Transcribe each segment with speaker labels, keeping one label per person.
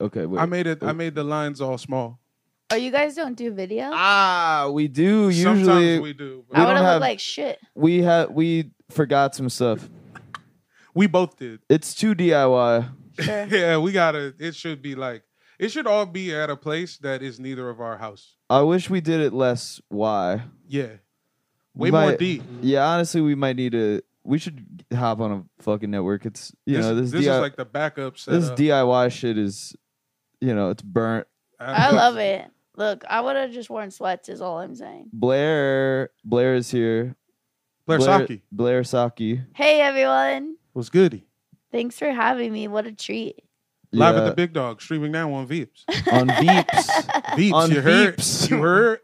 Speaker 1: Okay, wait.
Speaker 2: I made it. I made the lines all small.
Speaker 3: Oh, you guys don't do video?
Speaker 1: ah, we do usually.
Speaker 2: Sometimes
Speaker 1: We,
Speaker 2: we do.
Speaker 3: I
Speaker 2: But
Speaker 1: don't
Speaker 3: would have
Speaker 1: have-
Speaker 3: looked like shit.
Speaker 1: had we forgot some stuff.
Speaker 2: we both did.
Speaker 1: It's too DIY.
Speaker 3: Sure.
Speaker 2: Yeah, we gotta. It should be like. It should all be at a place that is neither of our house.
Speaker 1: I wish we did it less. Why?
Speaker 2: Yeah.
Speaker 1: We
Speaker 2: Way more
Speaker 1: might-
Speaker 2: deep.
Speaker 1: Yeah, honestly, we might need to. We should hop on a fucking network. It's you
Speaker 2: this,
Speaker 1: know this,
Speaker 2: this
Speaker 1: DIY,
Speaker 2: is like the backup setup.
Speaker 1: this DIY shit is, you know, it's burnt.
Speaker 3: I love it. Look, I would have just worn sweats. Is all I'm saying.
Speaker 1: Blair Blair is here.
Speaker 2: Blair Saki
Speaker 1: Blair Saki.
Speaker 3: Hey everyone,
Speaker 2: was goody.
Speaker 3: thanks for having me. What a treat.
Speaker 2: Live at
Speaker 1: Yeah,
Speaker 2: the Big Dog, streaming now on Veeps.
Speaker 1: on Veeps.
Speaker 2: Veeps,
Speaker 1: On
Speaker 2: you heard?
Speaker 1: Veeps.
Speaker 2: You heard?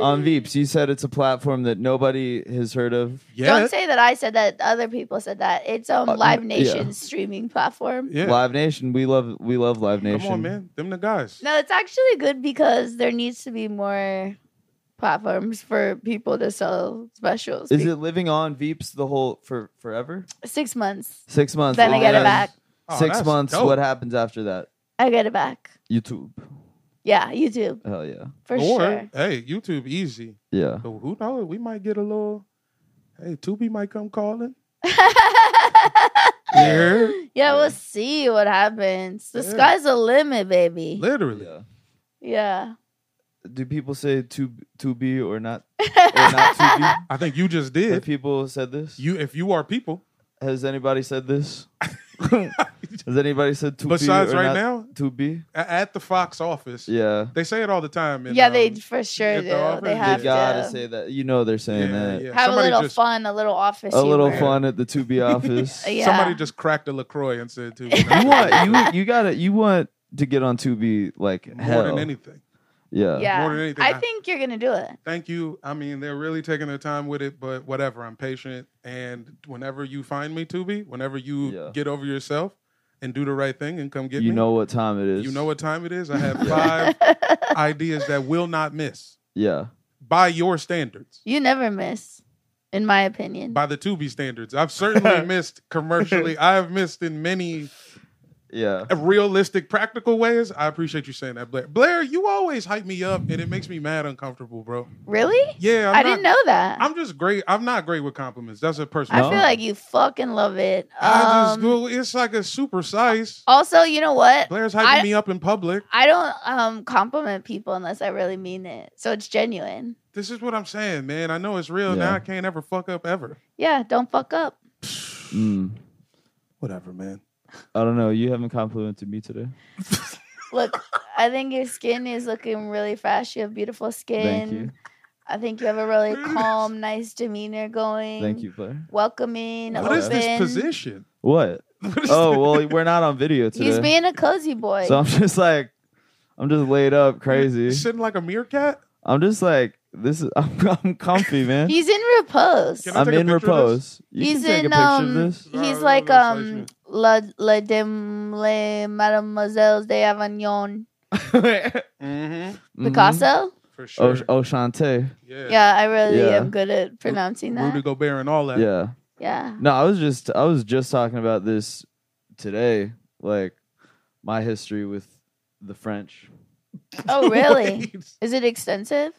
Speaker 1: on Veeps, you said it's a platform that nobody has heard of.
Speaker 2: Yeah.
Speaker 3: Don't say that I said that. Other people said that. It's on
Speaker 1: Uh,
Speaker 3: Live
Speaker 1: yeah.
Speaker 3: Nation streaming platform.
Speaker 2: yeah.
Speaker 1: Live Nation. We love we love Live Nation.
Speaker 2: Come on, man. Them the guys.
Speaker 3: No, it's actually good because there needs to be more platforms for people to sell specials.
Speaker 1: Is it living on Veeps the whole for forever?
Speaker 3: six months?
Speaker 1: Six months.
Speaker 3: Then
Speaker 1: what
Speaker 3: I get it
Speaker 1: happens-
Speaker 3: back.
Speaker 2: Oh,
Speaker 1: Six
Speaker 2: that's
Speaker 1: months.
Speaker 2: dope.
Speaker 1: What happens after that?
Speaker 3: I get it back.
Speaker 1: YouTube.
Speaker 3: Yeah, YouTube
Speaker 1: Hell yeah.
Speaker 3: for
Speaker 2: or,
Speaker 3: sure.
Speaker 2: hey, YouTube easy.
Speaker 1: Yeah.
Speaker 2: But who knows? We might get a little. Hey, Tubi might come calling. You heard?
Speaker 3: yeah, we'll see what happens. The
Speaker 2: Yeah.
Speaker 3: sky's the limit, baby.
Speaker 2: Literally.
Speaker 1: Yeah.
Speaker 3: Yeah.
Speaker 1: Do people say to to be or not or not to
Speaker 2: I think you just
Speaker 1: be? Have
Speaker 2: did.
Speaker 1: people said this?
Speaker 2: You, if you are people,
Speaker 1: Has anybody said this? Has anybody said to
Speaker 2: besides
Speaker 1: be or
Speaker 2: right
Speaker 1: not
Speaker 2: now,
Speaker 1: to be?
Speaker 2: a- at the Fox office,
Speaker 1: Yeah.
Speaker 2: they say it all the time. and,
Speaker 3: yeah, they
Speaker 2: um,
Speaker 3: for sure
Speaker 2: at the
Speaker 3: do.
Speaker 2: office,
Speaker 3: they
Speaker 2: they
Speaker 3: have
Speaker 1: They gotta
Speaker 3: to
Speaker 1: say that. You know they're
Speaker 2: yeah,
Speaker 1: saying that.
Speaker 2: yeah.
Speaker 3: have a
Speaker 2: Somebody
Speaker 3: little
Speaker 2: just,
Speaker 3: fun, a little office.
Speaker 1: A little
Speaker 3: humor.
Speaker 1: fun at the to be office.
Speaker 3: Yeah.
Speaker 2: Somebody just cracked a Lacroix and said, "Tubi."
Speaker 1: You want you you gotta you want to get on to be like
Speaker 2: more
Speaker 1: hell.
Speaker 2: than anything.
Speaker 1: Yeah.
Speaker 3: Yeah.
Speaker 2: More than anything,
Speaker 3: I
Speaker 2: I-
Speaker 3: think you're gonna do it.
Speaker 2: Thank you. I mean, they're really taking their time with it, but whatever. I'm patient, and whenever you find me, Tubi, whenever you
Speaker 1: Yeah.
Speaker 2: get over yourself and do the right thing and come get
Speaker 1: You
Speaker 2: me,
Speaker 1: know what time it is.
Speaker 2: you know what time it is. I have five ideas that will not miss
Speaker 1: Yeah.
Speaker 2: by your standards,
Speaker 3: you never miss, in my opinion.
Speaker 2: by the Tubi standards. I've certainly missed commercially. I have missed in many
Speaker 1: Yeah.
Speaker 2: realistic, practical ways. I appreciate you saying that, Blair. Blair, you always hype me up, and it makes me mad uncomfortable, bro.
Speaker 3: Really?
Speaker 2: Yeah, I'm
Speaker 3: I
Speaker 2: not-
Speaker 3: didn't know that.
Speaker 2: I'm just great. I'm not great with compliments. That's a
Speaker 3: I
Speaker 2: personal.
Speaker 1: No.
Speaker 3: feel like you fucking love it.
Speaker 2: I just
Speaker 3: Um,
Speaker 2: go. It's like a super size.
Speaker 3: also, you know what?
Speaker 2: Blair's hyping
Speaker 3: I-
Speaker 2: me up in public.
Speaker 3: I don't um compliment people unless I really mean it. So it's genuine.
Speaker 2: This is what I'm saying, man. I know it's real.
Speaker 1: Yeah.
Speaker 2: Now I can't ever fuck up ever.
Speaker 3: Yeah, don't fuck up.
Speaker 1: Mm.
Speaker 2: Whatever, man.
Speaker 1: I don't know. You haven't complimented me today.
Speaker 3: Look, I think your skin is looking really fresh. You have beautiful skin.
Speaker 1: Thank you.
Speaker 3: I think you have a really calm, nice demeanor going.
Speaker 1: Thank you, Blair.
Speaker 3: Welcoming,
Speaker 2: What
Speaker 3: open.
Speaker 2: is this position?
Speaker 1: What?
Speaker 2: What is
Speaker 1: Oh well, we're not on video today.
Speaker 3: He's being a cozy boy.
Speaker 1: so I'm just like, I'm just laid up,
Speaker 2: this?
Speaker 1: crazy.
Speaker 2: sitting like a meerkat?
Speaker 1: I'm just like, this is. I'm, I'm comfy, man.
Speaker 3: He's in repose.
Speaker 2: Can I
Speaker 1: I'm
Speaker 2: take a
Speaker 1: in
Speaker 2: picture of this?
Speaker 1: repose. You
Speaker 3: He's
Speaker 1: can take a
Speaker 3: in
Speaker 1: picture
Speaker 3: um.
Speaker 1: of this.
Speaker 2: Sorry,
Speaker 3: He's
Speaker 2: I'm
Speaker 3: like
Speaker 2: gonna
Speaker 3: um.
Speaker 2: slice
Speaker 3: La la dem le mademoiselles de Avignon
Speaker 2: Mm-hmm.
Speaker 3: Picasso.
Speaker 2: For sure.
Speaker 1: Oh, oh, Shante.
Speaker 2: yeah.
Speaker 3: Yeah, I really
Speaker 1: Yeah.
Speaker 3: am good at pronouncing that.
Speaker 2: Rudy Gobert and all that.
Speaker 1: Yeah.
Speaker 3: Yeah.
Speaker 1: No, I was just I was just talking about this today, like my history with the French.
Speaker 3: Oh, really?
Speaker 2: Wait.
Speaker 3: Is it extensive?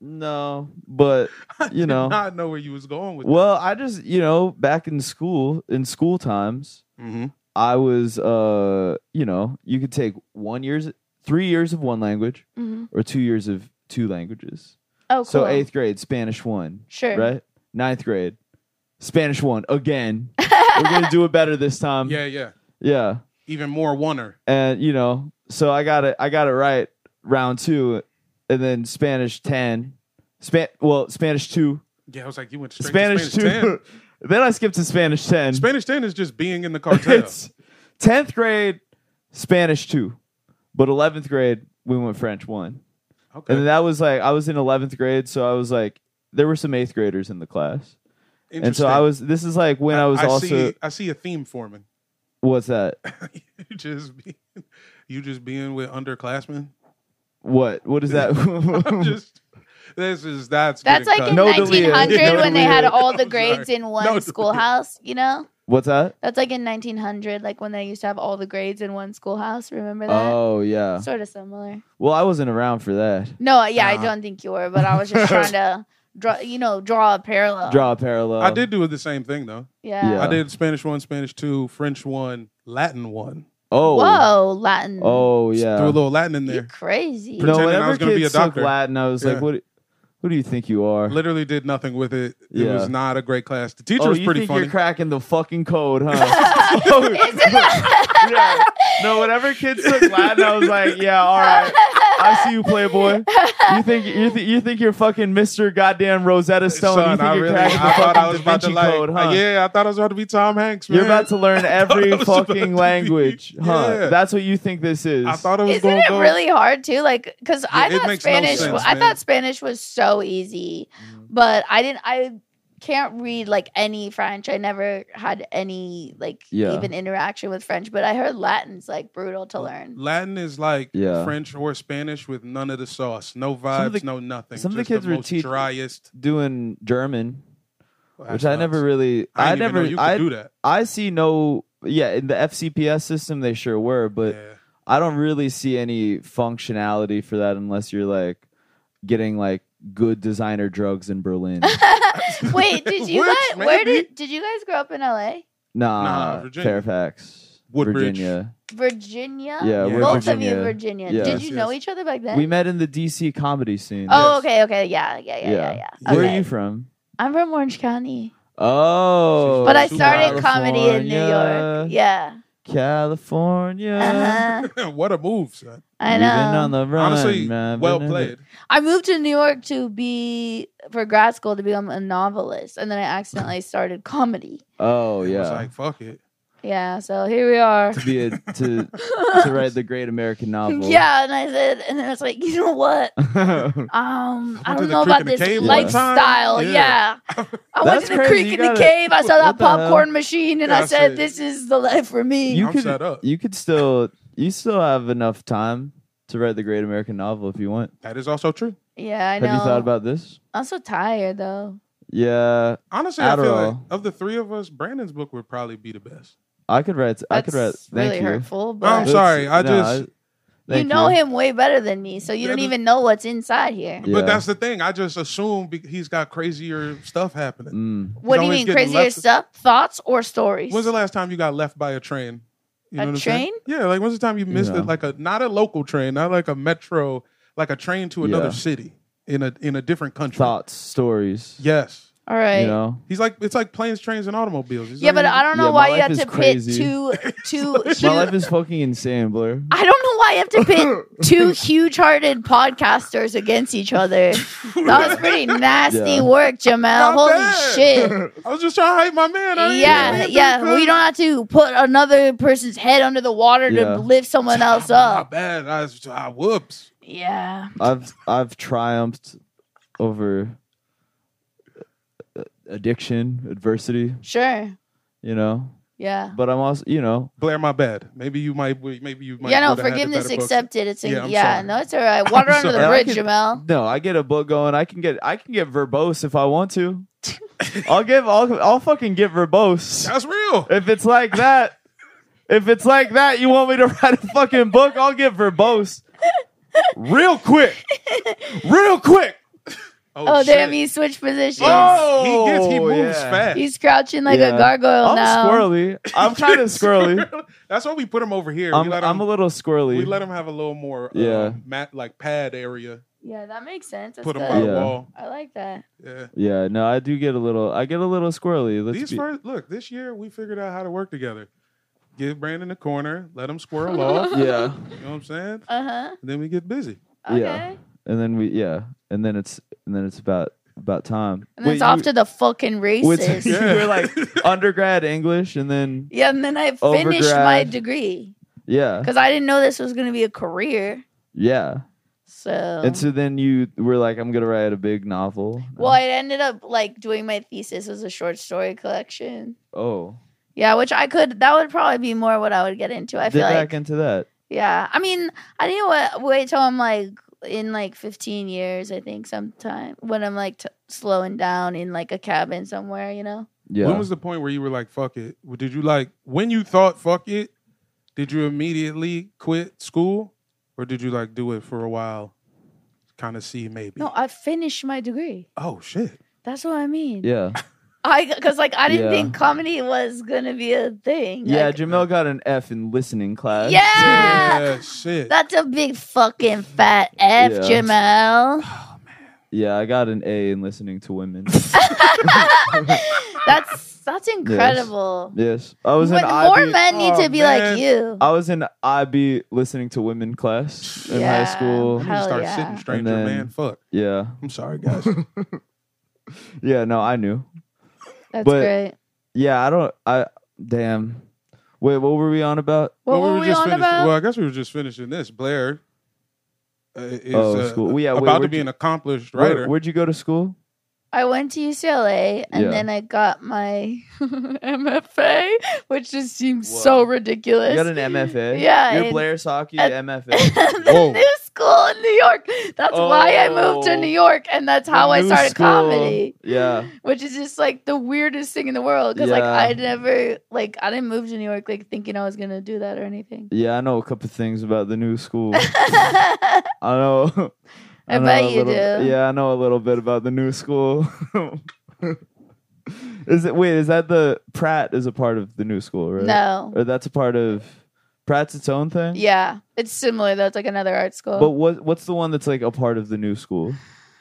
Speaker 1: No, but
Speaker 2: I
Speaker 1: You
Speaker 2: did
Speaker 1: know.
Speaker 2: not know where you was going with.
Speaker 1: well, I just you know back in school in school times,
Speaker 2: Mm-hmm.
Speaker 1: I was uh you know you could take one years three years of one language
Speaker 3: hmm
Speaker 1: or two years of two languages.
Speaker 3: Oh, cool.
Speaker 1: So eighth grade Spanish one,
Speaker 3: Sure.
Speaker 1: right? Ninth grade Spanish one again. We're gonna do it better this time.
Speaker 2: Yeah, yeah.
Speaker 1: yeah.
Speaker 2: Even more oneer.
Speaker 1: and you know, so I got it. I got it right round two, and then Spanish ten, span well Spanish two,
Speaker 2: Yeah, I was like, you went straight
Speaker 1: Spanish,
Speaker 2: to Spanish
Speaker 1: two.
Speaker 2: ten.
Speaker 1: then I skipped to Spanish ten.
Speaker 2: Spanish ten is just being in the cartel.
Speaker 1: It's tenth grade Spanish two, but eleventh grade we went French one,
Speaker 2: Okay.
Speaker 1: and that was like I was in eleventh grade, so I was like there were some eighth graders in the class, and so I
Speaker 2: Interesting.
Speaker 1: was. This is like when I, was also
Speaker 2: see, I see a theme forming.
Speaker 1: what's that?
Speaker 2: you just be, you just being with underclassmen.
Speaker 1: What what is that?
Speaker 2: I'm just this is that's
Speaker 3: That's
Speaker 2: getting
Speaker 3: like in
Speaker 1: No
Speaker 2: cut.
Speaker 1: delete.
Speaker 3: 1900 when they had
Speaker 1: No
Speaker 3: all the
Speaker 2: delete. I'm
Speaker 3: grades in one
Speaker 2: No delete.
Speaker 3: schoolhouse, you know?
Speaker 1: What's that?
Speaker 3: That's like in 1900, like when they used to have all the grades in one schoolhouse. Remember that?
Speaker 1: Oh yeah.
Speaker 3: Sort of similar.
Speaker 1: Well, I wasn't around for that.
Speaker 3: No, yeah, I
Speaker 2: Nah.
Speaker 3: don't think you were, but I was just trying to draw, you know, draw a parallel.
Speaker 1: Draw a parallel.
Speaker 2: I did do the same thing though.
Speaker 3: Yeah.
Speaker 1: Uh, Yeah.
Speaker 2: I did Spanish one, Spanish two, French one, Latin one.
Speaker 1: Oh.
Speaker 3: Whoa, Latin.
Speaker 1: Oh yeah.
Speaker 2: Threw a little Latin in
Speaker 3: you
Speaker 2: there.
Speaker 1: no,
Speaker 3: crazy.
Speaker 2: pretending I
Speaker 1: whenever
Speaker 2: was gonna be
Speaker 1: kids
Speaker 2: a
Speaker 1: took
Speaker 2: doctor.
Speaker 1: Latin, I was
Speaker 2: Yeah.
Speaker 1: like, "What? Who do you think you are?"
Speaker 2: Literally did nothing with it. It
Speaker 1: Yeah.
Speaker 2: was not a great class. The teacher
Speaker 1: oh,
Speaker 2: was
Speaker 1: you
Speaker 2: pretty
Speaker 1: think
Speaker 2: funny.
Speaker 1: you're cracking the fucking code, huh? Oh, yeah. No, whenever kids took Latin, I was like, "Yeah, all right, I see you, Playboy. You think you, th- you think you're fucking Mister Goddamn Rosetta Stone? you
Speaker 2: Son,
Speaker 1: think
Speaker 2: I
Speaker 1: you're
Speaker 2: really, I
Speaker 1: cracking the
Speaker 2: thought
Speaker 1: fucking
Speaker 2: I was
Speaker 1: Da
Speaker 2: about to
Speaker 1: Vinci
Speaker 2: like,
Speaker 1: Code, huh?
Speaker 2: yeah, I thought I was about to be Tom Hanks. Man.
Speaker 1: You're about to learn
Speaker 2: I
Speaker 1: every
Speaker 2: was about to
Speaker 1: fucking
Speaker 2: be-
Speaker 1: language, huh?
Speaker 2: Yeah.
Speaker 1: That's what you think this is.
Speaker 2: I thought it was
Speaker 3: Isn't
Speaker 2: going
Speaker 3: it
Speaker 2: go.
Speaker 3: really hard too? Like, because I
Speaker 2: Yeah, it
Speaker 3: thought
Speaker 2: makes no
Speaker 3: Spanish.
Speaker 2: sense,
Speaker 3: wa- I
Speaker 2: man. Mm.
Speaker 3: thought Spanish was so easy, but I didn't. I can't read like any French. I never had any like
Speaker 1: Yeah.
Speaker 3: even interaction with French. But I heard Latin's like brutal to learn.
Speaker 2: Latin is like
Speaker 1: Yeah.
Speaker 2: French or Spanish with none of the sauce, no
Speaker 1: Some of
Speaker 2: vibes,
Speaker 1: the-
Speaker 2: no nothing.
Speaker 1: some of the
Speaker 2: Just
Speaker 1: kids were
Speaker 2: most
Speaker 1: teach-
Speaker 2: driest,
Speaker 1: doing German, which
Speaker 2: That's
Speaker 1: I
Speaker 2: nuts.
Speaker 1: never really. I,
Speaker 2: didn't even
Speaker 1: never.
Speaker 2: know you could
Speaker 1: I
Speaker 2: do that.
Speaker 1: I see no. Yeah, in the FCPS system, they sure were, but
Speaker 2: yeah.
Speaker 1: I don't really see any functionality for that unless you're like getting like good designer drugs in Berlin.
Speaker 3: Wait, did you
Speaker 2: Which,
Speaker 3: guys? Where
Speaker 2: maybe.
Speaker 3: did did you guys grow up in L.A.
Speaker 1: nah,
Speaker 2: Nah, Virginia.
Speaker 1: Fairfax,
Speaker 2: Woodbridge.
Speaker 1: Virginia.
Speaker 3: Virginia?
Speaker 1: Yeah,
Speaker 2: Yeah.
Speaker 1: we're
Speaker 3: both
Speaker 1: Virginia.
Speaker 3: of you Virginia.
Speaker 1: Yes,
Speaker 3: did you know
Speaker 2: yes.
Speaker 3: each other back then?
Speaker 1: We met in the DC comedy scene.
Speaker 3: oh,
Speaker 2: Yes.
Speaker 3: okay, okay, yeah, yeah, yeah, yeah, yeah.
Speaker 2: Yeah.
Speaker 1: Where
Speaker 3: Okay.
Speaker 1: are you from?
Speaker 3: I'm from Orange County,
Speaker 1: Oh,
Speaker 3: but I
Speaker 2: Super
Speaker 3: started comedy in New York.
Speaker 1: California.
Speaker 3: Yeah,
Speaker 1: California.
Speaker 3: uh-huh.
Speaker 2: what a move, son.
Speaker 3: I
Speaker 1: We've
Speaker 3: know.
Speaker 1: been on the run,
Speaker 2: Honestly,
Speaker 1: man,
Speaker 2: well
Speaker 1: been on the-
Speaker 2: played.
Speaker 3: I moved to New York to be for grad school to become a novelist, and then I accidentally started comedy.
Speaker 1: Oh
Speaker 2: It was
Speaker 1: yeah,
Speaker 2: like fuck it.
Speaker 3: Yeah, so here we are.
Speaker 1: to be a, to to write the great American novel.
Speaker 3: yeah, and I said, and then it's like, you know what?
Speaker 1: that's
Speaker 3: Um, I
Speaker 2: went to
Speaker 3: don't
Speaker 2: the
Speaker 3: know
Speaker 2: creek
Speaker 3: about
Speaker 2: in the
Speaker 3: this
Speaker 2: cave
Speaker 1: one time.
Speaker 3: lifestyle. Yeah,
Speaker 2: Yeah.
Speaker 3: I went
Speaker 1: That's
Speaker 3: to the
Speaker 1: crazy.
Speaker 3: creek
Speaker 1: You
Speaker 3: in
Speaker 1: gotta-
Speaker 3: the cave. I
Speaker 1: what
Speaker 3: saw that
Speaker 1: the hell?
Speaker 3: popcorn machine, and
Speaker 2: Yeah,
Speaker 3: I
Speaker 2: I
Speaker 3: said,
Speaker 2: said-
Speaker 3: "This is the life for me."
Speaker 1: You
Speaker 2: I'm
Speaker 1: could
Speaker 2: set up.
Speaker 1: you could still you still have enough time to write the great American novel if you want.
Speaker 2: That is also true.
Speaker 3: yeah, I
Speaker 1: Have
Speaker 3: know.
Speaker 1: you thought about this?
Speaker 3: I'm so tired though.
Speaker 1: Yeah,
Speaker 2: Honestly, I feel like
Speaker 1: Adderall.
Speaker 2: of the three of us, Brandon's book would probably be the best.
Speaker 1: I could write. I
Speaker 3: That's
Speaker 1: could write. Thank
Speaker 3: really
Speaker 1: you.
Speaker 3: hurtful,
Speaker 2: I'm
Speaker 3: but
Speaker 1: That's-
Speaker 2: sorry, I
Speaker 1: no,
Speaker 2: just-
Speaker 3: you
Speaker 1: thank
Speaker 3: know him way better than me, so you
Speaker 2: That
Speaker 3: don't
Speaker 2: is-
Speaker 3: even know what's inside here.
Speaker 1: Yeah.
Speaker 2: But that's the thing. I just assume be- he's got crazier stuff happening.
Speaker 1: Mm.
Speaker 3: What do you
Speaker 2: always
Speaker 3: mean,
Speaker 2: getting
Speaker 3: crazier
Speaker 2: left-
Speaker 3: stuff? Thoughts or stories?
Speaker 2: When's the last time you got left by a train? You
Speaker 3: A
Speaker 2: what I'm saying? Yeah, like when's the time you missed
Speaker 1: Yeah.
Speaker 2: it? Like a not a local train, not like a metro, like a train to another
Speaker 1: Yeah.
Speaker 2: city in a in a different country.
Speaker 1: Thoughts, stories.
Speaker 2: Yes,
Speaker 3: All right.
Speaker 1: You know.
Speaker 2: he's like it's like planes, trains, and automobiles. He's
Speaker 3: yeah,
Speaker 2: not
Speaker 3: but I
Speaker 2: even-
Speaker 3: don't know
Speaker 1: Yeah,
Speaker 3: why
Speaker 1: my
Speaker 3: you have
Speaker 1: life
Speaker 3: to
Speaker 1: is
Speaker 3: pit
Speaker 1: crazy.
Speaker 3: two two.
Speaker 1: My
Speaker 3: huge,
Speaker 1: life is fucking insane, Blair.
Speaker 3: I don't know why you have to pit two huge-hearted podcasters against each other. That was pretty nasty
Speaker 1: Yeah.
Speaker 3: work, Jamel.
Speaker 2: Not
Speaker 3: Holy
Speaker 2: bad.
Speaker 3: shit.
Speaker 2: I was just trying to hype my man. I didn't- I
Speaker 3: Yeah,
Speaker 2: didn't
Speaker 3: yeah.
Speaker 2: think that-
Speaker 3: We don't have to put another person's head under the water
Speaker 1: Yeah.
Speaker 3: to lift someone else
Speaker 2: My
Speaker 3: up.
Speaker 2: bad. I, was- I whoops.
Speaker 3: Yeah.
Speaker 1: I've I've triumphed over uh, addiction, adversity.
Speaker 3: Sure.
Speaker 1: You know.
Speaker 3: Yeah.
Speaker 1: But I'm also, you know,
Speaker 2: Blair, my bad. Maybe you might. Maybe you might.
Speaker 3: yeah, no,
Speaker 2: would've had the
Speaker 3: forgiveness
Speaker 2: better book.
Speaker 3: accepted. It's in,
Speaker 2: Yeah,
Speaker 3: yeah,
Speaker 2: I'm sorry.
Speaker 3: no, it's all right. Water under the
Speaker 1: sorry. I
Speaker 3: bridge,
Speaker 1: could-
Speaker 3: Jamel.
Speaker 1: No, I get a book going. I can get I can get verbose if I want to. I'll give I'll I'll fucking get verbose.
Speaker 2: That's real.
Speaker 1: If it's like that, if it's like that, you want me to write a fucking book? I'll get verbose. Real quick. Real quick.
Speaker 3: Oh, damn,
Speaker 2: shit.
Speaker 3: he switched positions.
Speaker 1: Oh,
Speaker 2: he gets. He moves
Speaker 1: yeah.
Speaker 2: fast.
Speaker 3: He's crouching like
Speaker 1: Yeah.
Speaker 3: a gargoyle
Speaker 2: Oh,
Speaker 1: I'm
Speaker 3: now.
Speaker 1: squirrely. I'm kind of squirrely.
Speaker 2: That's why we put him over here.
Speaker 1: I'm,
Speaker 2: we let
Speaker 1: I'm
Speaker 2: him,
Speaker 1: a little squirrely.
Speaker 2: we let him have a little more
Speaker 1: Yeah.
Speaker 2: uh, mat, like pad area.
Speaker 3: Yeah, that makes sense. That's
Speaker 2: Put him
Speaker 3: good.
Speaker 2: by the
Speaker 1: Yeah.
Speaker 2: wall.
Speaker 3: I like that.
Speaker 2: Yeah.
Speaker 1: Yeah, no, I do get a little I get a little squirrely. Let's
Speaker 2: These
Speaker 1: be-
Speaker 2: first look this year we figured out how to work together. Give Brandon a corner, let him squirrel off.
Speaker 1: yeah.
Speaker 2: You know what I'm saying?
Speaker 3: Uh huh.
Speaker 2: And then we get busy.
Speaker 1: Yeah.
Speaker 3: Okay.
Speaker 1: And then we yeah, and then it's and then it's about about time.
Speaker 3: And then it's
Speaker 1: Wait,
Speaker 3: off
Speaker 1: you-
Speaker 3: to the fucking
Speaker 1: Which
Speaker 3: races.
Speaker 1: you
Speaker 2: Yeah.
Speaker 1: were like undergrad English, and then
Speaker 3: yeah, and then I finished my
Speaker 1: Overgrad.
Speaker 3: degree
Speaker 1: yeah,
Speaker 3: because I didn't know this was going to be a career.
Speaker 1: yeah.
Speaker 3: So,
Speaker 1: And so then you were like, "I'm gonna write a big novel."
Speaker 3: well, I ended up like doing my thesis as a short story collection.
Speaker 1: oh,
Speaker 3: Yeah, which I could. That would probably be more what I would get into. I
Speaker 1: did
Speaker 3: feel like.
Speaker 1: back into that.
Speaker 3: Yeah, I mean, I need to wa- wait till I'm like in like 15 years. I think sometime when I'm like t- slowing down in like a cabin somewhere, you know.
Speaker 1: Yeah.
Speaker 2: When was the point where you were like, fuck it? Did you like, when you thought fuck it, did you immediately quit school or did you like do it for a while? Kind of see maybe.
Speaker 3: No, I finished my degree.
Speaker 2: Oh, shit.
Speaker 3: That's what I mean.
Speaker 1: yeah.
Speaker 3: I because like I didn't
Speaker 1: Yeah.
Speaker 3: think comedy was gonna be a thing.
Speaker 1: Yeah,
Speaker 3: Like,
Speaker 1: Jamel got an F in listening class.
Speaker 3: yeah.
Speaker 2: Yeah, shit.
Speaker 3: That's a big fucking fat F,
Speaker 1: Yeah.
Speaker 3: Jamel.
Speaker 1: Yeah, I got an A in listening to women.
Speaker 3: That's that's incredible.
Speaker 1: yes. I was Uh, in
Speaker 3: But more
Speaker 1: IB
Speaker 3: men need
Speaker 2: Oh,
Speaker 3: to be
Speaker 2: man.
Speaker 3: like you.
Speaker 1: I was in IB listening to women class in high
Speaker 3: Yeah.
Speaker 1: school.
Speaker 2: I need to
Speaker 3: Hell
Speaker 2: start
Speaker 3: yeah.
Speaker 2: sitting stranger,
Speaker 1: And then-
Speaker 2: man. Fuck.
Speaker 1: Yeah.
Speaker 2: I'm sorry, guys.
Speaker 1: Yeah, no, I knew.
Speaker 3: That's
Speaker 1: but-
Speaker 3: great.
Speaker 1: Yeah, I don't I damn. Wait, what were we on about?
Speaker 3: What
Speaker 2: Well,
Speaker 3: were we on
Speaker 2: finishing,
Speaker 3: about?
Speaker 2: Well, I guess we were just finishing this. Blair uh, is
Speaker 1: Oh,
Speaker 2: uh,
Speaker 1: school. Well, yeah, wait,
Speaker 2: about to
Speaker 1: where'd
Speaker 2: be
Speaker 1: you-
Speaker 2: an accomplished
Speaker 1: Where-
Speaker 2: writer.
Speaker 1: where'd you go to school?
Speaker 3: I went to UCLA and
Speaker 1: Yeah.
Speaker 3: then I got my MFA, which just seems so
Speaker 1: Whoa.
Speaker 3: ridiculous.
Speaker 1: You got an MFA?
Speaker 3: Yeah,
Speaker 1: You're
Speaker 3: and-
Speaker 1: Blair Saki,
Speaker 3: and-
Speaker 1: MFA.
Speaker 3: the
Speaker 2: Whoa.
Speaker 3: new school in New York. That's why I moved to
Speaker 1: Oh.
Speaker 3: New York, and that's how
Speaker 1: The
Speaker 3: I
Speaker 1: new
Speaker 3: started
Speaker 1: school.
Speaker 3: comedy,
Speaker 1: Yeah.
Speaker 3: which is just like the weirdest thing in the world. Because like
Speaker 1: Yeah.
Speaker 3: I never like I didn't move to New York like thinking I was gonna do that or anything.
Speaker 1: Yeah, I know a couple things about the new school.
Speaker 3: I
Speaker 1: I know.
Speaker 3: bet
Speaker 1: know a
Speaker 3: you
Speaker 1: little-
Speaker 3: do.
Speaker 1: Yeah, I know a little bit about the new school. is it wait? Is that the Pratt is a part of the new school, right?
Speaker 3: No.
Speaker 1: or that's a part of Pratt's its own thing.
Speaker 3: Yeah, it's similar though. It's like another art school.
Speaker 1: But what what's the one that's like a part of the new school?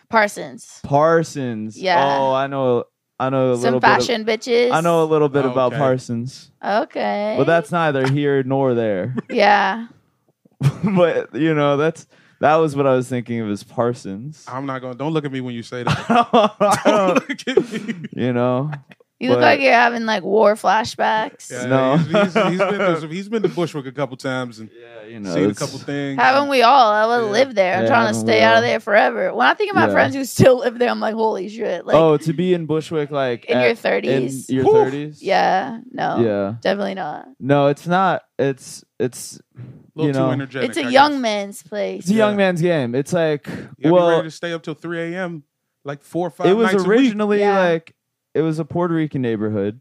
Speaker 3: Parsons.
Speaker 1: Parsons.
Speaker 3: Yeah.
Speaker 1: Oh, I know. I know a
Speaker 3: Some
Speaker 1: little bit.
Speaker 3: fashion bitches.
Speaker 1: Of, I know a little bit about
Speaker 2: Okay.
Speaker 1: Parsons,
Speaker 3: Okay.
Speaker 1: but that's neither here nor there.
Speaker 3: yeah.
Speaker 1: but you know, that's that was what I was thinking of as Parsons.
Speaker 2: I'm not going to. Don't look at me when you say that.
Speaker 1: I
Speaker 2: don't
Speaker 1: don't-
Speaker 2: look at me.
Speaker 1: you know.
Speaker 3: You look
Speaker 1: But-
Speaker 3: like you're having like war flashbacks.
Speaker 2: Yeah,
Speaker 1: No.
Speaker 2: he's, he's- he's been to, some- he's been to Bushwick a couple times and
Speaker 1: Yeah, you know.
Speaker 2: seen a
Speaker 1: it's-
Speaker 2: couple things.
Speaker 3: Haven't we all? I would
Speaker 2: Yeah.
Speaker 3: live there. I'm
Speaker 1: Yeah,
Speaker 3: trying to
Speaker 1: haven't we
Speaker 3: stay out
Speaker 1: all?
Speaker 3: of there forever. When I think of my
Speaker 1: Yeah.
Speaker 3: friends who still live there, I'm like, holy shit! Like
Speaker 1: oh, to be in Bushwick like
Speaker 3: in
Speaker 1: at-
Speaker 3: your 30s.
Speaker 1: In your
Speaker 2: Whew.
Speaker 1: thirties.
Speaker 3: yeah, no,
Speaker 1: Yeah.
Speaker 3: definitely not.
Speaker 1: No, it's not. It's it's
Speaker 2: a little
Speaker 1: you know,
Speaker 2: too energetic.
Speaker 3: It's a
Speaker 2: I
Speaker 3: young
Speaker 2: guess.
Speaker 3: man's place.
Speaker 1: it's a young
Speaker 2: Yeah.
Speaker 1: man's game. It's like
Speaker 2: You gotta be
Speaker 1: well,
Speaker 2: ready to stay up till 3 a.m. like four or five
Speaker 1: it was
Speaker 2: nights a week.
Speaker 1: originally
Speaker 3: Yeah.
Speaker 1: like it was a Puerto Rican neighborhood,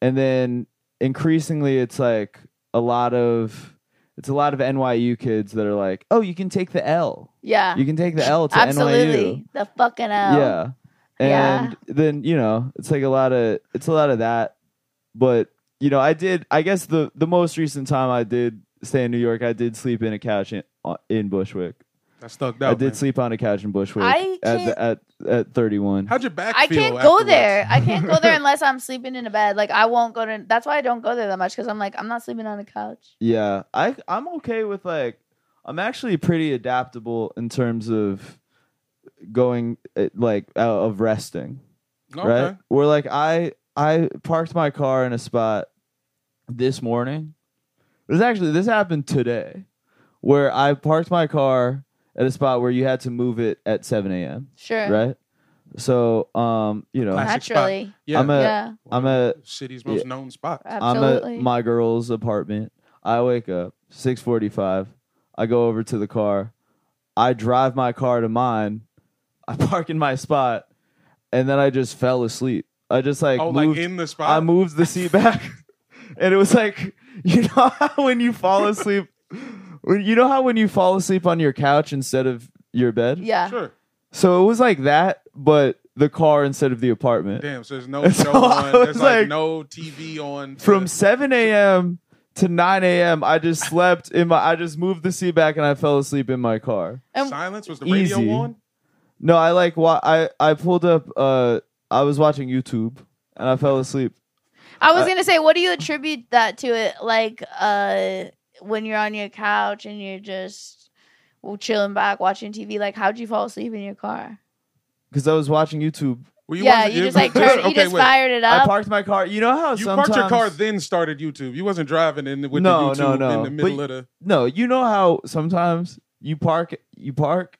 Speaker 1: and then increasingly it's like a lot of it's a lot of NYU kids that are like, oh, you can take the L.
Speaker 3: Yeah,
Speaker 1: You can take the L to NYU.
Speaker 3: absolutely. The fucking hell.
Speaker 1: Yeah.
Speaker 3: Yeah.
Speaker 1: And then, you know, it's like a lot of it's a lot of that. But, you know, I did I guess the the most recent time I did stay in New York, I did sleep in a couch in, uh, in Bushwick.
Speaker 2: I stuck
Speaker 1: I
Speaker 2: out.
Speaker 1: did
Speaker 2: Oh, man.
Speaker 1: sleep on a couch in Bushwick
Speaker 3: I
Speaker 1: at the, at at 31.
Speaker 2: How'd your back
Speaker 3: I
Speaker 2: feel?
Speaker 3: can't go
Speaker 2: afterwards?
Speaker 3: there. I can't go there unless I'm sleeping in a bed. Like I won't go to. That's why I don't go there that much because I'm like I'm not sleeping on a couch.
Speaker 1: yeah. I I'm okay with like I'm actually pretty adaptable in terms of going uh, like uh, of resting.
Speaker 2: Okay.
Speaker 1: right? Where like I I parked my car in a spot this morning. This actually this happened today, where I parked my car at a spot where you had to move it at seven a.m.
Speaker 3: Sure,
Speaker 1: Right? So um, you know,
Speaker 2: Classic spot.
Speaker 3: naturally.
Speaker 2: Yeah.
Speaker 1: I'm a-
Speaker 3: yeah,
Speaker 1: I'm a
Speaker 2: city's most known spot.
Speaker 1: I'm
Speaker 3: absolutely.
Speaker 1: at my girl's apartment. I wake up six forty five. I go over to the car. I drive my car to mine. I park in my spot, and then I just fell asleep. I just like
Speaker 2: oh,
Speaker 1: moved
Speaker 2: like in the spot.
Speaker 1: I moved the seat back, and it was like you know how when you fall asleep, when you know how when you fall asleep on your couch instead of your bed.
Speaker 3: yeah.
Speaker 2: Sure.
Speaker 1: So it was like that, but the car instead of the apartment.
Speaker 2: Damn. So there's no
Speaker 1: And so
Speaker 2: show
Speaker 1: I
Speaker 2: on. There's
Speaker 1: was
Speaker 2: like,
Speaker 1: like-
Speaker 2: no TV on. to-
Speaker 1: From seven a.m. to nine a.m., I just slept in my. I just moved the seat back and I fell asleep in my car.
Speaker 3: And-
Speaker 2: silence was the radio
Speaker 1: Easy.
Speaker 2: on.
Speaker 1: No, I like. Wa- I I pulled up. Uh, I was watching YouTube and I fell asleep.
Speaker 3: I was
Speaker 1: I-
Speaker 3: gonna say, what do you attribute that to? It like uh, when you're on your couch and you're just w- chilling back watching TV. Like, how'd you fall asleep in your car?
Speaker 1: Because I was watching YouTube,
Speaker 2: Well,
Speaker 3: yeah,
Speaker 2: wasn't-
Speaker 3: you just like turn, you just
Speaker 2: wait.
Speaker 3: fired it
Speaker 1: I
Speaker 3: up.
Speaker 1: parked my car. You know how
Speaker 2: You
Speaker 1: sometimes
Speaker 2: parked your car, then started YouTube. You wasn't driving in with
Speaker 1: No,
Speaker 2: the
Speaker 1: no,
Speaker 2: YouTube
Speaker 1: no.
Speaker 2: in the middle
Speaker 1: But-
Speaker 2: of
Speaker 1: no, you know how sometimes you park, you park,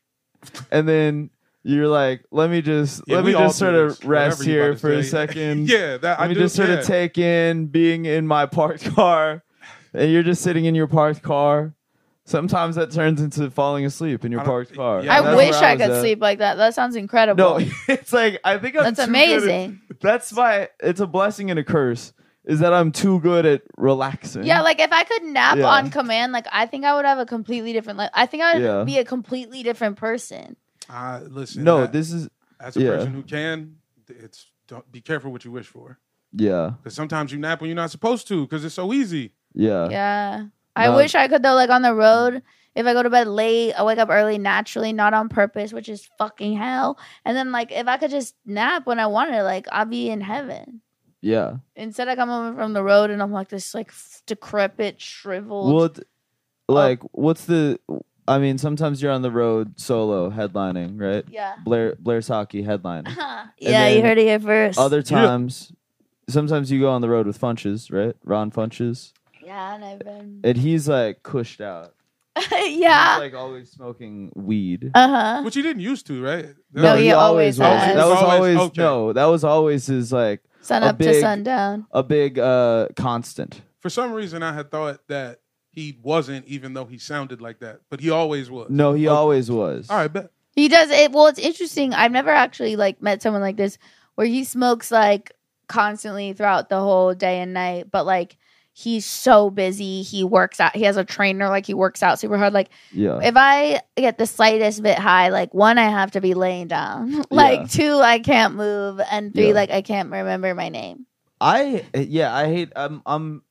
Speaker 1: and then you're like, let me just
Speaker 2: Yeah,
Speaker 1: let
Speaker 2: we
Speaker 1: me
Speaker 2: all
Speaker 1: just
Speaker 2: do
Speaker 1: sort
Speaker 2: this,
Speaker 1: of
Speaker 2: whatever
Speaker 1: rest
Speaker 2: you about
Speaker 1: here
Speaker 2: to
Speaker 1: for a
Speaker 2: say. the.
Speaker 1: second.
Speaker 2: Yeah, that
Speaker 1: let
Speaker 2: I
Speaker 1: me
Speaker 2: do.
Speaker 1: just sort
Speaker 2: yeah.
Speaker 1: of take in being in my parked car, and you're just sitting in your parked car, Sometimes that turns into falling asleep in your
Speaker 2: I don't-
Speaker 1: parked car.
Speaker 2: Yeah,
Speaker 3: I
Speaker 1: That's
Speaker 3: wish
Speaker 1: where
Speaker 3: I
Speaker 1: was
Speaker 3: could
Speaker 1: at.
Speaker 3: sleep like that. That sounds incredible.
Speaker 1: No, it's like I think I'm
Speaker 3: That's
Speaker 1: too good at-
Speaker 3: amazing.
Speaker 1: that's my. It's a blessing and a curse. Is that I'm too good at relaxing?
Speaker 3: Yeah, like if I could nap
Speaker 1: Yeah.
Speaker 3: on command, like I think I would have a completely different life. I think I would
Speaker 1: Yeah.
Speaker 3: be a completely different person.
Speaker 2: Uh, listen,
Speaker 1: no,
Speaker 2: that-
Speaker 1: this is
Speaker 2: as a
Speaker 1: yeah.
Speaker 2: person who can, it's don't, be careful what you wish for.
Speaker 1: yeah,
Speaker 2: Because sometimes you nap when you're not supposed to because it's so easy.
Speaker 1: yeah,
Speaker 3: Yeah. I
Speaker 1: No.
Speaker 3: wish I could though, like on the road, if I go to bed late, I wake up early naturally, not on purpose, which is fucking hell. And then like if I could just nap when I wanted, like I'll be in heaven.
Speaker 1: yeah.
Speaker 3: Instead I come home from the road and I'm like this like f- decrepit, shriveled
Speaker 1: What,
Speaker 3: oh.
Speaker 1: like, what's the? I mean, sometimes you're on the road solo headlining, right?
Speaker 3: Yeah.
Speaker 1: Blair Blair's hockey headline.
Speaker 3: yeah, you
Speaker 1: then
Speaker 3: heard it here first.
Speaker 1: Other
Speaker 2: Yeah.
Speaker 1: times, sometimes you go on the road with Funches, right? Ron Funches,
Speaker 3: yeah, and I've been
Speaker 1: and he's like cushed out.
Speaker 3: Yeah.
Speaker 1: He's like always smoking weed.
Speaker 3: uh-huh.
Speaker 2: Which you didn't used to, right?
Speaker 3: No, he always
Speaker 1: was.
Speaker 3: has.
Speaker 1: That was
Speaker 2: Always,
Speaker 1: always
Speaker 2: okay.
Speaker 1: no. That was always his like
Speaker 3: Sun
Speaker 1: a
Speaker 3: up to
Speaker 1: big-
Speaker 3: sundown.
Speaker 1: a big uh constant.
Speaker 2: For some reason, I had thought that he wasn't, even though he sounded like that. But he always was.
Speaker 1: No, he
Speaker 2: Okay.
Speaker 1: always was.
Speaker 2: All right, bet.
Speaker 3: He does it. Well, it's interesting. I've never actually like met someone like this where he smokes like constantly throughout the whole day and night, but like he's so busy. He works out. He has a trainer. Like he works out super hard. Like
Speaker 1: Yeah.
Speaker 3: if I get the slightest bit high, like one, I have to be laying down. like
Speaker 1: Yeah.
Speaker 3: two, I can't move, and three,
Speaker 1: Yeah.
Speaker 3: like I can't remember my name.
Speaker 1: I yeah, I hate I'm I'm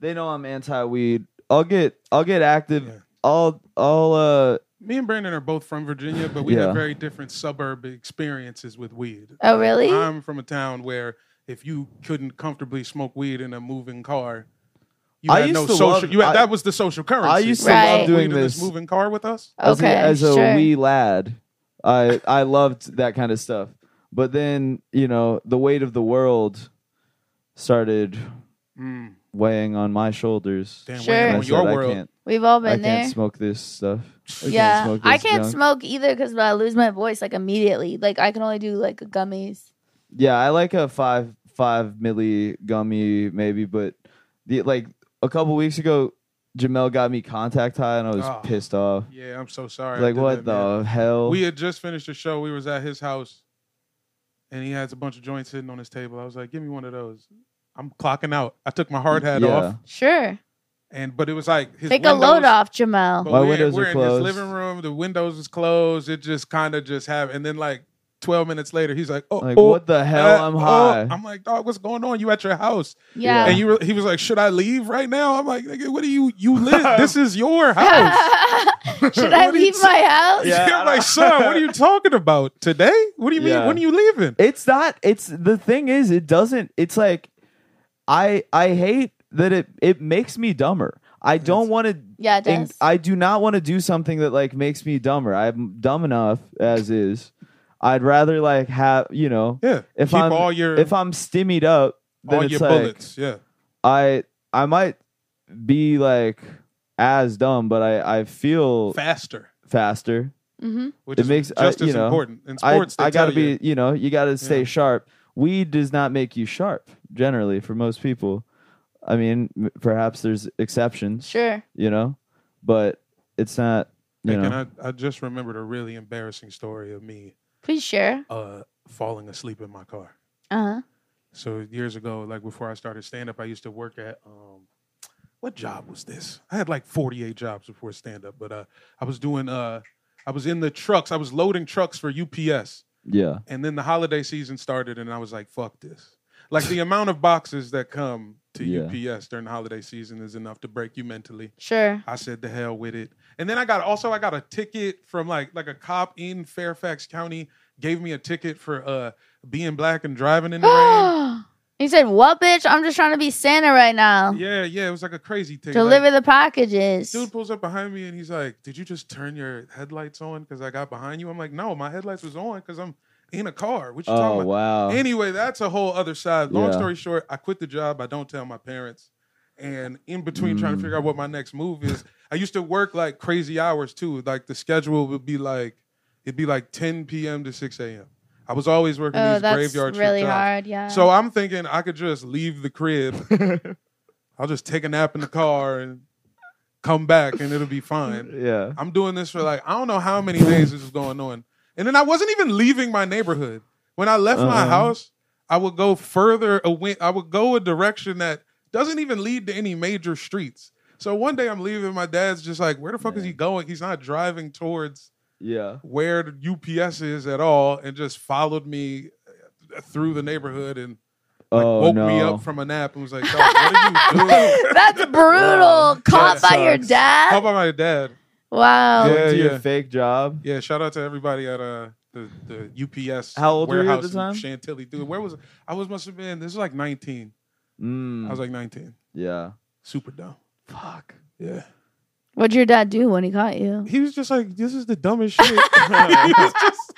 Speaker 1: they know I'm anti weed. I'll get I'll get active.
Speaker 2: Yeah.
Speaker 1: I'll I'll uh
Speaker 2: Me and Brandon are both from Virginia, but we
Speaker 1: Yeah.
Speaker 2: have very different suburb experiences with weed.
Speaker 3: Oh, really?
Speaker 2: I'm from a town where if you couldn't comfortably smoke weed in a moving car, you
Speaker 1: I
Speaker 2: had
Speaker 1: used
Speaker 2: no
Speaker 1: to
Speaker 2: social.
Speaker 1: love-
Speaker 2: you had,
Speaker 1: I-
Speaker 2: that was the social currency.
Speaker 1: I used
Speaker 3: to love Right.
Speaker 1: doing
Speaker 2: Weed in
Speaker 1: this.
Speaker 2: moving car with us.
Speaker 1: as a-
Speaker 3: Okay,
Speaker 1: as a,
Speaker 3: sure.
Speaker 1: wee lad. I I loved that kind of stuff. But then, you know, the weight of the world started
Speaker 2: Mm,
Speaker 1: weighing on my shoulders.
Speaker 2: damn,
Speaker 3: Sure.
Speaker 2: waiting
Speaker 1: And I
Speaker 2: on
Speaker 3: Well,
Speaker 1: said,
Speaker 2: your
Speaker 1: I
Speaker 2: world.
Speaker 1: can't
Speaker 3: We've all been
Speaker 1: I
Speaker 3: there.
Speaker 1: can't smoke this stuff. I can't
Speaker 3: yeah,
Speaker 1: smoke
Speaker 3: I
Speaker 1: this
Speaker 3: can't
Speaker 1: junk.
Speaker 3: smoke either because I lose my voice like immediately. Like I can only do like gummies.
Speaker 1: Yeah, I like a five five milli gummy maybe, but the like a couple weeks ago, Jamel got me contact high and I was
Speaker 2: Oh.
Speaker 1: pissed off.
Speaker 2: Yeah, I'm so sorry. I
Speaker 1: like
Speaker 2: did
Speaker 1: what
Speaker 2: that,
Speaker 1: the
Speaker 2: man.
Speaker 1: hell?
Speaker 2: We had just finished the show. We was at his house, and he has a bunch of joints sitting on his table. I was like, "Give me one of those." I'm clocking out. I took my hard hat
Speaker 1: Yeah.
Speaker 2: off,
Speaker 3: Sure,
Speaker 2: and but it was like his
Speaker 3: take a
Speaker 2: windows-
Speaker 3: load off,
Speaker 2: But
Speaker 3: Jamel.
Speaker 1: My
Speaker 2: we're,
Speaker 1: windows
Speaker 2: we're
Speaker 1: are
Speaker 2: in
Speaker 1: closed.
Speaker 2: his living room. The windows was closed. It just kind of just happened. And then like 12 minutes later, he's like, "Oh,
Speaker 1: like
Speaker 2: oh,
Speaker 1: what the hell?
Speaker 2: uh,
Speaker 1: I'm
Speaker 2: oh."
Speaker 1: high.
Speaker 2: I'm like, "Dog, what's going on? You at your house?"
Speaker 1: Yeah.
Speaker 3: Yeah.
Speaker 2: And you were, he was like, "Should I leave right now?" I'm like, "Nigga, what do you? You live. this is your house."
Speaker 3: Should I
Speaker 2: What do you
Speaker 3: leave
Speaker 2: say?
Speaker 3: my house?
Speaker 1: Yeah, I
Speaker 2: I'm like,
Speaker 1: don't-
Speaker 2: son, what are you talking about today? What do you mean?
Speaker 1: Yeah.
Speaker 2: When are you leaving?
Speaker 1: it's not it's the thing is it doesn't it's like I I hate that it it makes me dumber. I don't want to
Speaker 3: Yeah, it
Speaker 1: and
Speaker 3: does.
Speaker 1: I do not want to do something that like makes me dumber. I'm dumb enough as is. I'd rather like have you know
Speaker 2: Yeah.
Speaker 1: if
Speaker 2: Keep
Speaker 1: I'm
Speaker 2: all your
Speaker 1: if I'm stimmied up, then
Speaker 2: all
Speaker 1: it's
Speaker 2: your
Speaker 1: like
Speaker 2: bullets. Yeah.
Speaker 1: I I might be like as dumb, but I I feel
Speaker 2: Faster.
Speaker 1: faster.
Speaker 3: hmm
Speaker 2: Which
Speaker 1: It
Speaker 2: is
Speaker 1: makes- I-
Speaker 2: just as
Speaker 1: you know,
Speaker 2: important. In
Speaker 1: I
Speaker 2: sports, they
Speaker 1: I gotta
Speaker 2: tell you,
Speaker 1: be you know you gotta stay
Speaker 2: Yeah.
Speaker 1: sharp. Weed does not make you sharp generally for most people. I mean, m- perhaps there's exceptions,
Speaker 3: Sure.
Speaker 1: you know, but it's not you
Speaker 2: Hey,
Speaker 1: know.
Speaker 2: can I, I just remembered a really embarrassing story of me
Speaker 3: Please share.
Speaker 2: uh, falling asleep in my car.
Speaker 3: Uh huh.
Speaker 2: So years ago, like before I started stand up, I used to work at um, what job was this? I had like 48 jobs before stand up, but uh, I was doing uh, I was in the trucks. I was loading trucks for UPS.
Speaker 1: yeah,
Speaker 2: And then the holiday season started, and I was like, fuck this. Like the amount of boxes that come to
Speaker 1: Yeah.
Speaker 2: UPS during the holiday season is enough to break you mentally.
Speaker 3: Sure.
Speaker 2: I said the hell with it. And then I got also I got a ticket from like like a cop in Fairfax County gave me a ticket for uh being black and driving in the rain.
Speaker 3: he said, "What, bitch? I'm just trying to be Santa right now.
Speaker 2: Yeah, yeah, it was like a crazy ticket.
Speaker 3: Deliver the packages."
Speaker 2: Dude pulls up behind me and he's like, "Did you just turn your headlights on cuz I got behind you?" I'm like, "No, my headlights was on cuz I'm in a car." What you talking
Speaker 1: Oh
Speaker 2: about?
Speaker 1: wow.
Speaker 2: Anyway, that's a whole other side. Long
Speaker 1: Yeah.
Speaker 2: story short, I quit the job. I don't tell my parents. And in between trying to
Speaker 1: Mm.
Speaker 2: figure out what my next move is, I used to work like crazy hours too. Like the schedule would be like it'd be like 10 p.m. to 6 a.m. I was always working
Speaker 3: oh,
Speaker 2: these
Speaker 3: that's
Speaker 2: graveyard shift
Speaker 3: really
Speaker 2: jobs.
Speaker 3: hard. Yeah.
Speaker 2: So I'm thinking I could just leave the crib. I'll just take a nap in the car and come back and it'll be fine.
Speaker 1: Yeah.
Speaker 2: I'm doing this for like I don't know how many days this is going on. And then I wasn't even leaving my neighborhood. When I left my
Speaker 1: Uh-huh.
Speaker 2: house, I would go further away. I would go a direction that doesn't even lead to any major streets. So one day I'm leaving, my dad's just like, "Where the fuck is he going?" He's not driving towards
Speaker 1: Yeah.
Speaker 2: where the UPS is at all, and just followed me uh, through the neighborhood and like,
Speaker 1: oh
Speaker 2: woke
Speaker 1: no.
Speaker 2: me up from a nap and was like, "Dog, "What are you doing?"
Speaker 3: That's brutal.
Speaker 1: Wow.
Speaker 3: Caught
Speaker 1: That
Speaker 3: by your
Speaker 1: sucks.
Speaker 2: How
Speaker 3: dad.
Speaker 2: about my dad?
Speaker 3: Wow.
Speaker 1: Going
Speaker 2: Yeah,
Speaker 1: to your
Speaker 2: yeah.
Speaker 1: fake job.
Speaker 2: Yeah, shout out to everybody at uh the, the UPS
Speaker 1: How old were you at
Speaker 2: warehouse
Speaker 1: the time?
Speaker 2: in Chantilly. Dude, where was I was must have been this was like 19. I
Speaker 1: Mm,
Speaker 2: was like 19.
Speaker 1: yeah.
Speaker 2: Super dumb.
Speaker 1: Fuck.
Speaker 2: Yeah.
Speaker 3: What'd your dad do when he caught you?
Speaker 2: He was just like, this is the dumbest shit. he, was just,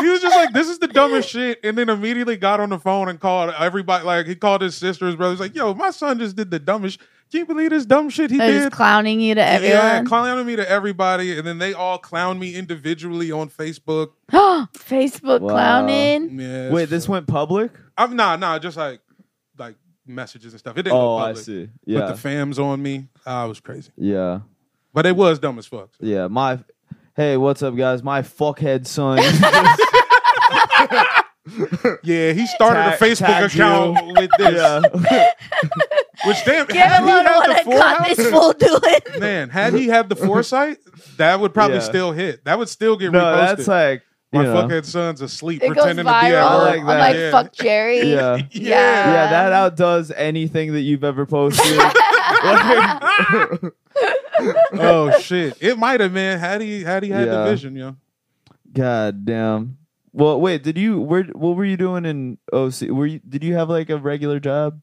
Speaker 2: he was just like, this is the dumbest shit. And then immediately got on the phone and called everybody. Like, he called his sister, his brother. He's like, yo, my son just did the dumbest. Can you believe this dumb shit he
Speaker 3: They're
Speaker 2: did?
Speaker 3: just clowning you to
Speaker 2: Yeah,
Speaker 3: everyone.
Speaker 2: clowning me to everybody. And then they all clown me individually on Facebook.
Speaker 3: Facebook
Speaker 1: Wow.
Speaker 3: clowning.
Speaker 2: Yeah.
Speaker 1: Mm-hmm. Wait,
Speaker 2: it's
Speaker 1: this
Speaker 2: fun.
Speaker 1: went public?
Speaker 2: I'm nah, nah, just like like messages and stuff. It didn't
Speaker 1: Oh,
Speaker 2: go
Speaker 1: I
Speaker 2: public.
Speaker 1: see.
Speaker 2: Put
Speaker 1: Yeah.
Speaker 2: the fams on me. I was crazy,
Speaker 1: Yeah.
Speaker 2: but it was dumb as fuck.
Speaker 1: Yeah. My Hey, what's up guys? My fuckhead son.
Speaker 2: Yeah, he started
Speaker 1: Tag-
Speaker 2: a Facebook
Speaker 1: tagged you.
Speaker 2: account with this,
Speaker 1: yeah.
Speaker 2: which damn,
Speaker 3: Give
Speaker 2: had
Speaker 3: him
Speaker 2: he
Speaker 3: a load of
Speaker 2: had
Speaker 3: what
Speaker 2: the
Speaker 3: I caught this
Speaker 2: foresight,
Speaker 3: fool doing.
Speaker 2: man, had he had the foresight, that would probably
Speaker 1: Yeah.
Speaker 2: still hit. That would still get
Speaker 1: No,
Speaker 2: reposted.
Speaker 1: that's like you
Speaker 2: My
Speaker 1: know.
Speaker 2: fuckhead son's asleep,
Speaker 3: It goes
Speaker 2: pretending to be at
Speaker 1: I
Speaker 3: viral.
Speaker 2: work.
Speaker 1: like
Speaker 3: I'm
Speaker 1: that.
Speaker 3: like,
Speaker 2: Yeah.
Speaker 3: fuck Jerry.
Speaker 1: Yeah.
Speaker 2: Yeah.
Speaker 1: Yeah, that outdoes anything that you've ever posted. Like,
Speaker 2: oh shit! It might have been had he had he had
Speaker 1: Yeah.
Speaker 2: the vision, yo.
Speaker 1: God damn. Well, wait. Did you where? What were you doing in OC? Were you? Did you have like a regular job?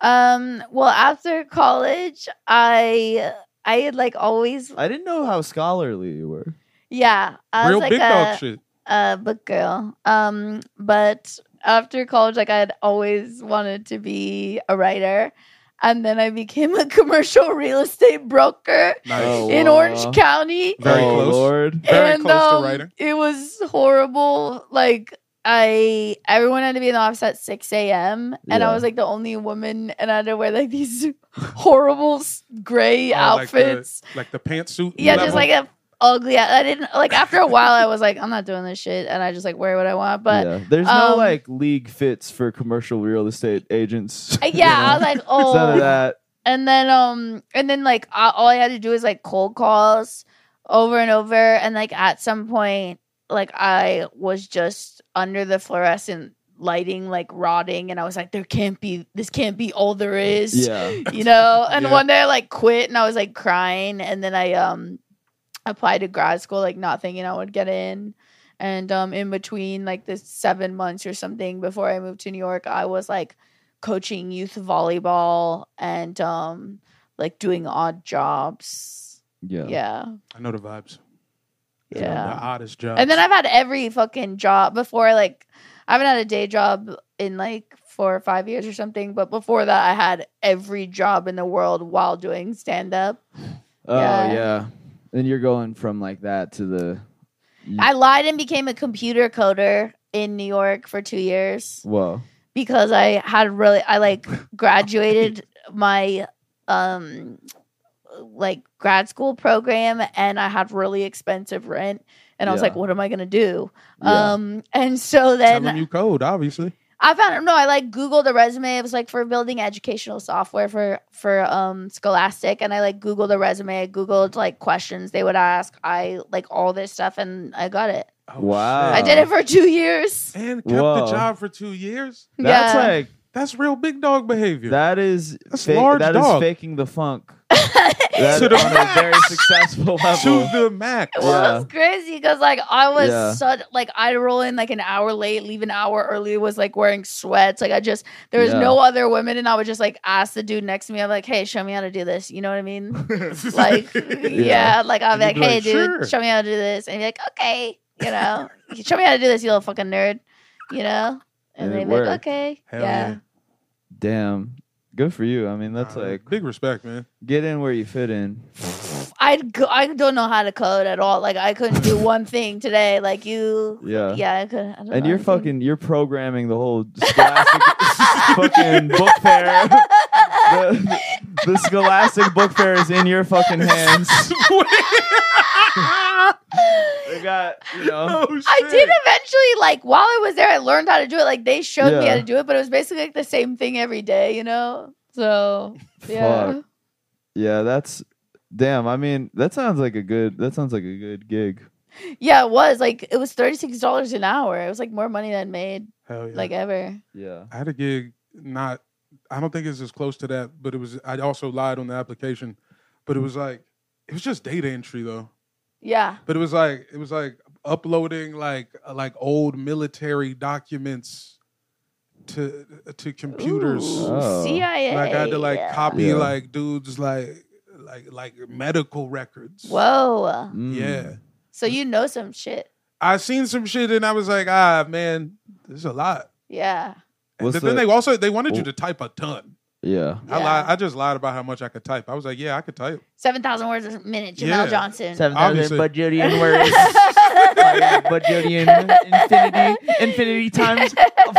Speaker 3: Um. Well, after college, I I had like always.
Speaker 1: I didn't know how scholarly you were.
Speaker 3: Yeah, I
Speaker 2: Real
Speaker 3: was like
Speaker 2: big
Speaker 3: a,
Speaker 2: dog shit.
Speaker 3: a book girl. Um, but after college, like I had always wanted to be a writer, and then I became a commercial real estate broker
Speaker 2: Nice.
Speaker 1: Oh,
Speaker 3: in
Speaker 1: wow.
Speaker 3: Orange County.
Speaker 2: Very
Speaker 1: oh,
Speaker 2: close.
Speaker 1: Lord.
Speaker 2: Very
Speaker 3: and
Speaker 2: close to
Speaker 3: um,
Speaker 2: writing.
Speaker 3: it was horrible. Like I, everyone had to be in the office at six a.m. and
Speaker 1: Yeah.
Speaker 3: I was like the only woman, and I had to wear like these horrible s- gray
Speaker 2: Oh, like the-
Speaker 3: outfits.
Speaker 2: Like the pantsuit.
Speaker 3: yeah,
Speaker 2: level.
Speaker 3: just like a ugly. I didn't like. After a while, I was like, I'm not doing this shit, and I just like wear what I want. But
Speaker 1: yeah. there's no
Speaker 3: um,
Speaker 1: like league fits for commercial real estate agents.
Speaker 3: I- Uh, yeah, I was like,
Speaker 1: It's none of
Speaker 3: oh.
Speaker 1: that.
Speaker 3: And then um, and then like I, all I had to do is like cold calls over and over, and like at some point, like I was just under the fluorescent lighting like rotting and i was like there can't be this can't be all there is
Speaker 1: Yeah,
Speaker 3: you know and
Speaker 2: Yeah.
Speaker 3: one day i like quit and i was like crying and then i um applied to grad school like not thinking i would get in and um in between like the seven months or something before i moved to new york i was like coaching youth volleyball and um like doing odd jobs
Speaker 1: yeah,
Speaker 3: yeah
Speaker 2: I know the vibes.
Speaker 3: yeah,
Speaker 2: The oddest job.
Speaker 3: and then i've had every fucking job before like i haven't had a day job in like four or five years or something but before that i had every job in the world while doing stand up
Speaker 1: Oh
Speaker 3: Yeah.
Speaker 1: yeah. And you're going from like that to the
Speaker 3: I lied and became a computer coder in New York for two years
Speaker 1: whoa.
Speaker 3: because I had really I like graduated my um like grad school program and I had really expensive rent and I was
Speaker 1: Yeah.
Speaker 3: like, what am I gonna do?
Speaker 1: Yeah.
Speaker 3: Um and so
Speaker 2: Tell
Speaker 3: then
Speaker 2: them you code, obviously.
Speaker 3: I found no, I like Googled a resume. It was like for building educational software for for um Scholastic, and I like Googled a resume. I Googled like questions they would ask. I like all this stuff, and I got it.
Speaker 2: Oh,
Speaker 1: Wow.
Speaker 2: shit.
Speaker 3: I did it for two years.
Speaker 2: And kept
Speaker 1: Whoa.
Speaker 2: the job for two years.
Speaker 1: That's
Speaker 3: yeah.
Speaker 1: like
Speaker 2: That's real big dog behavior.
Speaker 1: that is
Speaker 2: That's
Speaker 1: fa-
Speaker 2: large
Speaker 1: that is
Speaker 2: dog.
Speaker 1: faking the funk. That-
Speaker 2: To the
Speaker 1: on a
Speaker 2: max.
Speaker 1: very successful
Speaker 2: to
Speaker 1: level.
Speaker 2: the max.
Speaker 3: It was crazy because like I was
Speaker 1: Yeah.
Speaker 3: such like I'd roll in like an hour late, leave an hour early. Was like wearing sweats. Like I just there was
Speaker 1: Yeah.
Speaker 3: no other women, and I would just like ask the dude next to me. I'm like, hey, show me how to do this. You know what I mean? like yeah. like i'll be
Speaker 2: And
Speaker 3: like
Speaker 2: you'd be
Speaker 3: hey
Speaker 2: like,
Speaker 3: dude
Speaker 2: "Sure."
Speaker 3: show me how to do this and he'd be like okay you know show me how to do this you little fucking nerd you know and,
Speaker 1: And it
Speaker 3: they'd be like
Speaker 1: worked.
Speaker 3: okay
Speaker 2: Hell
Speaker 3: yeah.
Speaker 2: yeah.
Speaker 1: Damn. Good for you. I mean, that's
Speaker 2: Nah,
Speaker 1: like
Speaker 2: big respect, man.
Speaker 1: get in where you fit in.
Speaker 3: i'd go i don't know how to code at all like i couldn't do one thing today like you
Speaker 1: Yeah.
Speaker 3: yeah i couldn't I don't
Speaker 1: And
Speaker 3: know
Speaker 1: you're
Speaker 3: anything.
Speaker 1: fucking you're programming the whole scholastic fucking book fair. The, The Scholastic Book Fair is in your fucking hands. They got, you know.
Speaker 2: Oh,
Speaker 3: I
Speaker 2: shit.
Speaker 3: did eventually, like, while I was there, I learned how to do it. Like, they showed me
Speaker 1: Yeah.
Speaker 3: how to do it, but it was basically like the same thing every day, you know? So, yeah.
Speaker 1: Fuck. Yeah, that's damn. I mean, that sounds like a good. That sounds like a good gig.
Speaker 3: Yeah, it was. Like, it was $36 an hour. It was like more money than I'd made,
Speaker 2: Hell yeah.
Speaker 3: like, ever.
Speaker 1: Yeah.
Speaker 2: I had a gig not I don't think it's as close to that, but it was I also lied on the application.
Speaker 1: Hmm.
Speaker 2: But it was like it was just data entry though.
Speaker 3: Yeah.
Speaker 2: But it was like it was like uploading like uh, like old military documents to to computers.
Speaker 3: Ooh,
Speaker 1: Oh.
Speaker 3: CIA.
Speaker 2: Like I had to like
Speaker 3: yeah.
Speaker 2: copy
Speaker 1: Yeah.
Speaker 2: like dudes like like like medical records.
Speaker 3: Whoa.
Speaker 1: Mm.
Speaker 2: Yeah.
Speaker 3: So, you know some shit.
Speaker 2: I seen some shit and I was like, ah man, this is a lot.
Speaker 3: Yeah.
Speaker 2: And
Speaker 1: What's
Speaker 2: then
Speaker 1: the-
Speaker 2: they also they wanted you to type a ton.
Speaker 1: Yeah.
Speaker 2: I
Speaker 3: Yeah.
Speaker 2: lied. I just lied about how much I could type. I was like, yeah, I could type.
Speaker 3: 7,000 words a minute, Jamel
Speaker 2: Yeah.
Speaker 3: Johnson.
Speaker 2: Obviously.
Speaker 1: bajillion words. bajillion infinity infinity times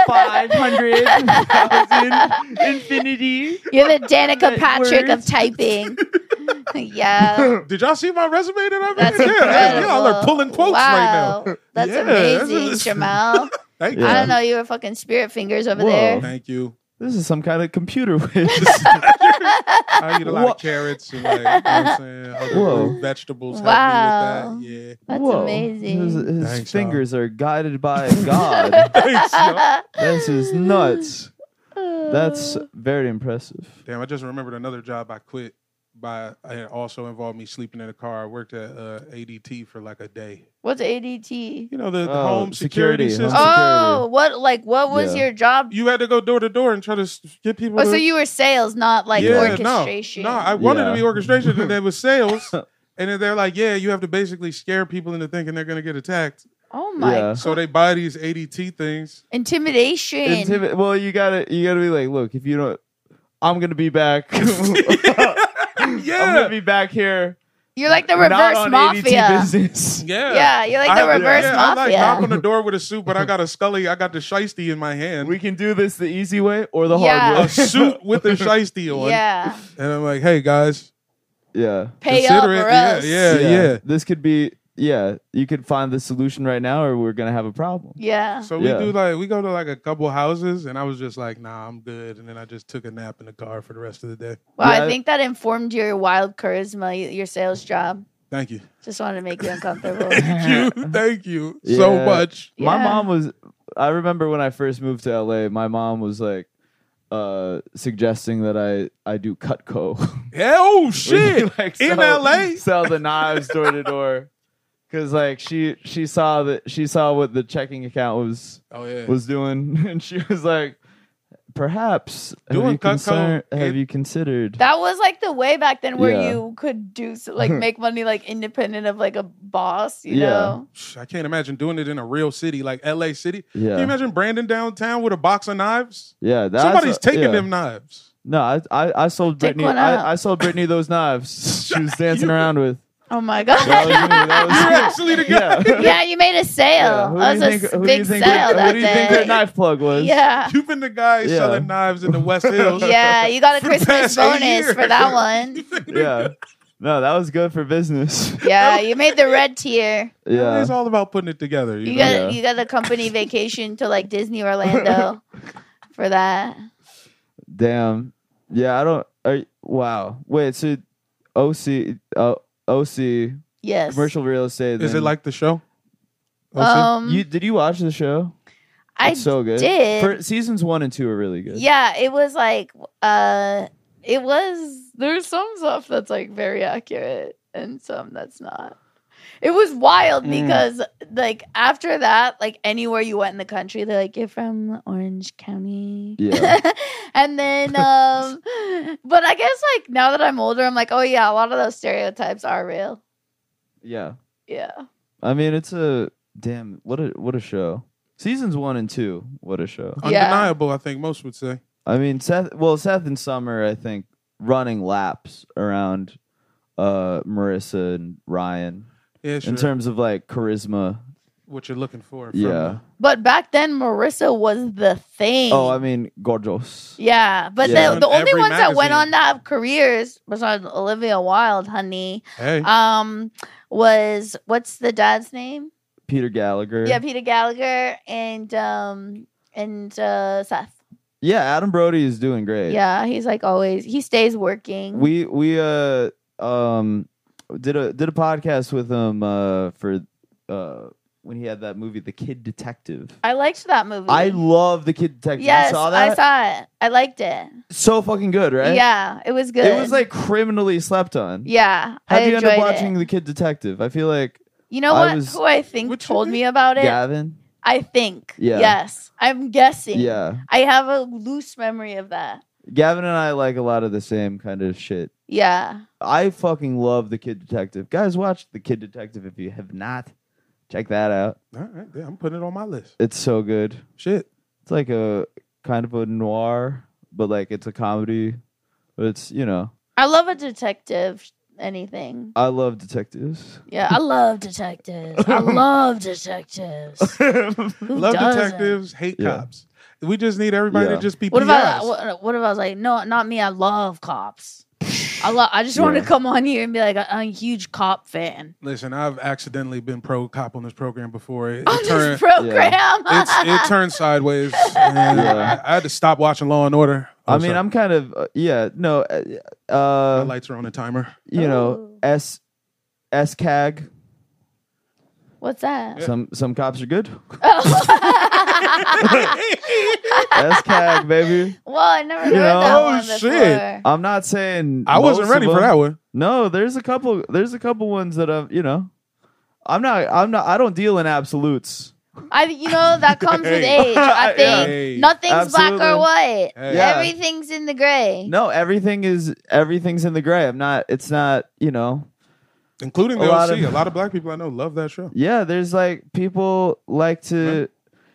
Speaker 1: five hundred thousand infinity.
Speaker 3: You're the Danica
Speaker 1: Minute
Speaker 3: Patrick of
Speaker 1: words.
Speaker 3: typing. yeah.
Speaker 2: Did y'all see my resume that I made?
Speaker 3: Oh. That's
Speaker 2: yeah,
Speaker 3: incredible.
Speaker 2: y'all are pulling quotes
Speaker 3: wow.
Speaker 2: right now.
Speaker 3: That's
Speaker 2: Yeah, that's-
Speaker 3: amazing, Jamal.
Speaker 2: Thank
Speaker 3: I
Speaker 1: Yeah.
Speaker 3: don't know. You were fucking spirit fingers over
Speaker 1: Whoa.
Speaker 2: you.
Speaker 3: there.
Speaker 2: Thank you.
Speaker 1: This is some kind of computer whiz.
Speaker 2: I eat a lot
Speaker 1: Wha-
Speaker 2: of carrots and like you know what I'm saying other
Speaker 1: Whoa.
Speaker 2: root vegetables.
Speaker 3: Wow.
Speaker 2: Help me with that.
Speaker 3: That's
Speaker 1: Whoa.
Speaker 3: amazing.
Speaker 1: His, his
Speaker 2: Thanks, y'all.
Speaker 1: fingers are guided by God.
Speaker 2: Yeah. Thanks, yo.
Speaker 1: this is nuts. That's very impressive.
Speaker 2: Damn, I just remembered another job I quit by. It also involved me sleeping in a car. I worked at uh, ADT for like a day.
Speaker 3: What's ADT?
Speaker 2: You know the, the
Speaker 1: Oh,
Speaker 2: home security,
Speaker 1: security, huh?
Speaker 2: system.
Speaker 3: Oh, what like what was
Speaker 1: Yeah.
Speaker 3: your job?
Speaker 2: You had to go door to door and try to s- get people.
Speaker 3: Oh,
Speaker 2: to,
Speaker 3: so you were sales, not like
Speaker 2: no,
Speaker 3: orchestration.
Speaker 2: No, I wanted to
Speaker 1: Yeah.
Speaker 2: be orchestration, and there was sales, and then they're like, "Yeah, you have to basically scare people into thinking they're going to get attacked."
Speaker 3: oh my
Speaker 1: Yeah.
Speaker 2: So they buy these ADT things.
Speaker 3: intimidation.
Speaker 1: Intimi- well, you gotta you gotta be like, look, if you don't, I'm gonna be back. I'm gonna
Speaker 2: yeah,
Speaker 1: be back here.
Speaker 3: you're like the
Speaker 1: not
Speaker 3: reverse
Speaker 1: on ADT
Speaker 3: mafia.
Speaker 1: business.
Speaker 2: yeah,
Speaker 3: Yeah, you're like
Speaker 2: I-
Speaker 3: the reverse
Speaker 2: yeah, I like
Speaker 3: mafia.
Speaker 2: knock on the door with a suit, but I got a scully. I got the shiesty in my hand.
Speaker 1: We can do this the easy way or the
Speaker 3: Yeah.
Speaker 1: hard way.
Speaker 2: a suit with a shiesty on,
Speaker 3: yeah,
Speaker 2: and I'm like, "Hey guys,
Speaker 1: yeah.
Speaker 3: pay up
Speaker 2: consider it."
Speaker 3: or
Speaker 2: Yeah,
Speaker 3: else.
Speaker 2: yeah.
Speaker 1: Uh, This could be. Yeah, you could find the solution right now, or we're gonna have a problem.
Speaker 3: Yeah.
Speaker 2: So we
Speaker 1: Yeah.
Speaker 2: do like we go to like a couple houses, and I was just like, "Nah, I'm good," and then I just took a nap in the car for the rest of the day.
Speaker 3: Wow,
Speaker 1: Yeah.
Speaker 3: I think that informed your wild charisma, your sales job.
Speaker 2: Thank you,
Speaker 3: Just wanted to make you uncomfortable.
Speaker 2: thank you, thank you so
Speaker 1: Yeah.
Speaker 2: much.
Speaker 1: My
Speaker 3: Yeah.
Speaker 1: mom was. I remember when I first moved to LA. My mom was like uh suggesting that I I do Cutco.
Speaker 2: Yeah, oh shit.
Speaker 1: like
Speaker 2: In LA?
Speaker 1: sell the knives door to door. Cause like she she saw that she saw what the checking account was
Speaker 2: oh yeah.
Speaker 1: was doing, and she was like, perhaps have
Speaker 2: Doing
Speaker 1: you,
Speaker 2: Cutco,
Speaker 1: concer- have
Speaker 2: it-
Speaker 1: you considered?
Speaker 3: That was like the way back then where
Speaker 1: Yeah.
Speaker 3: you could do so, like make money like independent of like a boss, you
Speaker 1: Yeah.
Speaker 3: know?
Speaker 2: I can't imagine doing it in a real city like LA City. Can you
Speaker 1: yeah,
Speaker 2: imagine Brandon downtown with a box of knives?
Speaker 1: yeah. That's
Speaker 2: Somebody's taking
Speaker 1: yeah.
Speaker 2: them knives.
Speaker 1: No, I I, I sold
Speaker 3: Take
Speaker 1: Brittany.
Speaker 3: one out.
Speaker 1: I, I sold Brittany those knives. she was dancing around with.
Speaker 3: Oh my
Speaker 1: That was me.
Speaker 3: god.
Speaker 1: That
Speaker 2: You're
Speaker 1: was
Speaker 2: actually the guy.
Speaker 1: Yeah.
Speaker 3: yeah, you made
Speaker 1: Yeah,
Speaker 3: a sale.
Speaker 1: Who
Speaker 3: That
Speaker 1: do
Speaker 3: was
Speaker 1: you
Speaker 3: a
Speaker 1: think?
Speaker 3: s-
Speaker 1: Who do
Speaker 3: big
Speaker 1: you think?
Speaker 3: sale
Speaker 1: Her,
Speaker 3: that
Speaker 1: who do you think her
Speaker 3: day.
Speaker 1: knife plug was?
Speaker 3: yeah.
Speaker 2: You've been the guy
Speaker 1: Yeah.
Speaker 2: selling knives in the West Hills.
Speaker 3: Yeah, you got a
Speaker 2: For the
Speaker 3: Christmas
Speaker 2: past eight
Speaker 3: bonus for
Speaker 2: years.
Speaker 3: that one.
Speaker 1: yeah. No, that was good for business.
Speaker 3: Yeah, you made the red tier.
Speaker 1: Yeah.
Speaker 2: It's all about putting it together. You
Speaker 3: You
Speaker 2: know?
Speaker 3: got
Speaker 1: Yeah.
Speaker 3: you got a company vacation to like Disney Orlando for that.
Speaker 1: Damn. Yeah, I don't. Are, wow. Wait. So, OC, uh, OC,
Speaker 3: Yes.
Speaker 1: commercial real estate.
Speaker 2: Is it
Speaker 1: then-
Speaker 2: like the show? Oh, see?
Speaker 3: um
Speaker 1: you? Did you watch the show?
Speaker 3: I
Speaker 1: It's so good.
Speaker 3: did.
Speaker 1: For, seasons one and two are really good.
Speaker 3: Yeah, it was like uh it was there's some stuff that's like very accurate and some that's not. It was wild
Speaker 1: Mm.
Speaker 3: because like after that, like anywhere you went in the country, they're like, You're from Orange County.
Speaker 1: Yeah.
Speaker 3: and then um but I guess like now that I'm older, I'm like, oh yeah, a lot of those stereotypes are real.
Speaker 1: Yeah.
Speaker 3: Yeah.
Speaker 1: I mean, it's a damn. What a what a show. Seasons one and two. What a show.
Speaker 3: yeah.
Speaker 2: Undeniable, I think most would say.
Speaker 1: I mean, Seth. Well, Seth and Summer, I think, running laps around uh Marissa and Ryan
Speaker 2: Yeah, sure.
Speaker 1: in terms of like charisma
Speaker 2: what you're looking for. from
Speaker 1: Yeah.
Speaker 3: But back then, Marissa was the thing.
Speaker 1: Oh, I mean, gorgeous.
Speaker 3: yeah, but
Speaker 1: Yeah.
Speaker 3: the, the
Speaker 2: On
Speaker 3: only
Speaker 2: every
Speaker 3: ones that went
Speaker 2: magazine.
Speaker 3: on to have careers was on Olivia Wilde, honey.
Speaker 2: the- Hey,
Speaker 1: Uh,
Speaker 3: Um, was what's the dad's name?
Speaker 1: Peter Gallagher.
Speaker 3: Yeah, Peter Gallagher and um and uh Seth.
Speaker 1: Yeah, Adam Brody is doing great.
Speaker 3: Yeah, he's like always he stays working.
Speaker 1: We we uh um did a did a podcast with him uh for uh when he had that movie The Kid Detective.
Speaker 3: I liked that movie.
Speaker 1: I love The Kid Detective.
Speaker 3: yes,
Speaker 1: you saw that?
Speaker 3: I saw it. I liked it.
Speaker 1: so fucking good, right?
Speaker 3: Yeah, it was good.
Speaker 1: It was like criminally slept on.
Speaker 3: yeah.
Speaker 1: How'd
Speaker 3: I
Speaker 1: you end up
Speaker 3: enjoyed
Speaker 1: watching
Speaker 3: It.
Speaker 1: The Kid Detective? I feel like
Speaker 3: You know
Speaker 1: I
Speaker 3: what?
Speaker 1: was-
Speaker 3: Who I think
Speaker 2: Which
Speaker 3: told
Speaker 2: one?
Speaker 3: me about it?
Speaker 1: Gavin.
Speaker 3: I think.
Speaker 1: Yeah.
Speaker 3: Yes, I'm guessing.
Speaker 1: Yeah.
Speaker 3: I have a loose memory of that.
Speaker 1: Gavin and I like a lot of the same kind of shit.
Speaker 3: Yeah.
Speaker 1: I fucking love The Kid Detective. Guys, watch The Kid Detective if you have not. Check that out.
Speaker 2: all right, yeah, I'm putting it on my list.
Speaker 1: It's so good.
Speaker 2: Shit.
Speaker 1: It's like a kind of a noir, but like it's a comedy. But it's, you know,
Speaker 3: I love a detective anything.
Speaker 1: I love detectives.
Speaker 3: Yeah, I love detectives. I love detectives. Who
Speaker 2: Love
Speaker 3: doesn't?
Speaker 2: detectives, hate
Speaker 1: Yeah.
Speaker 2: cops. We just need everybody
Speaker 1: Yeah.
Speaker 2: to just be
Speaker 3: What if I
Speaker 2: PIs.
Speaker 3: what, what if I was like, no, not me. I love cops. I love. I just want to
Speaker 1: Yeah.
Speaker 3: come on here and be like, I'm a huge cop fan.
Speaker 2: Listen, I've accidentally been pro cop on this program before. It,
Speaker 3: On
Speaker 2: it turned
Speaker 3: this program,
Speaker 2: it's, it turned sideways. and
Speaker 1: Yeah.
Speaker 2: I, I had to stop watching Law and Order. Oh,
Speaker 1: I mean,
Speaker 2: sorry.
Speaker 1: I'm kind of, uh, yeah, no, uh,
Speaker 2: my
Speaker 1: uh,
Speaker 2: lights are on a timer.
Speaker 1: you know,
Speaker 3: Ooh.
Speaker 1: S, S CAG.
Speaker 3: What's that?
Speaker 1: Some, some cops are good.
Speaker 3: Oh.
Speaker 1: S CAG, baby.
Speaker 3: well, I never heard
Speaker 1: You know?
Speaker 3: that
Speaker 2: Oh,
Speaker 3: one before.
Speaker 2: shit.
Speaker 1: I'm not saying
Speaker 2: I wasn't
Speaker 1: most of
Speaker 2: ready for
Speaker 1: them.
Speaker 2: that one.
Speaker 1: No, there's a couple. There's a couple ones that I've. You know, I'm not. I'm not. I don't deal in absolutes.
Speaker 3: I, you know, that comes with
Speaker 2: Hey.
Speaker 3: age. I think
Speaker 1: Yeah.
Speaker 2: Hey.
Speaker 3: nothing's black
Speaker 1: Absolutely.
Speaker 3: or white.
Speaker 2: Hey.
Speaker 1: Yeah.
Speaker 3: Everything's in the gray.
Speaker 1: No, everything is everything's in the gray. I'm not. It's not. You know.
Speaker 2: Including
Speaker 1: A
Speaker 2: the
Speaker 1: lot
Speaker 2: OC.
Speaker 1: of-
Speaker 2: a lot of black people I know love that show.
Speaker 1: Yeah, there's like people like to,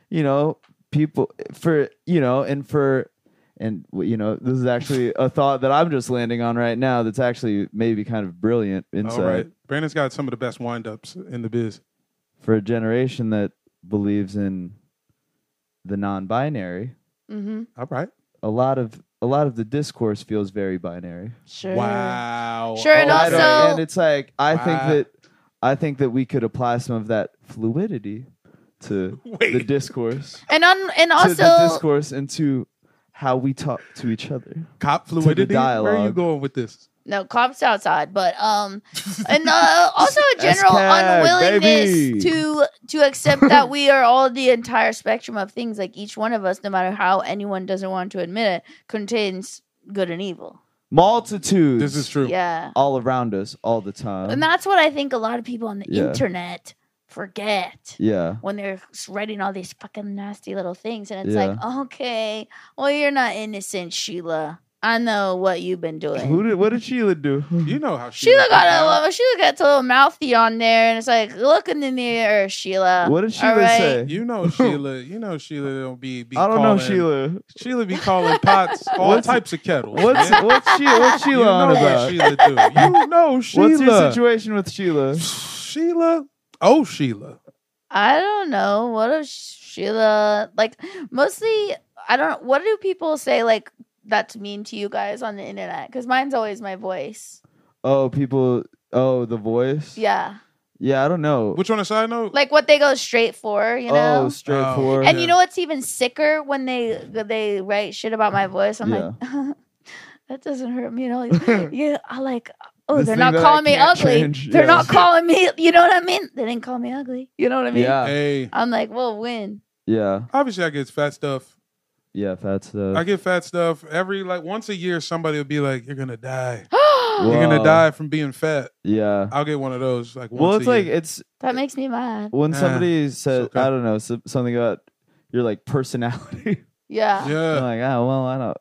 Speaker 1: you know, people for you know, and for, and you know, this is actually a thought that I'm just landing on right now. That's actually maybe kind of brilliant insight
Speaker 2: All right. Brandon's got some of the best wind ups in the biz.
Speaker 1: for a generation that believes in the non-binary.
Speaker 3: Mm-hmm.
Speaker 2: All right.
Speaker 1: a lot of a lot of the discourse feels very binary.
Speaker 3: Sure.
Speaker 2: Wow.
Speaker 3: Mm. Sure, and
Speaker 1: A lot
Speaker 2: right.
Speaker 1: of-
Speaker 3: also-
Speaker 1: and it's like I think
Speaker 2: Wow.
Speaker 1: that I think that we could apply some of that fluidity to the
Speaker 2: Wait.
Speaker 1: discourse,
Speaker 3: And on, and
Speaker 1: to the
Speaker 3: also,
Speaker 1: discourse, and to how we talk to each other.
Speaker 2: cop fluidity. Where are you
Speaker 1: dialogue.
Speaker 2: going with this?
Speaker 3: no cops outside, but um, and uh, also a general
Speaker 1: SCAG,
Speaker 3: unwillingness
Speaker 1: baby.
Speaker 3: to to accept that we are all the entire spectrum of things. Like each one of us, no matter how anyone doesn't want to admit it, contains good and evil.
Speaker 1: Multitudes.
Speaker 2: This is true.
Speaker 3: Yeah.
Speaker 1: all around us all the time.
Speaker 3: And that's what I think a lot of people on the
Speaker 1: Yeah.
Speaker 3: internet forget
Speaker 1: yeah,
Speaker 3: when they're s- writing all these fucking nasty little things. And it's
Speaker 1: Yeah.
Speaker 3: like, okay, well, you're not innocent, Sheila. I know what you've been doing.
Speaker 1: who did what did Sheila do?
Speaker 2: You know how she
Speaker 3: Sheila got a well, Sheila got a little mouthy on there, and it's like, look in the mirror, Sheila.
Speaker 1: What did Sheila
Speaker 3: All right.
Speaker 1: say?
Speaker 2: You know Sheila. You know Sheila don't be. be
Speaker 1: I don't know
Speaker 2: calling-
Speaker 1: Sheila.
Speaker 2: Sheila be calling pots all
Speaker 1: What's-
Speaker 2: types of kettles.
Speaker 1: What's
Speaker 2: man.
Speaker 1: what's Sheila? What's
Speaker 2: you
Speaker 1: Sheila
Speaker 2: know
Speaker 1: on
Speaker 2: what
Speaker 1: about?
Speaker 2: Sheila do? You know Sheila.
Speaker 1: What's your situation with Sheila?
Speaker 2: Sheila. Oh, Sheila.
Speaker 3: I don't know. What if Sheila like mostly I don't what do people say like that's mean to you guys on the internet? Because mine's always my voice.
Speaker 1: Oh, people. Oh, the voice.
Speaker 3: Yeah.
Speaker 1: Yeah, I don't know.
Speaker 2: Which on a side note,
Speaker 3: like what they go straight for, you know.
Speaker 1: Oh, straightforward.
Speaker 3: and you
Speaker 2: yeah.
Speaker 3: know what's even sicker when they they write shit about my voice. I'm like, that doesn't hurt me at all. yeah, I like. Oh,
Speaker 1: This
Speaker 3: they're
Speaker 1: thing
Speaker 3: not
Speaker 1: that I
Speaker 3: calling me
Speaker 1: can't
Speaker 3: ugly.
Speaker 1: change,
Speaker 3: They're
Speaker 1: yeah.
Speaker 3: not calling me. You know what I mean? They didn't call me ugly. You know what I mean?
Speaker 1: Yeah,
Speaker 2: hey,
Speaker 3: I'm like, well, when?
Speaker 1: yeah,
Speaker 2: obviously I get fat stuff.
Speaker 1: yeah. That's the.
Speaker 2: I get fat stuff every like once a year. Somebody will be like, "You're gonna die.
Speaker 1: Well-
Speaker 2: You're gonna
Speaker 1: Wow.
Speaker 2: die from being fat."
Speaker 1: yeah.
Speaker 2: I'll get one of those like once
Speaker 1: well,
Speaker 2: a
Speaker 1: it's like
Speaker 2: year.
Speaker 1: it's
Speaker 3: that makes me mad.
Speaker 1: when
Speaker 2: Ah,
Speaker 1: somebody says
Speaker 2: okay.
Speaker 1: I don't know so, something about your like personality.
Speaker 3: Yeah. Yeah.
Speaker 1: I'm
Speaker 2: yeah,
Speaker 1: like, ah, well, I don't.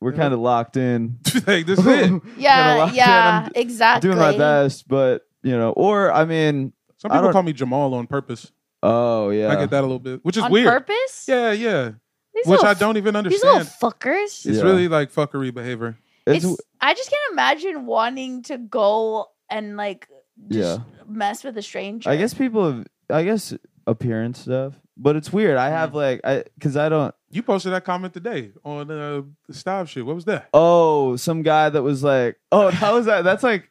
Speaker 1: We're
Speaker 2: Yeah.
Speaker 1: kind of locked in.
Speaker 2: like Eh. this is it.
Speaker 1: Kinda
Speaker 3: Yeah,
Speaker 1: locked in. I'm
Speaker 3: exactly.
Speaker 1: doing my best, but you know, or I mean,
Speaker 2: Some
Speaker 1: I
Speaker 2: people
Speaker 1: don't-
Speaker 2: call me Jamal on purpose.
Speaker 1: oh yeah,
Speaker 2: I get that a little bit, which is
Speaker 3: On
Speaker 2: weird.
Speaker 3: purpose?
Speaker 2: Yeah, yeah.
Speaker 3: These
Speaker 2: Which
Speaker 3: little
Speaker 2: I
Speaker 3: f-
Speaker 2: don't even
Speaker 3: These little
Speaker 2: understand.
Speaker 3: fuckers.
Speaker 1: Yeah.
Speaker 2: It's really like fuckery behavior.
Speaker 1: It's,
Speaker 3: it's, I just can't imagine wanting to go and like just mess with a stranger.
Speaker 1: I guess people have. I guess appearance stuff. But it's weird. I
Speaker 3: Mm.
Speaker 1: have like I because I don't.
Speaker 2: You posted that comment today on uh, the Stav shit. What was that?
Speaker 1: Oh, some guy that was like, oh, how is that? That's like,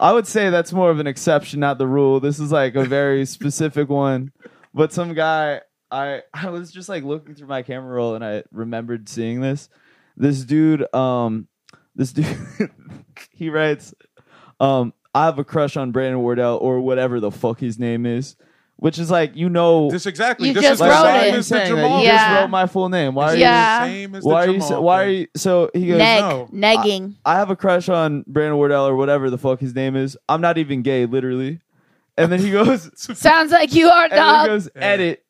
Speaker 1: I would say that's more of an exception, not the rule. This is like a very specific one. But some guy, I I was just like looking through my camera roll and I remembered seeing this. This dude, um, this dude, he writes, um, I have a crush on Brandon Wardell or whatever the fuck his name is, which is like you know.
Speaker 2: This exactly.
Speaker 3: You
Speaker 2: this
Speaker 3: just
Speaker 2: is the
Speaker 3: wrote
Speaker 2: same
Speaker 1: it.
Speaker 2: as the
Speaker 1: Saying that
Speaker 2: Jamal.
Speaker 1: You
Speaker 3: Yeah.
Speaker 1: just wrote my full name. Why are
Speaker 2: This is
Speaker 1: you?
Speaker 2: the
Speaker 3: Yeah.
Speaker 2: same as the
Speaker 1: Why are you?
Speaker 2: Jamal
Speaker 1: Why are
Speaker 2: thing.
Speaker 1: you? So he goes.
Speaker 3: Neg,
Speaker 2: no.
Speaker 3: negging.
Speaker 1: I have a crush on Brandon Wardell or whatever the fuck his name is. I'm not even gay, literally. And then he goes,
Speaker 3: Sounds like you are,
Speaker 1: and then he
Speaker 3: dog.
Speaker 1: goes,
Speaker 2: Yeah.
Speaker 1: edit.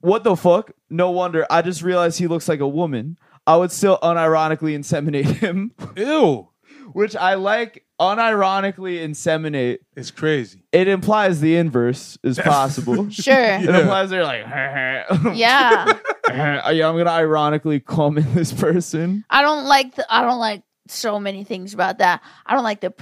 Speaker 1: What the fuck? No wonder. I just realized he looks like a woman. I would still unironically inseminate him,
Speaker 2: Ew,
Speaker 1: which I like. Unironically inseminate.
Speaker 2: it's crazy.
Speaker 1: It implies the inverse is possible.
Speaker 3: Sure.
Speaker 1: It
Speaker 2: Yeah.
Speaker 1: implies they're like,
Speaker 3: Yeah.
Speaker 1: yeah, I'm gonna ironically come in this person.
Speaker 3: I don't like the, I don't like so many things about that. I don't like the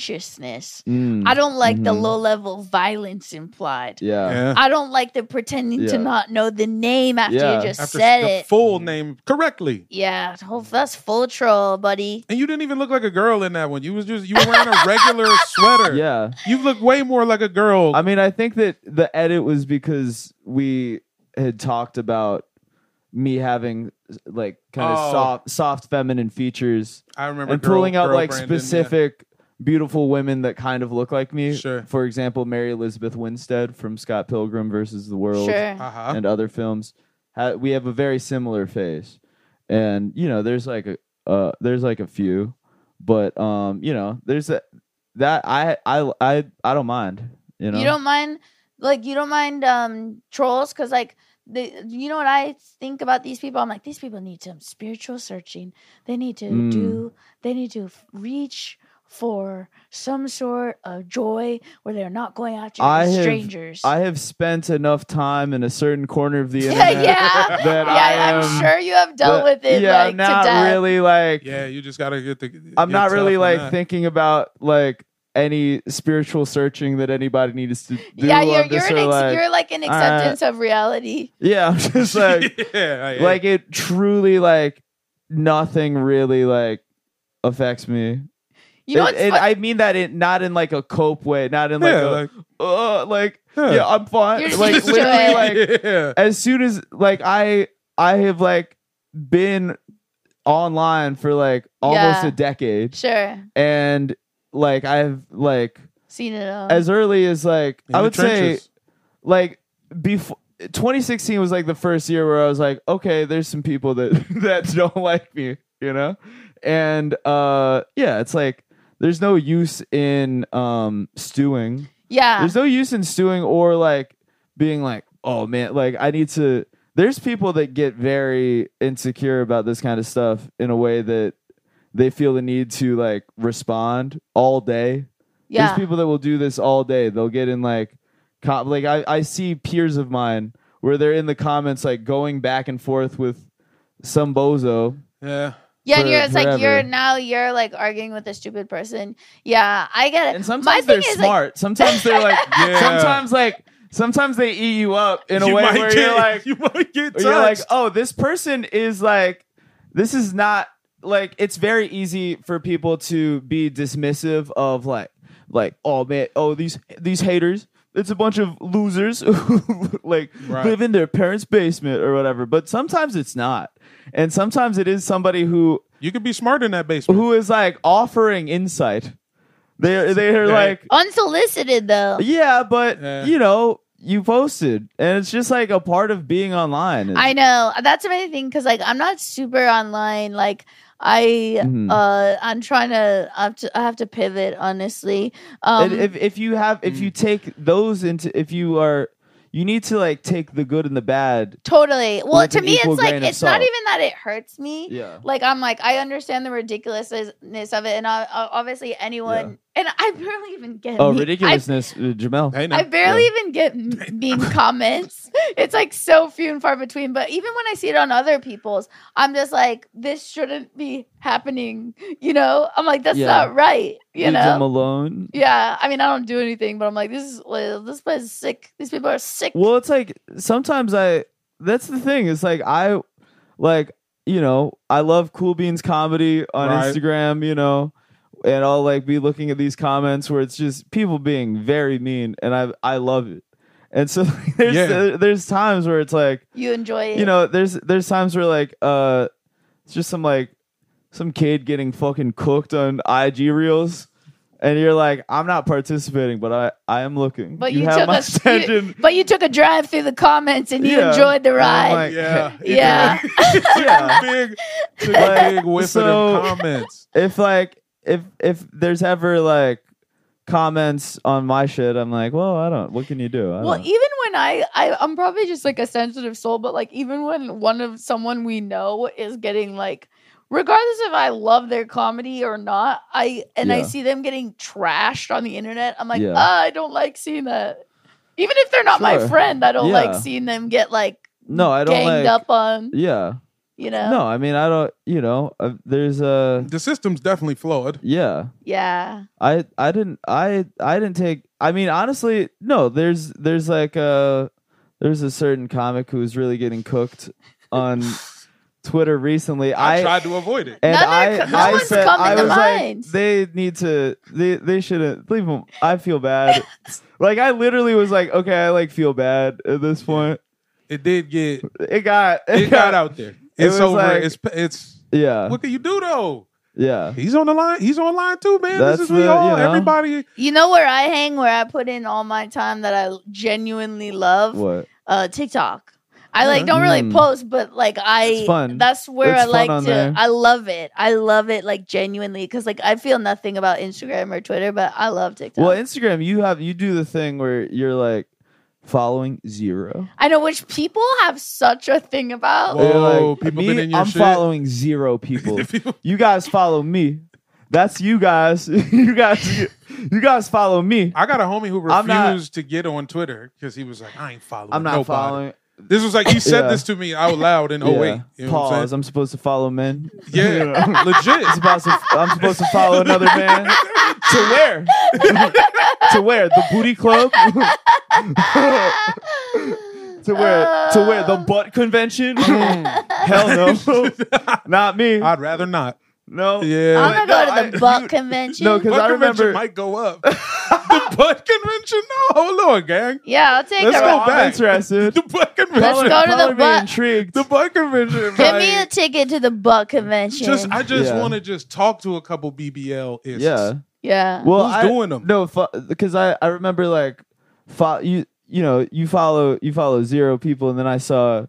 Speaker 3: pretentiousness.
Speaker 1: Mm,
Speaker 3: I don't like the
Speaker 1: Mhm.
Speaker 3: low level violence implied.
Speaker 1: yeah.
Speaker 2: Yeah.
Speaker 3: I don't like the pretending
Speaker 1: Yeah.
Speaker 3: to not know the name after
Speaker 1: Yeah.
Speaker 3: you just
Speaker 2: After
Speaker 3: said
Speaker 2: the
Speaker 3: it.
Speaker 2: full name correctly.
Speaker 3: yeah, hope that's full troll, buddy.
Speaker 2: And you didn't even look like a girl in that one. You was just you were wearing a regular sweater.
Speaker 1: Yeah.
Speaker 2: You look way more like a girl.
Speaker 1: I mean, I think that the edit was because we had talked about me having like kind of
Speaker 2: Oh.
Speaker 1: soft, soft feminine features
Speaker 2: I remember
Speaker 1: and
Speaker 2: girl-
Speaker 1: pulling out
Speaker 2: girl
Speaker 1: like
Speaker 2: Brandon, yeah.
Speaker 1: specific beautiful women that kind of look like me.
Speaker 2: Sure.
Speaker 1: For example, Mary Elizabeth Winstead from Scott Pilgrim versus the World
Speaker 3: Sure.
Speaker 2: Uh-huh.
Speaker 1: and other films. Ha- we have a very similar face, and you know, there's like a uh, there's like a few, but um, you know, there's a, that I I I I don't mind. You
Speaker 3: You,
Speaker 1: know,
Speaker 3: don't mind like you don't mind um trolls cuz like they, you know what I think about these people? I'm like these people need some spiritual searching. They need to
Speaker 1: Mm.
Speaker 3: do they need to f- reach for some sort of joy where they're not going after
Speaker 1: I have-
Speaker 3: strangers.
Speaker 1: I have spent enough time in a certain corner of the
Speaker 3: yeah,
Speaker 1: internet
Speaker 3: yeah.
Speaker 1: that
Speaker 3: yeah,
Speaker 1: I
Speaker 3: I
Speaker 1: am.
Speaker 3: am sure you have dealt
Speaker 1: that-
Speaker 3: with it
Speaker 1: Yeah,
Speaker 3: like
Speaker 1: I'm
Speaker 3: to
Speaker 1: not
Speaker 3: death.
Speaker 1: really like.
Speaker 2: Yeah, you just gotta get the.
Speaker 1: I'm
Speaker 2: get
Speaker 1: not really
Speaker 2: tough on
Speaker 1: like
Speaker 2: that.
Speaker 1: thinking about like any spiritual searching that anybody needs to do.
Speaker 3: yeah, you're
Speaker 1: I'm
Speaker 3: you're,
Speaker 1: just
Speaker 3: an
Speaker 1: sort of
Speaker 3: ex-
Speaker 1: like,
Speaker 3: you're like an
Speaker 1: all right.
Speaker 3: acceptance of reality.
Speaker 1: yeah, I'm just like
Speaker 2: yeah, yeah.
Speaker 1: like it truly like nothing really like affects me.
Speaker 3: You know
Speaker 1: It-
Speaker 3: what's
Speaker 1: it-
Speaker 3: fu-
Speaker 1: I mean that in not in like a cope way, not in like
Speaker 2: yeah,
Speaker 1: a
Speaker 2: like,
Speaker 1: uh, like
Speaker 2: yeah.
Speaker 1: yeah, I'm fine.
Speaker 3: You're just
Speaker 1: like
Speaker 3: used to
Speaker 1: literally
Speaker 3: it.
Speaker 1: like
Speaker 2: yeah.
Speaker 1: as soon as like I I have like been online for like almost
Speaker 3: Yeah.
Speaker 1: a decade
Speaker 3: sure
Speaker 1: and like I've like
Speaker 3: seen it all.
Speaker 1: as early as like
Speaker 2: In
Speaker 1: I
Speaker 2: the
Speaker 1: would
Speaker 2: trenches.
Speaker 1: say like before 2016 was like the first year where I was like okay there's some people that that don't like me you know and uh yeah it's like there's no use in um stewing
Speaker 3: yeah,
Speaker 1: there's no use in stewing or like being like, oh man, like I need to. There's people that get very insecure about this kind of stuff in a way that they feel the need to like respond all day.
Speaker 3: yeah.
Speaker 1: There's people that will do this all day. They'll get in like, com- like I, I see peers of mine where they're in the comments like going back and forth with some bozo.
Speaker 2: yeah.
Speaker 3: Yeah, and
Speaker 1: for-
Speaker 3: you're it's like you're
Speaker 1: forever.
Speaker 3: now you're like arguing with a stupid person. Yeah, I get it.
Speaker 1: And
Speaker 3: My
Speaker 1: sometimes
Speaker 3: thing
Speaker 1: they're
Speaker 3: is like,
Speaker 1: smart. sometimes they're like,
Speaker 2: Yeah.
Speaker 1: sometimes like, sometimes they eat you up in a
Speaker 2: You
Speaker 1: way
Speaker 2: might
Speaker 1: where
Speaker 2: get,
Speaker 1: you're like,
Speaker 2: you might get touched.
Speaker 1: Or you're like, oh, this person is like, this is not like. It's very easy for people to be dismissive of like, like, oh man, oh these these haters. It's a bunch of losers who like
Speaker 2: Right.
Speaker 1: live in their parents' basement or whatever. But sometimes it's not, and sometimes it is somebody who
Speaker 2: you could be smart in that basement.
Speaker 1: who is like offering insight. They are they are
Speaker 2: Yeah.
Speaker 1: like,
Speaker 3: unsolicited though.
Speaker 1: yeah, but
Speaker 2: Yeah.
Speaker 1: you know. You posted, and it's just like a part of being online.
Speaker 3: I know that's another thing because like I'm not super online. Like I
Speaker 1: Mhm.
Speaker 3: uh I'm trying to I have to, I have to pivot honestly. Um,
Speaker 1: And if if you have if you take those into if you are you need to like take the good and the bad.
Speaker 3: totally. Well,
Speaker 1: with
Speaker 3: to
Speaker 1: an
Speaker 3: me,
Speaker 1: equal
Speaker 3: it's like
Speaker 1: grain of
Speaker 3: it's not
Speaker 1: salt.
Speaker 3: even that it hurts me.
Speaker 1: Yeah.
Speaker 3: Like I'm like I understand the ridiculousness of it, and uh, obviously anyone and I barely even get.
Speaker 1: Oh,
Speaker 3: me-
Speaker 1: ridiculousness, uh, Jamel.
Speaker 2: Hey,
Speaker 3: I,
Speaker 2: now.
Speaker 3: I barely even get m- mean comments. It's like so few and far between. But even when I see it on other people's, I'm just like, this shouldn't be happening. You know, I'm like, that's
Speaker 1: Yeah.
Speaker 3: not right. You
Speaker 1: Leave them
Speaker 3: know.
Speaker 1: alone.
Speaker 3: Yeah, I mean, I don't do anything, but I'm like, this is well, this place is sick. These people are sick.
Speaker 1: Well, it's like sometimes I. That's the thing. It's like I, like you know, I love Cool Beans comedy on
Speaker 2: Right.
Speaker 1: Instagram. You know, and I'll like be looking at these comments where it's just people being very mean, and I I love it. And so like, there's
Speaker 2: Yeah.
Speaker 1: there- there's times where it's like
Speaker 3: You enjoy it.
Speaker 1: you know there's there's times where like uh it's just some like some kid getting fucking cooked on IG reels. And you're like, I'm not participating, but I, I am looking.
Speaker 3: But
Speaker 1: you,
Speaker 3: you
Speaker 1: have
Speaker 3: took
Speaker 1: my
Speaker 3: us- you-
Speaker 1: attention.
Speaker 3: but you took a drive through the comments and you
Speaker 1: Yeah. Oh
Speaker 3: enjoyed the
Speaker 1: And I'm
Speaker 3: ride.
Speaker 1: like,
Speaker 2: Yeah.
Speaker 3: Yeah.
Speaker 1: Yeah.
Speaker 2: big, took
Speaker 1: Like,
Speaker 2: a big whiff
Speaker 1: so-
Speaker 2: of them comments.
Speaker 1: if like if if there's ever like comments on my shit, I'm like, well, I don't. What can you do? I
Speaker 3: Well,
Speaker 1: don't.
Speaker 3: even when I, I, I'm probably just like a sensitive soul, but like even when one of someone we know is getting like, regardless if I love their comedy or not, I and I
Speaker 1: Yeah.
Speaker 3: see them getting trashed on the internet, I'm like,
Speaker 1: Yeah.
Speaker 3: ah, I don't like seeing that. Even if they're not my
Speaker 1: Sure.
Speaker 3: friend, I don't
Speaker 1: Yeah.
Speaker 3: like seeing them get like
Speaker 1: no, I don't
Speaker 3: ganged
Speaker 1: like.
Speaker 3: up on.
Speaker 1: Yeah,
Speaker 3: You know?
Speaker 1: no, I mean, I don't. You know, uh, there's a
Speaker 2: The system's definitely flawed.
Speaker 1: yeah.
Speaker 3: Yeah.
Speaker 1: I I didn't I I didn't take. I mean, honestly, no. There's there's like a there's a certain comic who's really getting cooked on Twitter recently.
Speaker 2: I,
Speaker 1: I
Speaker 2: tried to avoid it.
Speaker 1: And
Speaker 3: None are
Speaker 1: I,
Speaker 3: co- no
Speaker 1: I
Speaker 3: one's
Speaker 1: said,
Speaker 3: coming
Speaker 1: I
Speaker 3: to
Speaker 1: was
Speaker 3: mind.
Speaker 1: like, they need to, they, they shouldn't leave them. I feel bad. like I literally was like, okay, I like feel bad at this point.
Speaker 2: It did get
Speaker 1: It got,
Speaker 2: it got out there.
Speaker 1: It
Speaker 2: It's
Speaker 1: was
Speaker 2: over.
Speaker 1: like-
Speaker 2: it's it's
Speaker 1: Yeah,
Speaker 2: what can you do though?
Speaker 1: yeah.
Speaker 2: He's on the line. He's on line too, man.
Speaker 1: That's
Speaker 2: this is we
Speaker 1: the-
Speaker 2: all
Speaker 1: you know.
Speaker 2: everybody.
Speaker 3: You know where I hang, where I put in all my time that I genuinely love?
Speaker 1: What?
Speaker 3: uh TikTok. I like
Speaker 2: Yeah.
Speaker 3: don't really
Speaker 1: Mm.
Speaker 3: post, but like I
Speaker 1: It's fun.
Speaker 3: that's where
Speaker 1: It's
Speaker 3: I
Speaker 1: fun
Speaker 3: like
Speaker 1: on
Speaker 3: to
Speaker 1: there.
Speaker 3: I love it. I love it like genuinely cuz like I feel nothing about Instagram or Twitter, but I love TikTok.
Speaker 1: Well, Instagram, you have, you do the thing where you're like following zero.
Speaker 3: I know which people have such a thing about.
Speaker 2: Whoa,
Speaker 1: You're like,
Speaker 2: people
Speaker 1: me,
Speaker 2: been in your
Speaker 1: I'm
Speaker 2: shit?
Speaker 1: following zero people.
Speaker 2: People-
Speaker 1: you guys follow me. That's you guys. you guys, you guys follow me.
Speaker 2: I got a homie who refused
Speaker 1: I'm not-
Speaker 2: to get on Twitter because he was like, I ain't following.
Speaker 1: I'm not
Speaker 2: nobody.
Speaker 1: following.
Speaker 2: This was like he said
Speaker 1: Yeah.
Speaker 2: this to me out loud in 08.
Speaker 1: yeah.
Speaker 2: Oh, You know what I'm
Speaker 1: Pause.
Speaker 2: saying?
Speaker 1: I'm supposed to follow men. You know?
Speaker 2: Yeah,
Speaker 1: I'm
Speaker 2: legit.
Speaker 1: supposed to, I'm supposed to follow another man to where? to where? The booty club? to where? to where? The butt convention? Hell no, not me.
Speaker 2: I'd rather not.
Speaker 1: no,
Speaker 2: Yeah.
Speaker 3: I'm
Speaker 1: No,
Speaker 3: going to go to the
Speaker 1: I-
Speaker 3: butt
Speaker 1: you-
Speaker 3: convention.
Speaker 1: no, 'cause-
Speaker 2: Butt
Speaker 1: I
Speaker 2: convention
Speaker 1: remember-
Speaker 2: might go up. the butt convention? No, hold on, gang.
Speaker 3: yeah, I'll take
Speaker 1: let's
Speaker 3: a
Speaker 1: go
Speaker 3: ride.
Speaker 2: back.
Speaker 1: I'm interested.
Speaker 2: The butt convention.
Speaker 3: Let's go to the
Speaker 1: Probably be
Speaker 3: butt.
Speaker 1: Intrigued.
Speaker 2: the butt convention.
Speaker 3: Give
Speaker 2: like,
Speaker 3: me a ticket to the butt convention.
Speaker 2: just I just
Speaker 1: Yeah.
Speaker 2: want to just talk to a couple BBL is
Speaker 1: yeah.
Speaker 3: yeah.
Speaker 1: Well,
Speaker 2: Who's
Speaker 1: I,
Speaker 2: doing 'em?
Speaker 1: No, because I I remember like, fo- you you know you follow you follow zero people, and then I saw,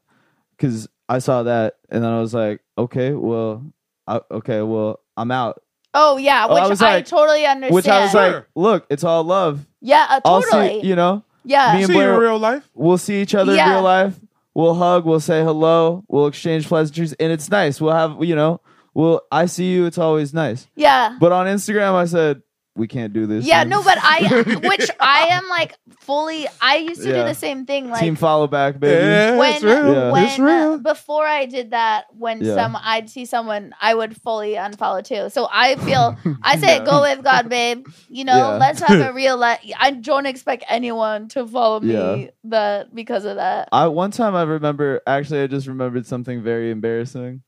Speaker 1: because I saw that, and then I was like, okay, well, I, okay, well, I'm out.
Speaker 3: oh yeah,
Speaker 1: Oh,
Speaker 3: which
Speaker 1: I
Speaker 3: I,
Speaker 1: was like-
Speaker 3: totally understand.
Speaker 1: Which I was
Speaker 2: Sure.
Speaker 1: like, look, it's all love.
Speaker 3: yeah, uh,
Speaker 1: I'll
Speaker 3: totally.
Speaker 1: see you know
Speaker 3: yeah.
Speaker 1: me and
Speaker 2: See you in
Speaker 1: Blair-
Speaker 2: real life.
Speaker 1: we'll see each other in
Speaker 3: Yeah.
Speaker 1: real life. We'll hug. We'll say hello. We'll exchange pleasantries, and it's nice. We'll have you know. Well, I see you. It's always nice.
Speaker 3: yeah.
Speaker 1: But on Instagram, I said we can't do this.
Speaker 3: Yeah,
Speaker 1: man.
Speaker 3: no, but I, which I am like fully. I used to
Speaker 1: Yeah.
Speaker 3: do the same thing, like
Speaker 1: team follow back, baby.
Speaker 2: Yeah,
Speaker 3: when,
Speaker 2: it's real.
Speaker 1: Yeah.
Speaker 3: when
Speaker 2: It's real.
Speaker 3: before I did that, when
Speaker 1: Yeah.
Speaker 3: some I'd see someone, I would fully unfollow too. So I feel I say go with God, babe. You know,
Speaker 1: Yeah.
Speaker 3: let's have a real life. I don't expect anyone to follow me
Speaker 1: Yeah.
Speaker 3: that because of that.
Speaker 1: I one time I remember actually I just remembered something very embarrassing.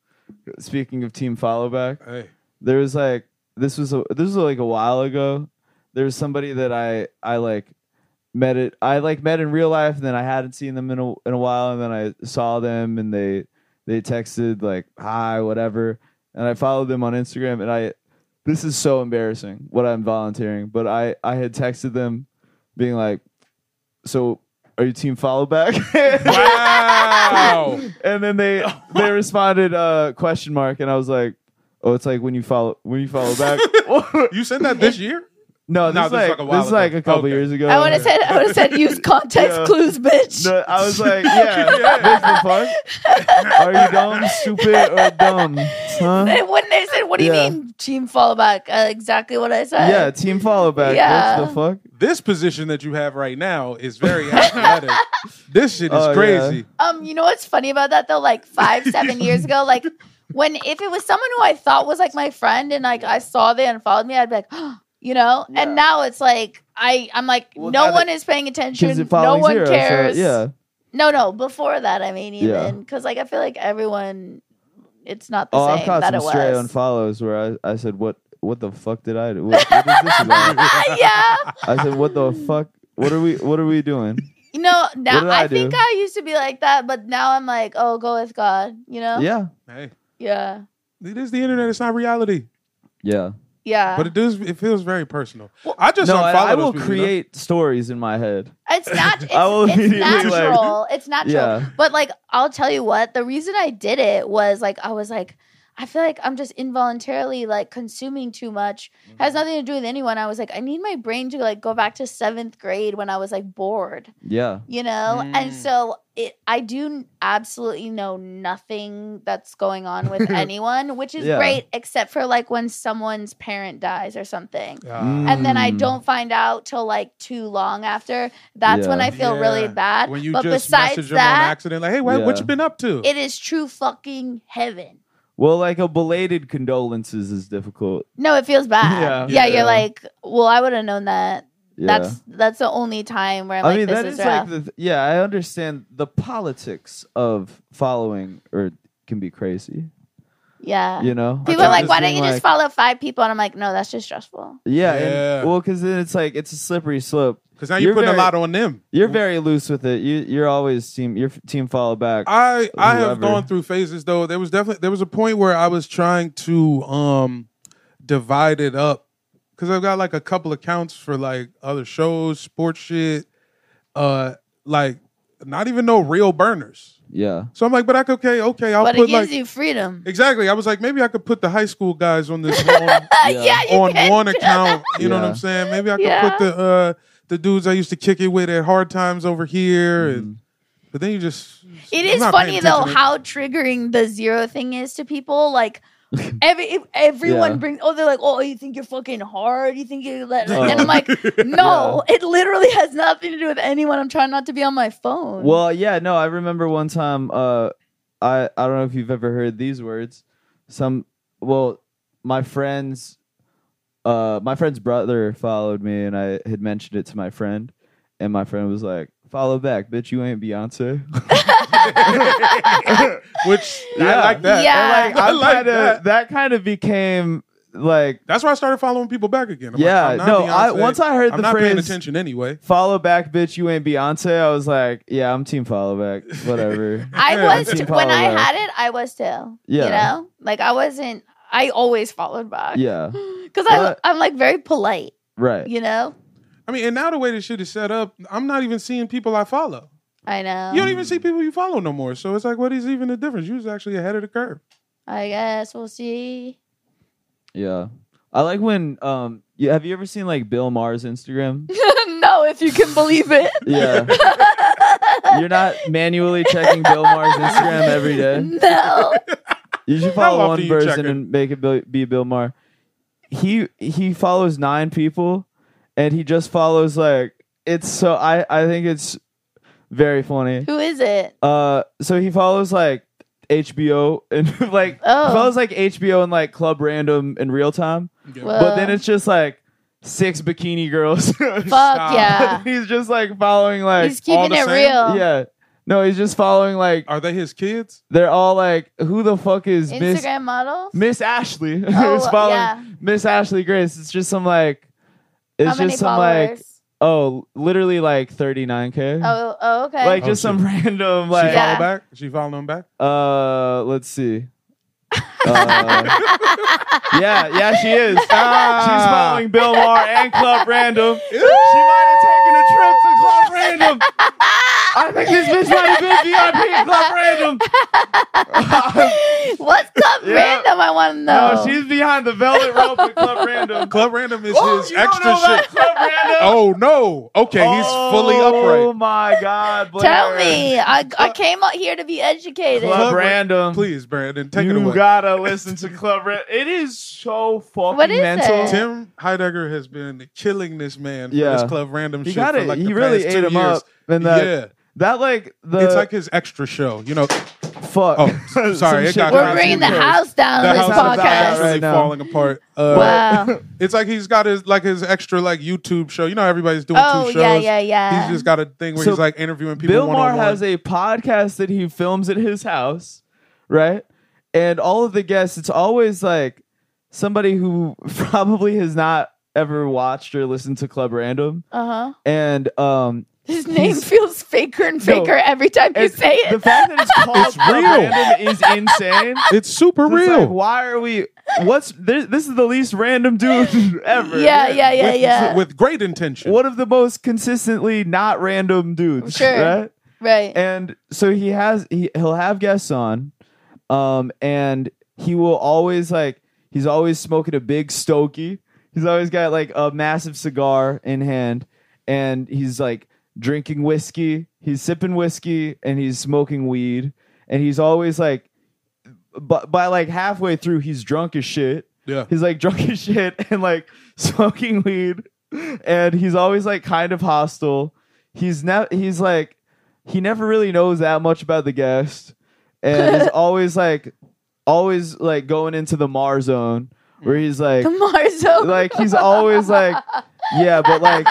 Speaker 1: Speaking of team follow back,
Speaker 2: Hey,
Speaker 1: there was like this was a this was like a while ago. There was somebody that I I like met it I like met in real life and then I hadn't seen them in a in a while and then I saw them and they they texted like hi whatever and I followed them on Instagram and I this is so embarrassing what I'm volunteering but I I had texted them being like so are you team follow back
Speaker 2: wow.
Speaker 1: and then they they responded uh question mark and I was like oh it's like when you follow when you follow back
Speaker 2: you said that this year?
Speaker 1: No, this,
Speaker 2: No,
Speaker 1: is like, this,
Speaker 2: a
Speaker 1: is
Speaker 2: while
Speaker 1: like
Speaker 2: ago.
Speaker 1: a couple
Speaker 2: Okay.
Speaker 1: years ago.
Speaker 3: I would have said I would have said use context
Speaker 1: Yeah.
Speaker 3: clues, bitch.
Speaker 1: No, I was like, yeah, bitch, the fuck? Are you dumb, stupid, or dumb? Huh?
Speaker 3: And when they said, "What do you
Speaker 1: Yeah.
Speaker 3: mean team fallback?" Uh, exactly what I said.
Speaker 1: Yeah, team follow back.
Speaker 3: Yeah.
Speaker 1: What the fuck?
Speaker 2: This position that you have right now is very athletic. This shit is
Speaker 1: Oh, yeah.
Speaker 2: crazy.
Speaker 3: Um, you know what's funny about that though? Like five, seven years ago, like when if it was someone who I thought was like my friend and like I saw they unfollowed me, I'd be like, you know.
Speaker 1: Yeah.
Speaker 3: And now it's like I, I'm like,
Speaker 1: Well, now
Speaker 3: no
Speaker 1: that-
Speaker 3: one is paying
Speaker 1: Kids
Speaker 3: attention.
Speaker 1: are
Speaker 3: No
Speaker 1: following
Speaker 3: one
Speaker 1: zero, so,
Speaker 3: cares.
Speaker 1: yeah.
Speaker 3: No, no. Before that, I mean, even
Speaker 1: Yeah.
Speaker 3: because like I feel like everyone, it's not the
Speaker 1: Oh,
Speaker 3: same
Speaker 1: I've caught
Speaker 3: that
Speaker 1: some
Speaker 3: it
Speaker 1: stray
Speaker 3: was.
Speaker 1: unfollows where I, I said, what what the fuck did I do? What, what is this about?
Speaker 3: yeah.
Speaker 1: I said, what the fuck? What are we what are we doing?
Speaker 3: You know, now
Speaker 1: did
Speaker 3: I,
Speaker 1: I do?
Speaker 3: think I used to be like that, but now I'm like, oh, go with God. You know?
Speaker 1: Yeah.
Speaker 2: Hey,
Speaker 3: Yeah.
Speaker 2: it is the internet. It's not reality,
Speaker 1: Yeah.
Speaker 3: Yeah.
Speaker 2: but it does. It feels very personal.
Speaker 3: Well,
Speaker 2: I just
Speaker 1: no,
Speaker 2: unfollow
Speaker 1: I, I
Speaker 2: those
Speaker 1: will
Speaker 2: people, you know?
Speaker 1: create stories in my head.
Speaker 3: It's not. It's,
Speaker 1: I will
Speaker 3: it's
Speaker 1: immediately, like-
Speaker 3: natural. it's natural.
Speaker 1: Yeah.
Speaker 3: But like, I'll tell you what. The reason I did it was like I was like, I feel like I'm just involuntarily like consuming too much. Has nothing to do with anyone. I was like, I need my brain to like go back to seventh grade when I was like bored.
Speaker 1: Yeah.
Speaker 3: you know and
Speaker 2: Mm.
Speaker 3: so it i do absolutely know nothing that's going on with anyone which is
Speaker 1: Yeah.
Speaker 3: great except for like when someone's parent dies or something
Speaker 2: Ah,
Speaker 3: and then i
Speaker 1: Mm.
Speaker 3: don't find out till like too long after that's when
Speaker 1: Yeah.
Speaker 3: i feel really
Speaker 2: Yeah.
Speaker 3: bad
Speaker 2: when you
Speaker 3: but
Speaker 2: just
Speaker 3: besides
Speaker 2: message them on
Speaker 3: that
Speaker 2: accident, like, "Hey, what, what
Speaker 1: Yeah.
Speaker 2: you been up to?"
Speaker 3: it is true fucking heaven
Speaker 1: Well, like a belated condolences is difficult.
Speaker 3: no it feels bad
Speaker 1: Yeah.
Speaker 3: yeah,
Speaker 1: Yeah.
Speaker 3: you're like well i would have known that
Speaker 1: Yeah.
Speaker 3: that's that's the only time where i'm
Speaker 1: I
Speaker 3: like
Speaker 1: mean,
Speaker 3: this
Speaker 1: that
Speaker 3: is
Speaker 1: is
Speaker 3: rough
Speaker 1: like the th- yeah. I understand the politics of following or can be crazy.
Speaker 3: yeah
Speaker 1: You know, I
Speaker 3: people are
Speaker 1: can
Speaker 3: like why don't
Speaker 1: understand,
Speaker 3: you just
Speaker 1: like-
Speaker 3: follow five people and i'm like no that's just stressful
Speaker 1: Yeah, and-
Speaker 2: Yeah.
Speaker 1: well, because then it's like it's a slippery slope.
Speaker 2: Because now you're,
Speaker 1: You're
Speaker 2: putting
Speaker 1: very-
Speaker 2: a lot on them.
Speaker 1: You're very loose with it. You you're always team your team follow back.
Speaker 2: I I have
Speaker 1: whoever.
Speaker 2: gone through phases though. There was definitely there was a point where I was trying to um divide it up because I've got like a couple accounts for like other shows, sports shit, uh, like not even no real burners.
Speaker 1: yeah,
Speaker 2: So I'm like, but I could okay, okay, I'll
Speaker 3: but it
Speaker 2: put
Speaker 3: gives
Speaker 2: like
Speaker 3: you freedom.
Speaker 2: exactly. I was like, maybe I could put the high school guys on this one,
Speaker 1: Yeah.
Speaker 3: yeah, you
Speaker 2: on
Speaker 3: can.
Speaker 2: one account. You know what
Speaker 1: Yeah.
Speaker 2: I'm saying? Maybe I could
Speaker 3: Yeah.
Speaker 2: put the uh the dudes I used to kick it with at hard times over here,
Speaker 1: Mm.
Speaker 2: and
Speaker 1: Mm-hmm.
Speaker 2: but then you just
Speaker 3: It
Speaker 2: I'm
Speaker 3: is
Speaker 2: not paying
Speaker 3: funny
Speaker 2: attention
Speaker 3: though
Speaker 2: to-
Speaker 3: how triggering the zero thing is to people. Like every if everyone
Speaker 1: Yeah.
Speaker 3: brings. Oh, they're like, oh, you think you're fucking hard? You think you? Let,
Speaker 1: Oh.
Speaker 3: And I'm like, no, it literally has nothing to do with anyone. I'm trying not to be on my phone.
Speaker 1: Well, yeah, no, I remember one time. Uh, I I don't know if you've ever heard these words. Some well, my friends, uh, my friend's brother followed me, and I had mentioned it to my friend, and my friend was like, "Follow back, bitch. You ain't Beyonce."
Speaker 2: Which
Speaker 1: Yeah.
Speaker 2: I like that.
Speaker 3: Yeah.
Speaker 1: And, like,
Speaker 2: I
Speaker 1: I'm
Speaker 2: like
Speaker 1: kinda,
Speaker 2: that.
Speaker 1: kind of became like,
Speaker 2: That's why I started following people back again. I'm
Speaker 1: yeah,
Speaker 2: like, I'm not
Speaker 1: no. I
Speaker 2: Beyonce.
Speaker 1: once I heard
Speaker 2: I'm
Speaker 1: the
Speaker 2: not paying
Speaker 1: phrase
Speaker 2: attention anyway.
Speaker 1: "Follow back, bitch. You ain't Beyonce." I was like, "Yeah, I'm team follow back. Whatever."
Speaker 3: I
Speaker 2: Yeah,
Speaker 3: was
Speaker 1: team
Speaker 3: t- when I
Speaker 1: follower.
Speaker 3: had it. I was too.
Speaker 1: Yeah.
Speaker 3: You know, like I wasn't. I always followed back.
Speaker 1: yeah,
Speaker 3: Because I
Speaker 1: But-
Speaker 3: I'm like very polite.
Speaker 1: right.
Speaker 3: You know.
Speaker 2: I mean, and now the way this shit is set up, I'm not even seeing people I follow.
Speaker 3: I know.
Speaker 2: You don't e even see people you follow no more. So it's like, what is even the difference? You was actually ahead of the curve.
Speaker 3: I guess we'll see.
Speaker 1: Yeah. I like when um you, have you ever seen like Bill Maher's Instagram?
Speaker 3: no, if you can believe it.
Speaker 1: Yeah. You're not manually checking Bill Maher's Instagram every day.
Speaker 3: No.
Speaker 1: You should
Speaker 2: How
Speaker 1: follow
Speaker 2: often
Speaker 1: one
Speaker 2: you check
Speaker 1: person
Speaker 2: it?
Speaker 1: and make it Bill- be Bill Maher. He he follows 9 people and he just follows like it's so I I think it's very funny.
Speaker 3: Who is it?
Speaker 1: Uh so he follows like HBO and like
Speaker 3: Oh.
Speaker 1: he follows like HBO and like Club Random in real time.
Speaker 3: Well-
Speaker 1: But
Speaker 2: Uh.
Speaker 1: then it's just like six bikini girls.
Speaker 3: Fuck
Speaker 2: Stop.
Speaker 3: yeah.
Speaker 1: he's just like following like
Speaker 3: He's keeping
Speaker 2: the
Speaker 3: it
Speaker 2: same?
Speaker 3: real.
Speaker 1: yeah. No, he's just following like
Speaker 2: Are they his kids?
Speaker 1: they're all like who the fuck is Miss
Speaker 3: Instagram models?
Speaker 1: Miss Ashley? Who's
Speaker 3: Oh,
Speaker 1: following
Speaker 3: yeah.
Speaker 1: Miss Ashley Grace? It's just some like it's
Speaker 3: How
Speaker 1: just
Speaker 3: many
Speaker 1: some like
Speaker 3: followers?
Speaker 1: oh literally like 39k.
Speaker 3: oh, oh, okay.
Speaker 1: Like
Speaker 2: Oh,
Speaker 1: just some random
Speaker 2: she
Speaker 1: like
Speaker 2: follow
Speaker 3: Yeah.
Speaker 2: back? She follow him back?
Speaker 1: uh let's see. Uh, yeah, yeah, she is. Uh, She's following Bill Maher and Club Random. she might have taken a trip to Club Random. I think this bitch might have been VIP Club Random.
Speaker 3: What's up,
Speaker 1: Yeah.
Speaker 3: random? I want to know.
Speaker 1: No, she's behind the velvet rope at Club Random.
Speaker 2: Club Random is
Speaker 1: Oh,
Speaker 2: his
Speaker 1: you don't
Speaker 2: extra
Speaker 1: know about
Speaker 2: shit.
Speaker 1: Club Random?
Speaker 2: Oh no. Okay, he's fully
Speaker 1: Oh
Speaker 2: upright.
Speaker 1: my God! Blair.
Speaker 3: Tell me. I, I came out here to be educated.
Speaker 1: Club
Speaker 2: Club
Speaker 1: Random.
Speaker 2: Please, Brandon, take
Speaker 1: you
Speaker 2: it away.
Speaker 1: gotta listen to Club Random. It is so fucking
Speaker 3: What is
Speaker 1: mental.
Speaker 3: it?
Speaker 2: Tim Heidegger has been killing this man for
Speaker 1: Yeah.
Speaker 2: this Club Random
Speaker 1: He
Speaker 2: shit
Speaker 1: got
Speaker 2: for
Speaker 1: it.
Speaker 2: like
Speaker 1: he
Speaker 2: the
Speaker 1: really
Speaker 2: past
Speaker 1: ate
Speaker 2: two
Speaker 1: him
Speaker 2: years.
Speaker 1: up. And that,
Speaker 2: yeah,
Speaker 1: that like the
Speaker 2: it's like his extra show. You know,
Speaker 1: fuck.
Speaker 2: Oh, sorry,
Speaker 1: Some
Speaker 2: it
Speaker 1: shit
Speaker 2: got
Speaker 1: going
Speaker 2: Random
Speaker 3: We're bringing the
Speaker 1: on.
Speaker 3: house down
Speaker 2: that
Speaker 3: on
Speaker 2: house
Speaker 3: this
Speaker 2: is
Speaker 1: about
Speaker 3: podcast.
Speaker 1: right
Speaker 2: actually
Speaker 1: now.
Speaker 2: falling apart. Uh,
Speaker 3: Wow.
Speaker 2: It's like he's got his like his extra like YouTube show. You know, everybody's doing two
Speaker 3: oh,
Speaker 2: shows.
Speaker 3: yeah, yeah, yeah.
Speaker 2: He's just got a thing where
Speaker 1: So
Speaker 2: he's like interviewing people.
Speaker 1: Bill Maher
Speaker 2: one-on-one.
Speaker 1: has a podcast that he films at his house, right? And all of the guests, it's always like somebody who probably has not ever watched or listened to Club Random.
Speaker 3: uh-huh.
Speaker 1: And um,
Speaker 3: His name feels faker and
Speaker 1: No.
Speaker 3: faker every time you
Speaker 1: it's-
Speaker 3: say
Speaker 1: the
Speaker 3: it.
Speaker 1: fact that it's called
Speaker 2: It's
Speaker 1: Club
Speaker 2: real.
Speaker 1: Random is insane.
Speaker 2: It's super
Speaker 1: It's
Speaker 2: real.
Speaker 1: like, why are we? What's this? This is the least random dude ever.
Speaker 3: Yeah, yeah, yeah,
Speaker 2: with,
Speaker 3: yeah.
Speaker 2: with great intention.
Speaker 1: One of the most consistently not random dudes,
Speaker 3: Sure.
Speaker 1: right?
Speaker 3: right.
Speaker 1: and so he has he, he'll have guests on um and he will always like he's always smoking a big stogie he's always got like a massive cigar in hand and he's like drinking whiskey he's sipping whiskey and he's smoking weed and he's always like but by like halfway through he's drunk as shit
Speaker 2: yeah.
Speaker 1: he's like drunk as shit and like smoking weed and he's always like kind of hostile he's never he's like he never really knows that much about the guest and is always like always like going into the mar zone where he's like
Speaker 3: the Mars zone.
Speaker 1: like he's always like yeah but like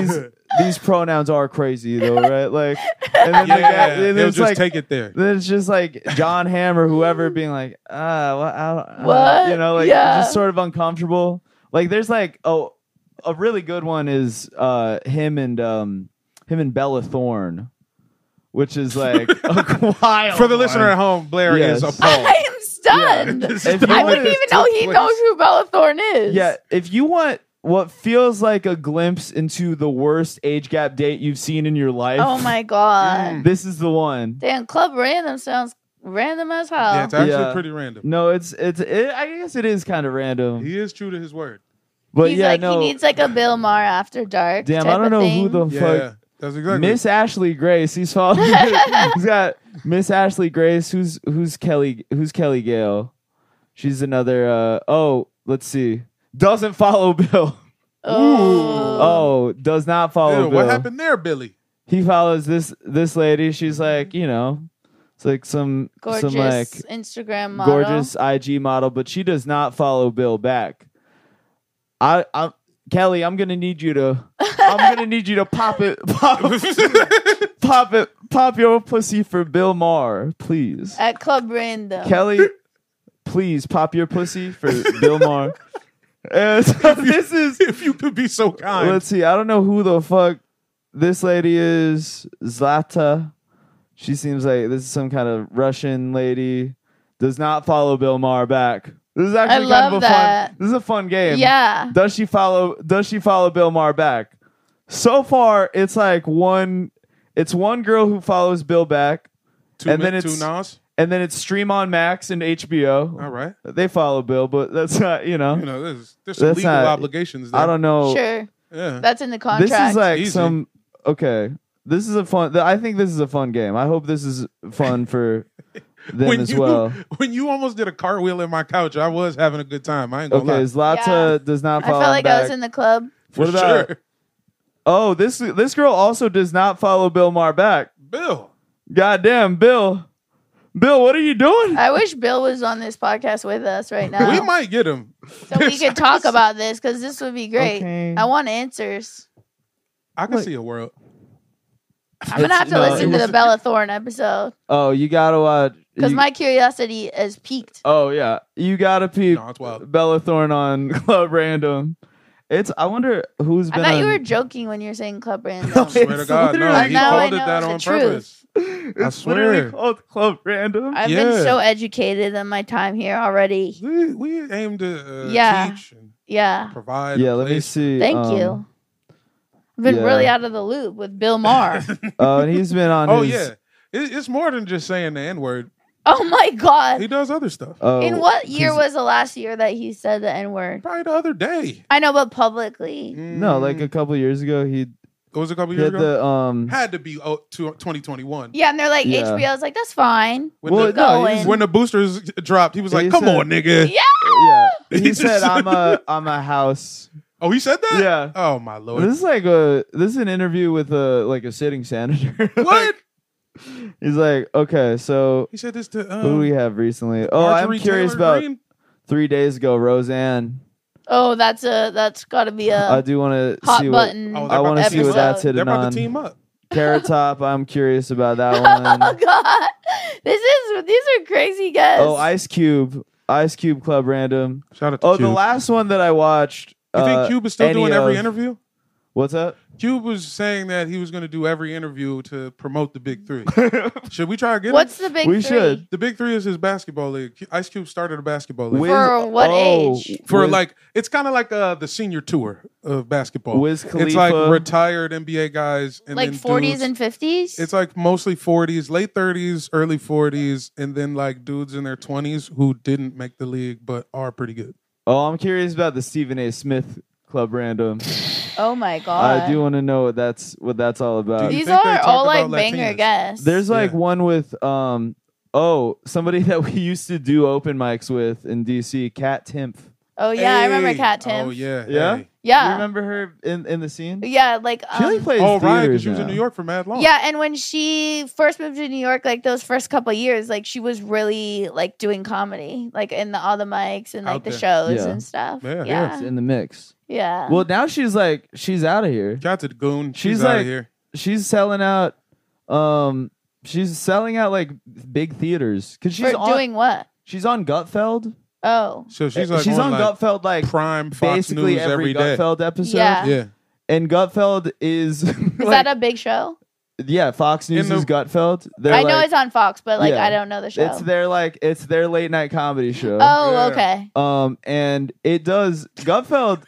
Speaker 1: these these pronouns are crazy though right like and then
Speaker 2: Yeah,
Speaker 1: the guy, and
Speaker 2: he'll
Speaker 1: it's
Speaker 2: just
Speaker 1: like
Speaker 2: take it there.
Speaker 1: then it's just like John Hamm or whoever being like, ah, well, I don't, uh,
Speaker 3: What?
Speaker 1: you know, like
Speaker 3: Yeah.
Speaker 1: just sort of uncomfortable. Like there's like oh, a really good one is uh him and um him and Bella Thorne, which is like a wild
Speaker 2: For the
Speaker 1: one.
Speaker 2: listener at home, Blair
Speaker 1: Yes.
Speaker 2: is appalled.
Speaker 3: I am stunned.
Speaker 2: This
Speaker 1: If
Speaker 2: is
Speaker 1: you
Speaker 2: the
Speaker 3: I
Speaker 1: wanna-
Speaker 3: wouldn't
Speaker 2: way
Speaker 3: even
Speaker 2: this
Speaker 3: know
Speaker 2: took
Speaker 3: he
Speaker 2: place.
Speaker 3: knows who Bella Thorne is.
Speaker 1: Yeah, if you want what feels like a glimpse into the worst age gap date you've seen in your life,
Speaker 3: Oh my god.
Speaker 2: Mm.
Speaker 1: this is the one.
Speaker 3: Damn, Club Random sounds random as hell.
Speaker 2: Yeah, it's actually
Speaker 1: Yeah.
Speaker 2: pretty random.
Speaker 1: No, it's it's it, I guess it is kind of random,
Speaker 2: He is true to his word.
Speaker 1: but
Speaker 3: He's
Speaker 1: yeah,
Speaker 3: like
Speaker 1: no.
Speaker 3: he needs like a Bill Maher after dark.
Speaker 1: Damn,
Speaker 3: type
Speaker 1: I don't
Speaker 3: of
Speaker 1: know
Speaker 3: thing.
Speaker 1: who the
Speaker 2: Yeah,
Speaker 1: fuck
Speaker 2: that's exactly.
Speaker 1: Miss Ashley Grace. He's following. he's got Miss Ashley Grace. Who's who's Kelly? Who's Kelly Gale? She's another. Uh, oh, let's see. Doesn't follow Bill.
Speaker 3: Oh.
Speaker 1: Oh, does not
Speaker 2: Ew,
Speaker 1: follow Bill.
Speaker 2: what happened there, Billy?
Speaker 1: He follows this this lady. She's like you know, it's like some
Speaker 3: gorgeous
Speaker 1: some like
Speaker 3: Instagram model.
Speaker 1: gorgeous IG model, but she does not follow Bill back. I I Kelly, I'm gonna need you to. I'm gonna need you to pop it. Pop, pop it, pop your pussy for Bill Maher, please.
Speaker 3: At Club Random.
Speaker 1: Kelly, please pop your pussy for Bill Maher. And so this is.
Speaker 2: if you could be so kind.
Speaker 1: Let's see. I don't know who the fuck this lady is. Zlata. She seems like this is some kind of Russian lady. Does not follow Bill Maher back. This is actually
Speaker 3: I
Speaker 1: kind
Speaker 3: love
Speaker 1: of a fun.
Speaker 3: that.
Speaker 1: This is a fun game.
Speaker 3: yeah.
Speaker 1: Does she follow does she follow Bill Maher back? So far it's like one it's one girl who follows Bill back
Speaker 2: two,
Speaker 1: and
Speaker 2: and
Speaker 1: then
Speaker 2: then two
Speaker 1: it's-
Speaker 2: Nas.
Speaker 1: and then it's Stream on Max and HBO.
Speaker 2: All right.
Speaker 1: They follow Bill, but that's not, you know.
Speaker 2: You know, there's there's some
Speaker 1: That's
Speaker 2: legal
Speaker 1: not-
Speaker 2: obligations. There.
Speaker 1: I don't know.
Speaker 3: Sure.
Speaker 2: Yeah.
Speaker 3: That's in the
Speaker 1: This
Speaker 3: contract.
Speaker 1: is like
Speaker 2: Easy.
Speaker 1: some okay. This is a fun th- I think this is a fun game. I hope this is fun for them
Speaker 2: when
Speaker 1: as
Speaker 2: you
Speaker 1: well.
Speaker 2: when you almost did a cartwheel in my couch, I was having a good time. I ain't
Speaker 1: Okay,
Speaker 2: gonna lie.
Speaker 1: Zlata
Speaker 3: Yeah.
Speaker 1: does not
Speaker 3: I
Speaker 1: follow
Speaker 3: felt like
Speaker 1: back.
Speaker 3: I was in the club.
Speaker 2: For
Speaker 1: what about-
Speaker 2: sure.
Speaker 1: oh, this this girl also does not follow Bill Maher back.
Speaker 2: Bill?
Speaker 1: Goddamn, Bill. Bill, what are you doing?
Speaker 3: I wish Bill was on this podcast with us right
Speaker 2: We
Speaker 3: now.
Speaker 2: might get him.
Speaker 3: so we could talk about this because this would be great.
Speaker 1: Okay.
Speaker 3: I want answers.
Speaker 2: I can
Speaker 1: Wait.
Speaker 2: see a world.
Speaker 3: I'm gonna have to
Speaker 1: no,
Speaker 3: listen
Speaker 1: it
Speaker 3: to
Speaker 1: was-
Speaker 3: the Bella Thorne episode
Speaker 1: Oh, you gotta watch.
Speaker 3: because
Speaker 1: you-
Speaker 3: my curiosity is peaked.
Speaker 1: Oh yeah, you gotta peep
Speaker 2: No, it's wild.
Speaker 1: Bella Thorne on Club Random. It's. I wonder who's
Speaker 3: I
Speaker 1: been.
Speaker 3: thought you
Speaker 1: on-
Speaker 3: were joking when you were saying Club Random.
Speaker 1: No,
Speaker 2: Swear to
Speaker 1: It's
Speaker 2: God, no,
Speaker 1: literally-
Speaker 2: he
Speaker 3: Now I
Speaker 2: called it
Speaker 3: know
Speaker 2: that
Speaker 3: the
Speaker 2: on
Speaker 3: truth.
Speaker 2: purpose. I
Speaker 1: It's literally
Speaker 2: swear.
Speaker 1: called Club Random.
Speaker 3: I've
Speaker 2: Yeah.
Speaker 3: been so educated in my time here already.
Speaker 2: We, we aim to uh,
Speaker 3: Yeah.
Speaker 2: teach and
Speaker 3: Yeah.
Speaker 2: provide.
Speaker 1: yeah,
Speaker 2: a
Speaker 1: let me
Speaker 2: place.
Speaker 1: see.
Speaker 3: Thank
Speaker 1: um,
Speaker 3: you. I've been
Speaker 1: yeah.
Speaker 3: really out of the loop with Bill Maher.
Speaker 1: Oh, and he's been on.
Speaker 2: Oh
Speaker 1: his,
Speaker 2: yeah, it, it's more than just saying the n word.
Speaker 3: Oh my
Speaker 2: He
Speaker 3: god.
Speaker 2: does other stuff.
Speaker 1: Oh,
Speaker 3: In what year
Speaker 1: he's-
Speaker 3: was the last year that he said the N word?
Speaker 2: Probably the other day.
Speaker 3: I know, but publicly.
Speaker 1: No, like
Speaker 2: Mm.
Speaker 1: a couple years ago, he,
Speaker 2: it was a couple
Speaker 1: he
Speaker 2: years
Speaker 1: had
Speaker 2: ago.
Speaker 1: the um.
Speaker 2: Had to be oh, to 2021.
Speaker 3: Yeah, and they're like
Speaker 1: Yeah.
Speaker 3: HBO's like that's fine.
Speaker 2: When,
Speaker 1: Well,
Speaker 2: the,
Speaker 1: no, he
Speaker 3: Going.
Speaker 1: was-
Speaker 2: when the boosters dropped, he was
Speaker 1: Yeah,
Speaker 2: like,
Speaker 1: he
Speaker 2: "Come
Speaker 1: said-
Speaker 2: on, nigga."
Speaker 3: Yeah.
Speaker 1: yeah.
Speaker 2: He
Speaker 1: He said,
Speaker 2: just-
Speaker 1: "I'm a, I'm a house."
Speaker 2: Oh, he said that.
Speaker 1: Yeah.
Speaker 2: Oh my lord.
Speaker 1: This is like a this is an interview with a like a sitting senator.
Speaker 2: what?
Speaker 1: He's like, okay, so
Speaker 2: He said this to um,
Speaker 1: who do we have recently? Oh,
Speaker 2: Marjorie
Speaker 1: I'm curious
Speaker 2: Taylor
Speaker 1: about
Speaker 2: Greene?
Speaker 1: three days ago, Roseanne.
Speaker 3: Oh, that's a that's got to be
Speaker 1: I
Speaker 3: a
Speaker 1: do want to
Speaker 3: Uh, hot
Speaker 1: see what
Speaker 3: button.
Speaker 2: Oh,
Speaker 1: I want to see what
Speaker 3: episode.
Speaker 1: that's
Speaker 2: They're
Speaker 1: hidden
Speaker 2: about
Speaker 1: on.
Speaker 2: to team up.
Speaker 1: Carrot Top, I'm curious about that
Speaker 3: oh
Speaker 1: one.
Speaker 3: god. This is these are crazy guys.
Speaker 1: oh, Ice Cube, Ice Cube Club Random.
Speaker 2: Shout out to
Speaker 1: Oh,
Speaker 2: Cube.
Speaker 1: the last one that I watched.
Speaker 2: You think
Speaker 1: uh,
Speaker 2: Cube is still
Speaker 1: any
Speaker 2: doing every
Speaker 1: of-
Speaker 2: interview?
Speaker 1: What's up?
Speaker 2: Cube was saying that he was going to do every interview to promote the Big Three. Should we try again?
Speaker 3: What's the big
Speaker 1: We
Speaker 3: three?
Speaker 1: should.
Speaker 2: the Big Three is his basketball league. Cu- Ice Cube started a basketball league
Speaker 1: Wiz-
Speaker 3: For what
Speaker 1: oh,
Speaker 3: age?
Speaker 2: for
Speaker 1: Wiz-
Speaker 2: like it's kind of like uh, the senior tour of basketball.
Speaker 1: Wiz
Speaker 2: It's like
Speaker 1: Khalifa.
Speaker 2: retired NBA guys and
Speaker 3: Like
Speaker 2: then
Speaker 3: 40s
Speaker 2: dudes-
Speaker 3: and 50s?
Speaker 2: It's like mostly 40s, late 30s, early 40s, and then like dudes in their 20s who didn't make the league but are pretty good.
Speaker 1: Oh, I'm curious about the Stephen A. Smith Club Random.
Speaker 3: oh my god.
Speaker 1: I do want to know what that's what that's all about.
Speaker 2: Do you
Speaker 3: These
Speaker 2: think they
Speaker 3: are
Speaker 2: talk
Speaker 3: all like
Speaker 2: about
Speaker 3: banger
Speaker 2: Latinas?
Speaker 3: guests.
Speaker 1: There's like
Speaker 2: Yeah.
Speaker 1: one with um oh somebody that we used to do open mics with in DC, Cat Timp.
Speaker 3: Oh yeah, I remember
Speaker 2: Hey.
Speaker 3: Cat Tim.
Speaker 2: Oh yeah,
Speaker 1: Yeah?
Speaker 2: hey.
Speaker 1: You
Speaker 3: Yeah.
Speaker 1: remember her in, in the scene?
Speaker 3: Yeah, like
Speaker 1: She only
Speaker 3: um,
Speaker 1: plays
Speaker 2: Oh right, because
Speaker 1: theaters
Speaker 2: she was in
Speaker 1: now.
Speaker 2: New York for mad long.
Speaker 3: Yeah, and when she first moved to New York, like those first couple years, like she was really like doing comedy, like in the all the mics and like
Speaker 2: Out
Speaker 3: the
Speaker 2: there.
Speaker 3: shows
Speaker 1: Yeah.
Speaker 3: and stuff.
Speaker 2: Yeah.
Speaker 3: Yeah.
Speaker 1: It's
Speaker 3: Yeah.
Speaker 1: in the mix. Well, now she's like she's out of here.
Speaker 2: Shout out to the goon. She's,
Speaker 1: She's
Speaker 2: out
Speaker 1: like-
Speaker 2: of here.
Speaker 1: She's selling out. Um, she's selling out like big theaters because she's
Speaker 3: For
Speaker 1: on.
Speaker 3: doing what?
Speaker 1: she's on Gutfeld.
Speaker 3: Oh.
Speaker 2: So she's like
Speaker 1: eh, she's on,
Speaker 2: on, like,
Speaker 1: Gutfeld like
Speaker 2: prime Fox
Speaker 1: basically
Speaker 2: News
Speaker 1: every,
Speaker 2: every day.
Speaker 1: Gutfeld episode.
Speaker 3: Yeah.
Speaker 2: Yeah,
Speaker 1: And Gutfeld is
Speaker 3: Is
Speaker 1: like,
Speaker 3: that a big show?
Speaker 1: yeah. Fox News
Speaker 2: the-
Speaker 1: is Gutfeld. They're
Speaker 3: I know
Speaker 1: like-
Speaker 3: it's on Fox, but like
Speaker 1: Yeah.
Speaker 3: I don't know the show.
Speaker 1: It's their like it's their late night comedy show.
Speaker 3: oh,
Speaker 2: Yeah.
Speaker 3: okay.
Speaker 1: Um and it does Gutfeld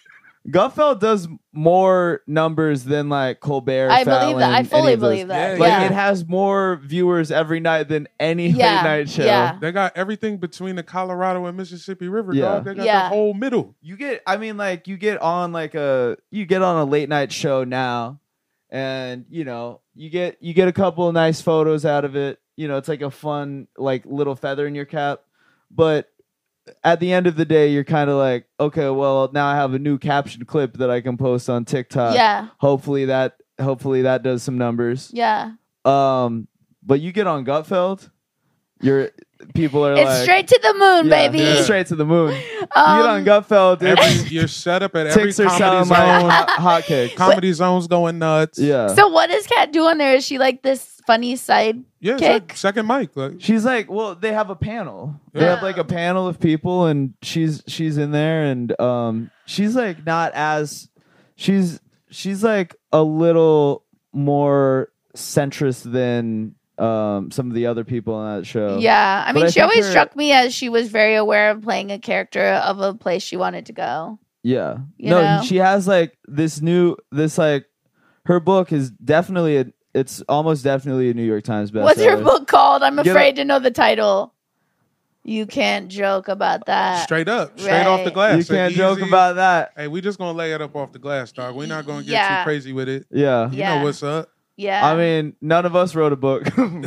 Speaker 1: Gutfeld does more numbers than like Colbert.
Speaker 3: I believe that. I
Speaker 1: Fallon,
Speaker 3: fully
Speaker 1: any of those.
Speaker 3: believe that.
Speaker 2: Yeah,
Speaker 1: Like
Speaker 3: Yeah.
Speaker 1: it has more viewers every night than any
Speaker 3: Yeah,
Speaker 1: late night show.
Speaker 3: yeah.
Speaker 2: they got everything between the Colorado and Mississippi River.
Speaker 1: Yeah.
Speaker 2: Dog. They got
Speaker 3: Yeah.
Speaker 2: the whole middle.
Speaker 1: You get I mean like you get on like a you get on a late night show now and you know, you get you get a couple of nice photos out of it. You know, it's like a fun like little feather in your cap. But at the end of the day, you're kind of like, okay, well, now I have a new caption clip that I can post on TikTok.
Speaker 3: yeah.
Speaker 1: Hopefully that hopefully that does some numbers.
Speaker 3: Yeah.
Speaker 1: Um but you get on Gutfeld, you're people are
Speaker 3: It's
Speaker 1: like
Speaker 3: straight to the moon,
Speaker 1: Yeah,
Speaker 3: baby.
Speaker 2: Yeah.
Speaker 1: Straight to the moon. you get
Speaker 3: Um,
Speaker 1: on Gutfeld,
Speaker 2: Every you're set up at every
Speaker 1: Ticks are
Speaker 2: comedy
Speaker 1: sound
Speaker 2: zone.
Speaker 1: like hot cakes.
Speaker 2: comedy zone's going nuts.
Speaker 1: Yeah.
Speaker 3: so what does Kat do on there? Is she like this funny side?
Speaker 2: yeah. sec-
Speaker 3: Kick.
Speaker 2: second mic. Like,
Speaker 1: She's like, well, they have a panel. They
Speaker 2: Yeah.
Speaker 1: have like a panel of people, and she's she's in there, and um, she's like not as she's she's like a little more centrist than um some of the other people on that show.
Speaker 3: Yeah, I
Speaker 1: But
Speaker 3: mean,
Speaker 1: I
Speaker 3: she
Speaker 1: think
Speaker 3: always
Speaker 1: her-
Speaker 3: struck me as she was very aware of playing a character of a place she wanted to go.
Speaker 1: Yeah.
Speaker 3: You
Speaker 1: no,
Speaker 3: know?
Speaker 1: she has like this new this like her book is definitely a it's almost definitely a New York Times bestseller.
Speaker 3: What's her book called? I'm
Speaker 1: Get
Speaker 3: afraid to know the title. You can't joke about that.
Speaker 2: straight up, straight off the
Speaker 3: Uh, Right.
Speaker 2: glass.
Speaker 1: You
Speaker 2: An
Speaker 1: can't joke
Speaker 2: easy-
Speaker 1: about that.
Speaker 2: Hey, we just gonna lay it up off the glass, dog. We're not gonna get too
Speaker 3: Yeah.
Speaker 2: crazy with it.
Speaker 1: Yeah.
Speaker 2: You
Speaker 3: Yeah.
Speaker 2: know what's up?
Speaker 3: Yeah,
Speaker 1: I mean, none of us wrote a book. None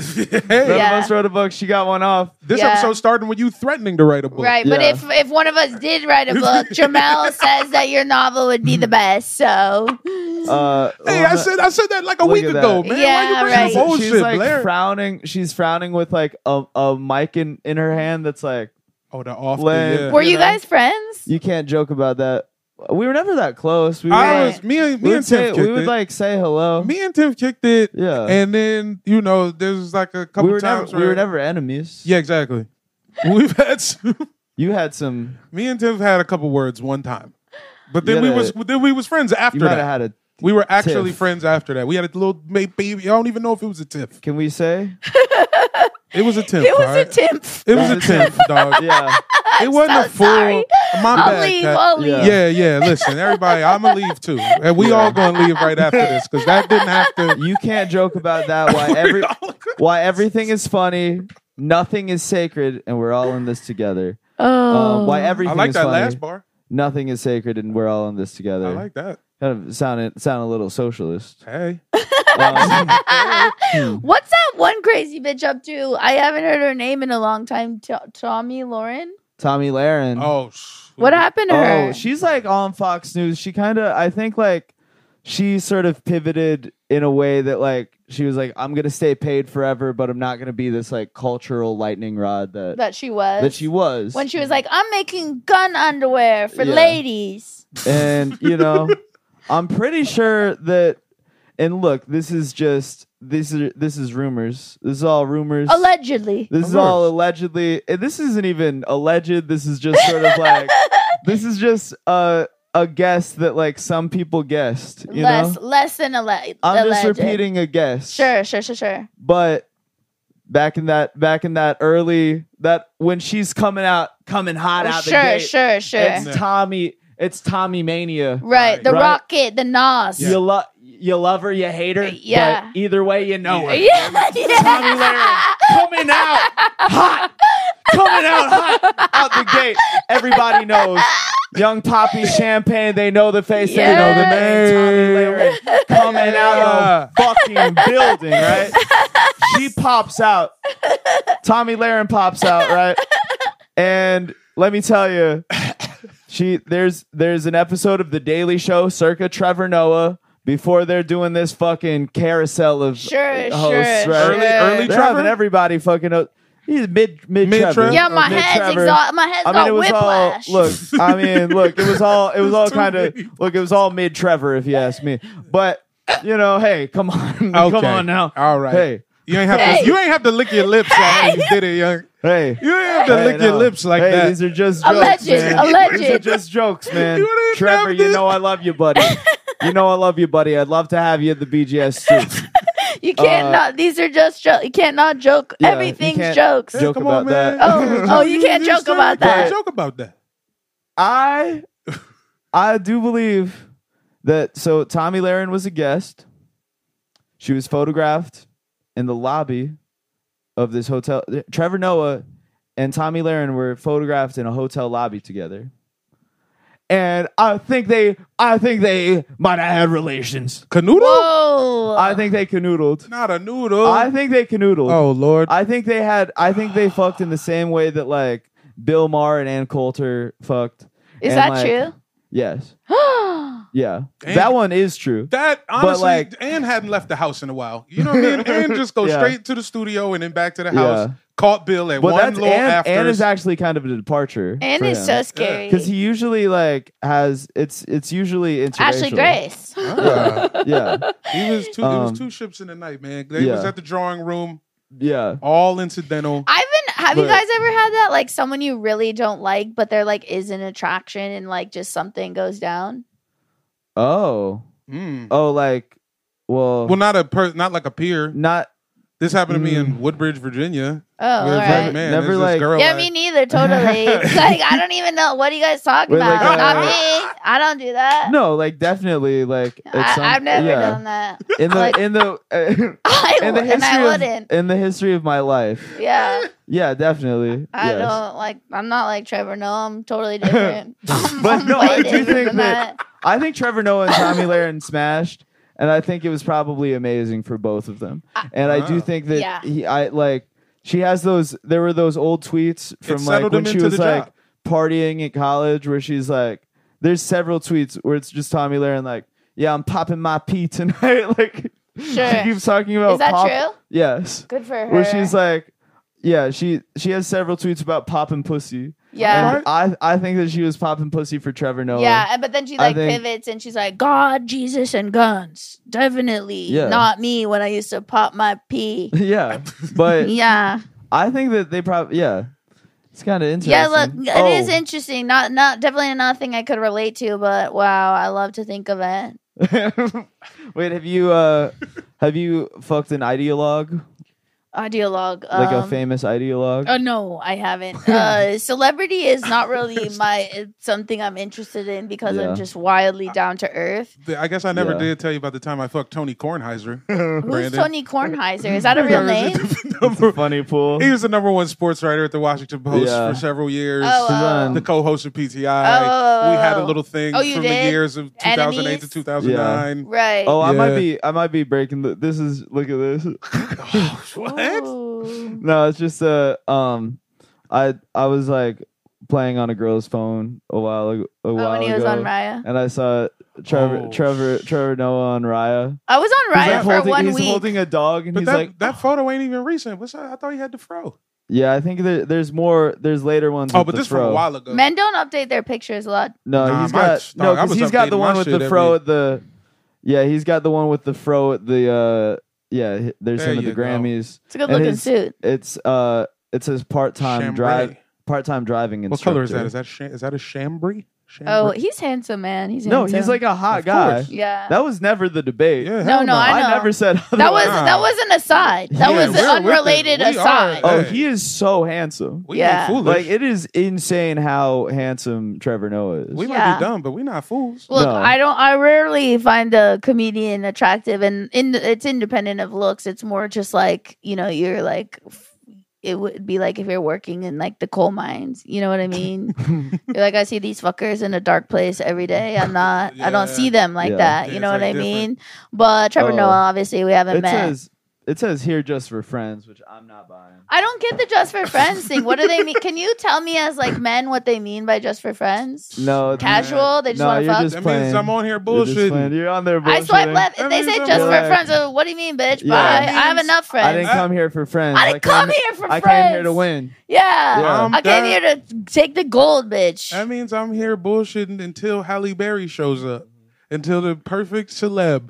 Speaker 2: Hey,
Speaker 3: Yeah.
Speaker 1: of us wrote a book. She got one off.
Speaker 2: This
Speaker 3: Yeah.
Speaker 2: episode starting with you threatening to write a book.
Speaker 3: right. But
Speaker 1: Yeah.
Speaker 3: if if one of us did write a book, Jamel says that your novel would be the best. So
Speaker 1: Uh,
Speaker 2: Hey, I
Speaker 1: Lana-
Speaker 2: said I said that like a
Speaker 1: Look
Speaker 2: week
Speaker 1: at
Speaker 2: ago,
Speaker 1: that.
Speaker 2: man.
Speaker 3: Yeah,
Speaker 2: Why you bringing
Speaker 1: she's,
Speaker 2: up
Speaker 3: right.
Speaker 2: bullshit,
Speaker 1: she's, like
Speaker 2: Blair?
Speaker 1: frowning. She's frowning with like a, a mic in, in her hand. That's like
Speaker 2: oh, the off.
Speaker 1: Lame.
Speaker 2: The, yeah.
Speaker 3: were you
Speaker 1: know.
Speaker 3: guys friends?
Speaker 1: you can't joke about that. We were never that close. We were,
Speaker 2: I
Speaker 3: Right.
Speaker 2: was me and
Speaker 1: we
Speaker 2: me
Speaker 1: would
Speaker 2: and Tim
Speaker 1: say
Speaker 2: kicked
Speaker 1: we would
Speaker 2: it.
Speaker 1: like say hello.
Speaker 2: me and Tim kicked it,
Speaker 1: yeah,
Speaker 2: and then you know there's like a couple
Speaker 1: we were
Speaker 2: times
Speaker 1: never
Speaker 2: where
Speaker 1: we were never enemies.
Speaker 2: yeah, exactly. We've had some,
Speaker 1: you had some.
Speaker 2: me and Tim had a couple words one time, but then
Speaker 1: You
Speaker 2: we
Speaker 1: had
Speaker 2: was
Speaker 1: a-
Speaker 2: then we was friends after
Speaker 1: You might have
Speaker 2: that.
Speaker 1: had a.
Speaker 2: We were actually
Speaker 1: tiff.
Speaker 2: friends after that. We had a little ma- baby. I don't even know if it was a tiff.
Speaker 1: Can we say?
Speaker 2: It was a tiff.
Speaker 3: It was a
Speaker 2: alright?
Speaker 3: timp.
Speaker 2: It was a
Speaker 1: That is-
Speaker 2: tiff, dog.
Speaker 1: Yeah,
Speaker 2: It wasn't a
Speaker 3: so
Speaker 2: full.
Speaker 3: sorry.
Speaker 2: My
Speaker 3: I'll
Speaker 2: bad,
Speaker 3: leave.
Speaker 2: Kat.
Speaker 3: I'll leave.
Speaker 1: Yeah.
Speaker 2: Yeah, yeah. Listen, everybody, I'm gonna leave too, and we all gonna leave right after this because that didn't have to.
Speaker 1: you can't joke about that. Why every why everything is funny. nothing is sacred, and we're all in this together.
Speaker 3: Oh,
Speaker 1: Um, why everything
Speaker 2: I like
Speaker 1: is
Speaker 2: that
Speaker 1: funny.
Speaker 2: last bar.
Speaker 1: nothing is sacred, and we're all in this together.
Speaker 2: I like that.
Speaker 1: kind of sound sound a little socialist.
Speaker 2: Hey,
Speaker 1: Um,
Speaker 3: What's that one crazy bitch up to? I haven't heard her name in a long time. T- Tommy Lauren.
Speaker 1: Tommy Lahren.
Speaker 2: oh, sh-
Speaker 3: What happened to her?
Speaker 1: Oh, she's like on Fox News. She kind of, I think, like she sort of pivoted in a way that, like, she was like, "I'm gonna stay paid forever, but I'm not gonna be this like cultural lightning rod that
Speaker 3: that she was.
Speaker 1: that she was."
Speaker 3: when she was like, "I'm making gun underwear for
Speaker 1: Yeah.
Speaker 3: ladies."
Speaker 1: and you know, I'm pretty sure that. And look, this is just this is this is rumors. This is all rumors.
Speaker 3: Allegedly.
Speaker 1: This is all allegedly. and This isn't even alleged. This is just sort of like this is just a a guess that like some people guessed. You
Speaker 3: less
Speaker 1: know,
Speaker 3: less than alle-
Speaker 1: I'm
Speaker 3: alleged.
Speaker 1: just repeating a guess.
Speaker 3: Sure, sure, sure, sure.
Speaker 1: but back in that back in that early that when she's coming out coming hot out the
Speaker 3: sure,
Speaker 1: gate,
Speaker 3: sure, sure,
Speaker 1: it's
Speaker 2: No.
Speaker 1: Tommy. It's Tommy mania.
Speaker 3: Right, the
Speaker 1: Right.
Speaker 3: rocket, the Nas.
Speaker 1: You love you love her, you hate her.
Speaker 3: Yeah.
Speaker 1: But either way, you know her.
Speaker 3: Yeah,
Speaker 1: Tommy
Speaker 3: yeah.
Speaker 1: Lahren coming out hot, coming out hot out the gate. Everybody knows Young Poppy Champagne. They know the face. They know the name. Tommy Lahren coming out of fucking building, right? She pops out. Tommy Lahren pops out, right? And let me tell you, she there's there's an episode of The Daily Show, circa Trevor Noah. Before they're doing this fucking carousel of
Speaker 3: Sure,
Speaker 1: hosts, right?
Speaker 3: sure,
Speaker 2: Early-
Speaker 3: sure.
Speaker 2: early
Speaker 1: They're
Speaker 2: Trevor?
Speaker 1: having everybody fucking up. He's mid mid
Speaker 2: Mid-Trev?
Speaker 1: Trevor.
Speaker 3: Yeah, my
Speaker 1: Mid
Speaker 3: head's
Speaker 1: Trevor.
Speaker 3: exhausted. My head's
Speaker 1: I mean,
Speaker 3: got
Speaker 1: it was
Speaker 3: oh, whiplash.
Speaker 1: all look. I mean, look, it was all it was all
Speaker 2: There's too
Speaker 1: kind of
Speaker 2: many.
Speaker 1: look. It was all mid Trevor, if you ask me. But you know, hey, come on, come
Speaker 2: Okay.
Speaker 1: on now.
Speaker 2: All right.
Speaker 1: Hey,
Speaker 2: you ain't have
Speaker 3: Hey.
Speaker 2: to. You ain't have to lick your lips. Like you did it, young.
Speaker 1: hey,
Speaker 2: You ain't have to
Speaker 1: hey,
Speaker 2: lick your
Speaker 1: no.
Speaker 2: lips like
Speaker 1: hey,
Speaker 2: that.
Speaker 1: These are just jokes,
Speaker 3: Alleged,
Speaker 1: man.
Speaker 3: alleged.
Speaker 1: These are just jokes, man.
Speaker 2: You wouldn't
Speaker 1: Trevor,
Speaker 2: have
Speaker 1: you
Speaker 2: this.
Speaker 1: know I love you, buddy. You know I love you, buddy. I'd love to have you at the BGS too.
Speaker 3: you can't
Speaker 1: uh,
Speaker 3: not. These are just jokes. You can't not joke.
Speaker 1: Yeah, you
Speaker 3: Everything's
Speaker 1: can't
Speaker 3: jokes.
Speaker 1: joke
Speaker 2: Come
Speaker 1: about
Speaker 2: on,
Speaker 1: that.
Speaker 2: man.
Speaker 3: Oh, oh, you can't joke
Speaker 2: still can't
Speaker 3: about
Speaker 1: that.
Speaker 2: Joke about that.
Speaker 1: I I do believe that so Tommy Lahren was a guest. She was photographed in the lobby of this hotel. Trevor Noah and Tommy Lahren were photographed in a hotel lobby together. And I think they I think they might have had relations.
Speaker 2: Canoodle?
Speaker 3: Whoa!
Speaker 1: I think they canoodled.
Speaker 2: Not a noodle.
Speaker 1: I think they canoodled.
Speaker 2: oh Lord.
Speaker 1: I think they had. I think they fucked in the same way that like Bill Maher and Ann Coulter fucked.
Speaker 3: Is
Speaker 1: And,
Speaker 3: that
Speaker 1: like,
Speaker 3: true?
Speaker 1: Yes.
Speaker 3: oh,
Speaker 1: Yeah.
Speaker 2: Damn.
Speaker 1: That one is true.
Speaker 2: that honestly,
Speaker 1: like-
Speaker 2: Anne hadn't left the house in a while. You know what I mean? Anne just go
Speaker 1: Yeah.
Speaker 2: straight to the studio and then back to the house.
Speaker 1: Yeah.
Speaker 2: Caught Bill at
Speaker 1: But
Speaker 2: one
Speaker 1: that's
Speaker 2: little
Speaker 1: Ann,
Speaker 2: after.
Speaker 1: Ann is actually kind of a departure.
Speaker 3: and it's so scary.
Speaker 1: because he usually like has it's it's usually interracial.
Speaker 3: Ashley Grace.
Speaker 2: Ah.
Speaker 1: Yeah.
Speaker 2: he was two. it
Speaker 1: Um,
Speaker 2: was two ships in the night, man. They was
Speaker 1: yeah.
Speaker 2: at the drawing room,
Speaker 1: Yeah.
Speaker 2: all incidental.
Speaker 3: I've been. Have you
Speaker 1: But-
Speaker 3: guys ever had that? Like someone you really don't like, but there like is an attraction, and like just something goes down.
Speaker 1: Oh.
Speaker 2: Mm.
Speaker 1: Oh. Like. Well.
Speaker 2: Well, not a per, not like a peer.
Speaker 1: not.
Speaker 2: This happened to me
Speaker 1: Mm.
Speaker 2: in Woodbridge, Virginia.
Speaker 3: Oh,
Speaker 2: It
Speaker 3: all
Speaker 2: was like,
Speaker 3: right.
Speaker 2: man,
Speaker 1: Never
Speaker 2: there's this
Speaker 1: like-
Speaker 2: girl
Speaker 3: yeah,
Speaker 2: I-
Speaker 3: me neither. Totally. It's like I don't even know what are you guys talking
Speaker 1: We're like,
Speaker 3: about. Not
Speaker 1: uh,
Speaker 3: me. I don't do that.
Speaker 1: No. Like definitely. Like. at
Speaker 3: I,
Speaker 1: some-
Speaker 3: I've never
Speaker 1: yeah.
Speaker 3: done that.
Speaker 1: In the
Speaker 3: like-
Speaker 1: in the uh,
Speaker 3: I
Speaker 1: in the
Speaker 3: would, and I
Speaker 1: history
Speaker 3: wouldn't.
Speaker 1: of, in the history of my life.
Speaker 3: yeah,
Speaker 1: Yeah. Definitely.
Speaker 3: I
Speaker 1: yes.
Speaker 3: don't like. I'm not like Trevor. No, I'm totally different. I'm-
Speaker 1: But
Speaker 3: I'm
Speaker 1: no,
Speaker 3: way
Speaker 1: I do
Speaker 3: different
Speaker 1: think
Speaker 3: than
Speaker 1: that- I think Trevor Noah and Tommy Lahren smashed, and I think it was probably amazing for both of them. And I do
Speaker 2: Wow.
Speaker 1: think that
Speaker 3: Yeah.
Speaker 1: he, I like she has those. There were those old tweets from like
Speaker 2: settled
Speaker 1: when
Speaker 2: him
Speaker 1: she
Speaker 2: into
Speaker 1: was
Speaker 2: the
Speaker 1: like
Speaker 2: job.
Speaker 1: partying at college, where she's like, there's several tweets where it's just Tommy Lahren like, yeah, I'm popping my pee tonight. like she
Speaker 3: Sure.
Speaker 1: keeps talking about.
Speaker 3: Is that
Speaker 1: oh, pop-
Speaker 3: true?
Speaker 1: Yes,
Speaker 3: Good for her.
Speaker 1: where she's like. Yeah, she she has several tweets about popping pussy.
Speaker 3: yeah.
Speaker 1: And I I think that she was popping pussy for Trevor Noah.
Speaker 3: Yeah, and- but then she
Speaker 1: I
Speaker 3: like
Speaker 1: think-
Speaker 3: pivots and she's like, God, Jesus, and guns. Definitely
Speaker 1: Yeah.
Speaker 3: not me when I used to pop my pee.
Speaker 1: yeah, but
Speaker 3: yeah.
Speaker 1: I think that they probably yeah. It's kind of interesting.
Speaker 3: Yeah, look, it is
Speaker 1: Oh,
Speaker 3: interesting. Not not definitely not a thing I could relate to, but wow, I love to think of it.
Speaker 1: Wait, have you uh have you fucked an ideologue
Speaker 3: Ideologue.
Speaker 1: like a
Speaker 3: um,
Speaker 1: famous ideologue?
Speaker 3: Oh no, I haven't. Uh, celebrity is not really my it's something I'm interested in because
Speaker 1: Yeah.
Speaker 3: I'm just wildly down to earth.
Speaker 2: Th- I guess I never
Speaker 1: Yeah.
Speaker 2: did tell you about the time I fucked Tony Kornheiser.
Speaker 3: Who's Tony Kornheiser? Is that a real name?
Speaker 1: It's a
Speaker 2: number.
Speaker 1: funny pool.
Speaker 2: He was the number one sports writer at the Washington Post
Speaker 1: Yeah.
Speaker 2: for several years.
Speaker 3: Oh,
Speaker 1: Suzanne.
Speaker 2: The co-host of PTI.
Speaker 3: Oh.
Speaker 2: we had a little thing
Speaker 3: Oh, you
Speaker 2: from
Speaker 3: did?
Speaker 2: the years of 2008
Speaker 3: Enemies?
Speaker 2: to 2009.
Speaker 3: Right.
Speaker 1: Oh, I might
Speaker 2: Yeah.
Speaker 1: be. I might be breaking. The, this is. Look at this.
Speaker 2: Oh,
Speaker 3: Ooh.
Speaker 1: no, it's just uh um, I I was like playing on a girl's phone a while ago, a
Speaker 3: Oh,
Speaker 1: while
Speaker 3: when he
Speaker 1: ago,
Speaker 3: was on Raya.
Speaker 1: and I saw Trevor
Speaker 2: Oh,
Speaker 1: Trevor
Speaker 2: sh-
Speaker 1: Trevor Noah on Raya.
Speaker 3: I was on
Speaker 1: He's, like,
Speaker 3: Raya for
Speaker 1: holding,
Speaker 3: one
Speaker 1: he's
Speaker 3: week.
Speaker 1: holding a dog, and
Speaker 2: But
Speaker 1: he's
Speaker 2: that,
Speaker 1: like, "Oh."
Speaker 2: that photo ain't even recent. What's that? I thought he had the fro.
Speaker 1: yeah, I think there, there's more. There's later ones.
Speaker 2: Oh,
Speaker 1: with
Speaker 2: but
Speaker 1: the
Speaker 2: this
Speaker 1: fro.
Speaker 2: from a while ago.
Speaker 3: Men don't update their pictures a lot.
Speaker 1: No,
Speaker 2: Nah,
Speaker 1: he's
Speaker 2: my
Speaker 1: got
Speaker 2: sh-
Speaker 1: no
Speaker 2: dog, I
Speaker 1: because
Speaker 2: was
Speaker 1: he's got the
Speaker 2: updating my
Speaker 1: one with the
Speaker 2: shit
Speaker 1: fro
Speaker 2: every-
Speaker 1: at the. Yeah, he's got the one with the fro at the. uh Yeah, h- there's
Speaker 2: There
Speaker 1: him at the
Speaker 2: you go.
Speaker 1: Grammys.
Speaker 3: It's a good
Speaker 1: And
Speaker 3: looking
Speaker 1: his-
Speaker 3: suit.
Speaker 1: It's uh, it says part time
Speaker 2: Chambray.
Speaker 1: drive, part time driving
Speaker 2: What
Speaker 1: instructor.
Speaker 2: color is that? Is that sh- is that a chambray?
Speaker 3: Oh,
Speaker 2: Chambray?
Speaker 3: he's handsome, man. He's
Speaker 1: No,
Speaker 3: handsome.
Speaker 1: he's like a hot
Speaker 2: Of
Speaker 1: guy.
Speaker 2: course.
Speaker 3: yeah.
Speaker 1: That was never the debate.
Speaker 2: yeah.
Speaker 3: no,
Speaker 2: hell
Speaker 3: no, I know.
Speaker 1: never said
Speaker 3: That was
Speaker 1: otherwise.
Speaker 2: Wow.
Speaker 3: that was an aside. That
Speaker 2: Yeah,
Speaker 3: was
Speaker 2: we're with it.
Speaker 3: unrelated
Speaker 2: We are.
Speaker 3: aside.
Speaker 1: Oh,
Speaker 2: Hey.
Speaker 1: he is so handsome.
Speaker 2: We
Speaker 3: Yeah.
Speaker 2: ain't foolish.
Speaker 1: Like it is insane how handsome Trevor Noah is.
Speaker 2: we might be
Speaker 3: Yeah.
Speaker 2: dumb, but we not fools.
Speaker 3: Look,
Speaker 1: No.
Speaker 3: I don't. I rarely find a comedian attractive, and in it's independent of looks. It's more just like you know, you're like. f- It would be like if you're working in like the coal mines. You know what I mean? you're like, I see these fuckers in a dark place every day. I'm not. I don't
Speaker 2: Yeah.
Speaker 3: see them like
Speaker 1: Yeah.
Speaker 3: that.
Speaker 2: Yeah,
Speaker 3: You
Speaker 2: it's,
Speaker 3: know what
Speaker 2: like,
Speaker 3: I
Speaker 2: different.
Speaker 3: mean? But Trevor
Speaker 1: Oh.
Speaker 3: Noah, obviously, we haven't
Speaker 1: it
Speaker 3: met.
Speaker 1: says it says here just for friends, which I'm not buying.
Speaker 3: I don't get the just for friends thing. What do they mean? Can you tell me as like men what they mean by just for friends?
Speaker 1: No,
Speaker 3: Casual? They just
Speaker 1: No,
Speaker 3: want to
Speaker 1: you're
Speaker 3: fuck.
Speaker 1: just
Speaker 2: That means
Speaker 1: playing.
Speaker 2: I'm on here
Speaker 1: You're, just playing-
Speaker 2: bullshitting.
Speaker 1: you're on there.
Speaker 3: I swipe
Speaker 1: bullshitting.
Speaker 3: left.
Speaker 2: That
Speaker 3: They
Speaker 2: means
Speaker 3: say
Speaker 2: I'm
Speaker 3: just for
Speaker 1: black.
Speaker 3: friends. Uh, What do you mean, bitch?
Speaker 1: Yeah.
Speaker 3: Bye.
Speaker 2: That
Speaker 3: I have
Speaker 2: means
Speaker 3: enough friends.
Speaker 1: I didn't come here for friends.
Speaker 3: I didn't come
Speaker 1: came-
Speaker 3: here for
Speaker 1: I
Speaker 3: friends.
Speaker 1: came here to win.
Speaker 3: Yeah.
Speaker 1: Yeah.
Speaker 2: I'm
Speaker 3: I came
Speaker 2: done.
Speaker 3: here to take the gold, bitch.
Speaker 2: That means I'm here bullshitting until Halle Berry shows up, until the perfect celeb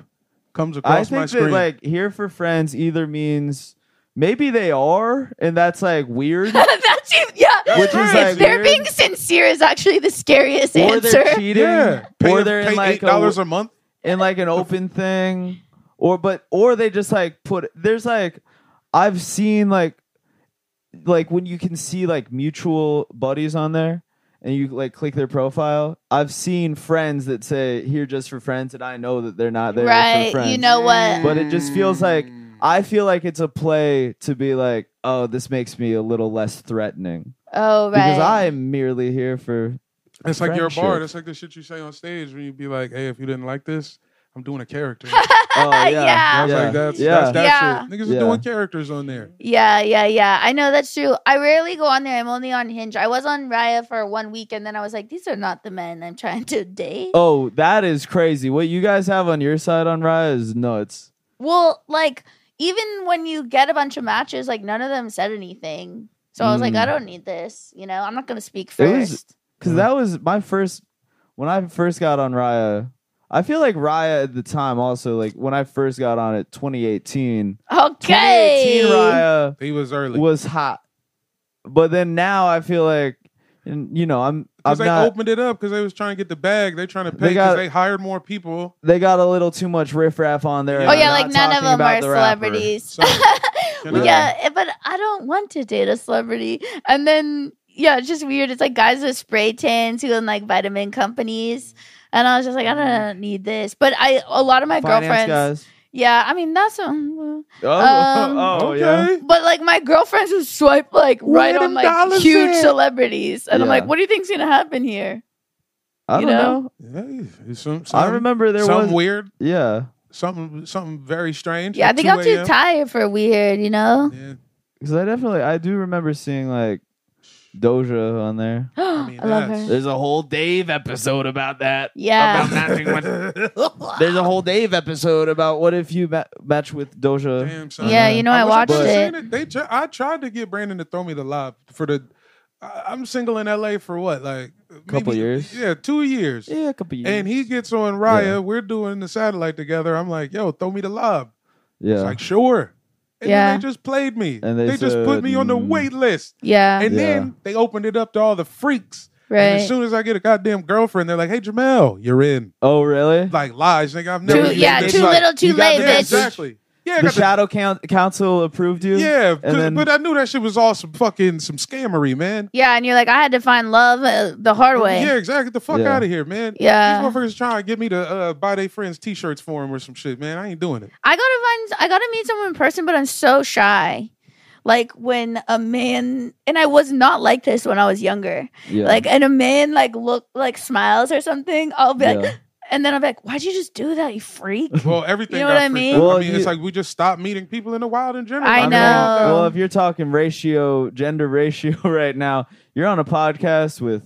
Speaker 2: comes
Speaker 1: I
Speaker 2: across my
Speaker 1: think
Speaker 2: screen.
Speaker 1: that like here for friends either means maybe they are, and that's like weird.
Speaker 3: That's you. Yeah.
Speaker 1: Which is, like,
Speaker 3: if they're
Speaker 1: weird.
Speaker 3: being sincere is actually the scariest
Speaker 1: or
Speaker 3: answer.
Speaker 1: they're cheating.
Speaker 2: yeah, pay,
Speaker 1: Or they're
Speaker 2: pay
Speaker 1: in like
Speaker 2: eight dollars
Speaker 1: a,
Speaker 2: a month.
Speaker 1: in like an open thing. Or but or they just like put there's like I've seen like like when you can see like mutual buddies on there and you like click their profile. I've seen friends that say here just for friends and I know that they're not there for
Speaker 3: right.
Speaker 1: friends.
Speaker 3: You know what?
Speaker 1: But it just feels like- I feel like it's a play to be like, oh, this makes me a little less threatening
Speaker 3: oh, right.
Speaker 1: because I'm merely here for
Speaker 2: It's like your
Speaker 1: Friendship.
Speaker 2: bar. That's like the shit you say on stage when you be like, "Hey, if you didn't like this, I'm doing a character."
Speaker 1: oh yeah
Speaker 3: Yeah.
Speaker 2: I was
Speaker 1: yeah,
Speaker 2: like, "That's
Speaker 1: yeah.
Speaker 2: that's that
Speaker 3: Yeah.
Speaker 2: shit." Niggas
Speaker 1: Yeah.
Speaker 2: are doing characters on there.
Speaker 3: Yeah, yeah, yeah. I know that's true. I rarely go on there. I'm only on Hinge. I was on Raya for one week and then I was like, these are not the men I'm trying to date.
Speaker 1: Oh, that is crazy. What you guys have on your side on Raya is nuts.
Speaker 3: Well, like, even when you get a bunch of matches, like, none of them said anything. So I was like,
Speaker 1: Mm.
Speaker 3: I don't need this. You know, I'm not going to speak
Speaker 1: It was-
Speaker 3: first.
Speaker 1: Because
Speaker 2: Mhm.
Speaker 1: that was my first, when I first got on Raya, I feel like Raya at the time also, like when I first got on it, 2018.
Speaker 3: okay.
Speaker 1: 2018 Raya
Speaker 2: He was early.
Speaker 1: was hot. But then now I feel like, and, you know, I'm, I'm
Speaker 2: Because they
Speaker 1: not,
Speaker 2: opened it up because they was trying to get the bag. They trying to
Speaker 1: They
Speaker 2: pay
Speaker 1: got-
Speaker 2: because they, hired more people.
Speaker 1: they got a little too much riffraff on there.
Speaker 3: Oh,
Speaker 1: and
Speaker 3: yeah,
Speaker 1: not
Speaker 3: like, none of
Speaker 1: talking
Speaker 3: them
Speaker 1: about
Speaker 3: are
Speaker 1: the rapper.
Speaker 3: celebrities.
Speaker 2: So, can
Speaker 1: We got-
Speaker 2: I-
Speaker 3: yeah, eh, but I don't want to date a celebrity. And then yeah, it's just weird. It's like guys with spray tans who own like vitamin companies. And I was just like, I don't need this. But I a lot of my
Speaker 1: Mm-hmm. Finance
Speaker 3: girlfriends
Speaker 1: guys.
Speaker 3: Yeah, I mean that's um,
Speaker 1: Oh,
Speaker 3: Um,
Speaker 1: oh
Speaker 2: okay.
Speaker 1: yeah.
Speaker 3: but like my girlfriends would swipe like
Speaker 2: Where
Speaker 3: right on
Speaker 2: them
Speaker 3: like
Speaker 2: dollars
Speaker 3: huge
Speaker 2: at?
Speaker 3: celebrities. And I'm
Speaker 1: Yeah.
Speaker 3: like, what do you think's gonna happen here?
Speaker 1: I don't
Speaker 3: You
Speaker 1: know.
Speaker 3: know?
Speaker 2: Yeah, it's some, some,
Speaker 1: I remember there was,
Speaker 2: something weird,
Speaker 1: yeah.
Speaker 2: something something very strange.
Speaker 3: Yeah, I
Speaker 2: at
Speaker 3: think
Speaker 2: 2
Speaker 3: I'm too
Speaker 2: a.m..
Speaker 3: tired for weird, you know?
Speaker 2: Yeah.
Speaker 1: Because I definitely, I do remember seeing like Doja on there.
Speaker 3: I,
Speaker 2: mean,
Speaker 3: love
Speaker 2: that's-
Speaker 3: her.
Speaker 1: There's a whole Dave episode about that.
Speaker 3: Yeah.
Speaker 1: not doing There's a whole Dave episode about what if you ma- match with Doja.
Speaker 2: Damn, son.
Speaker 3: Yeah, you know, I
Speaker 2: wish
Speaker 3: watched
Speaker 2: could've
Speaker 3: it.
Speaker 2: seen They, tr- I tried to get Brandon to throw me the lob for the. I- I'm single in LA for what, like
Speaker 1: Couple years?
Speaker 2: Yeah, two years.
Speaker 1: Yeah, a couple years.
Speaker 2: And he gets on Raya.
Speaker 1: Yeah.
Speaker 2: We're doing the satellite together. I'm like, yo, throw me the lob.
Speaker 1: yeah.
Speaker 2: It's like, sure. And
Speaker 3: Yeah.
Speaker 2: then they just played me.
Speaker 1: And
Speaker 2: And
Speaker 1: they
Speaker 2: they, just put
Speaker 1: said,
Speaker 2: me on the
Speaker 1: mm.
Speaker 2: wait list.
Speaker 3: yeah.
Speaker 2: And
Speaker 1: Yeah.
Speaker 2: then they opened it up to all the freaks. And as
Speaker 3: Right.
Speaker 2: soon as I get a goddamn girlfriend, they're like, hey, Jamel, you're in.
Speaker 1: oh, really?
Speaker 2: Like, lies, nigga. I've never
Speaker 3: Too,
Speaker 1: Dude,
Speaker 2: been
Speaker 3: yeah,
Speaker 2: this,
Speaker 3: too
Speaker 2: like-
Speaker 3: little, too
Speaker 1: you got
Speaker 3: late,
Speaker 1: the
Speaker 2: Yeah,
Speaker 3: bitch.
Speaker 2: exactly. Yeah, I
Speaker 1: the
Speaker 2: got the
Speaker 1: Shadow coun- Council approved you.
Speaker 2: yeah, 'cause-
Speaker 1: then-
Speaker 2: but I knew that shit was all some fucking some scammery, man.
Speaker 3: Yeah, and you're like, I had to find love uh, the hard way.
Speaker 2: Yeah, exactly. Get the fuck
Speaker 1: Yeah.
Speaker 2: out of here, man.
Speaker 3: Yeah.
Speaker 2: These motherfuckers trying to get me to uh, buy their friends T-shirts for them or some shit, man. I ain't doing it.
Speaker 3: I gotta find. I gotta meet someone in person, but I'm so shy. like when a man and I was not like this when I was younger.
Speaker 1: Yeah.
Speaker 3: Like and a man like look like smiles or something, I'll be like
Speaker 1: Yeah.
Speaker 3: and then I'll be like, Why'd you just do that, you freak?
Speaker 2: Well, everything.
Speaker 3: You know
Speaker 2: got
Speaker 3: what I
Speaker 2: freaked
Speaker 3: mean?
Speaker 2: out.
Speaker 1: Well,
Speaker 2: I mean,
Speaker 1: you-
Speaker 2: it's like we just stopped meeting people in the wild in general.
Speaker 3: I
Speaker 2: mean,
Speaker 3: know.
Speaker 1: Well, if you're talking ratio, gender ratio right now, you're on a podcast with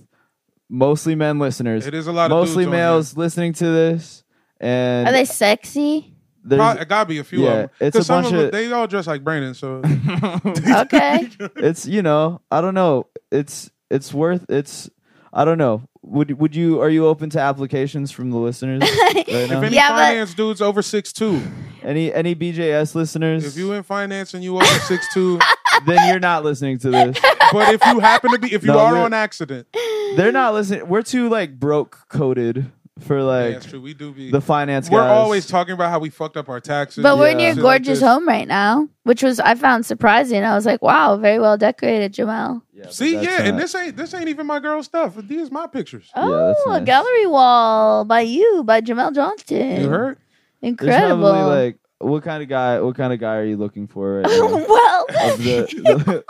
Speaker 1: mostly men listeners,
Speaker 2: It is a lot of
Speaker 1: mostly
Speaker 2: dudes on there.
Speaker 1: males listening to this, and
Speaker 3: Are they sexy?
Speaker 1: there's-
Speaker 2: Pro- it gotta be a few
Speaker 1: yeah,
Speaker 2: of them.
Speaker 1: it's
Speaker 2: 'Cause
Speaker 1: a
Speaker 2: some
Speaker 1: bunch
Speaker 2: of them,
Speaker 1: of-
Speaker 2: they all dress like Brandon, so
Speaker 3: Okay.
Speaker 1: it's you know I don't know it's it's worth it's I don't know would would you are you open to applications from the listeners right
Speaker 2: if
Speaker 1: now?
Speaker 2: any
Speaker 3: Yeah, but-
Speaker 2: finance dudes over six two,
Speaker 1: any any BJS listeners
Speaker 2: if you in finance and you over six two,
Speaker 1: then you're not listening to this
Speaker 2: but if you happen to be, if you
Speaker 1: No,
Speaker 2: are
Speaker 1: we're-
Speaker 2: on accident,
Speaker 1: they're not listening we're too like broke coded for
Speaker 2: yeah,
Speaker 1: like
Speaker 2: that's true. We do be.
Speaker 1: the finance
Speaker 2: we're
Speaker 1: guys
Speaker 2: always talking about how we fucked up our taxes.
Speaker 3: But we're
Speaker 1: Yeah.
Speaker 3: in your
Speaker 2: Shit like
Speaker 3: gorgeous
Speaker 2: this.
Speaker 3: home right now, which was I found surprising. I was like, wow, very well decorated, Jamel.
Speaker 1: Yeah, but
Speaker 2: See,
Speaker 1: that's
Speaker 2: yeah, and
Speaker 1: not-
Speaker 2: this ain't this ain't even my girl's stuff. These my pictures.
Speaker 1: Yeah,
Speaker 3: Oh,
Speaker 1: that's
Speaker 3: a
Speaker 1: nice.
Speaker 3: gallery wall by you, by Jamel Johnson.
Speaker 2: You heard?
Speaker 1: there's
Speaker 3: Incredible.
Speaker 1: probably like what kind of guy what kind of guy are you looking for right now?
Speaker 3: well,
Speaker 1: of the,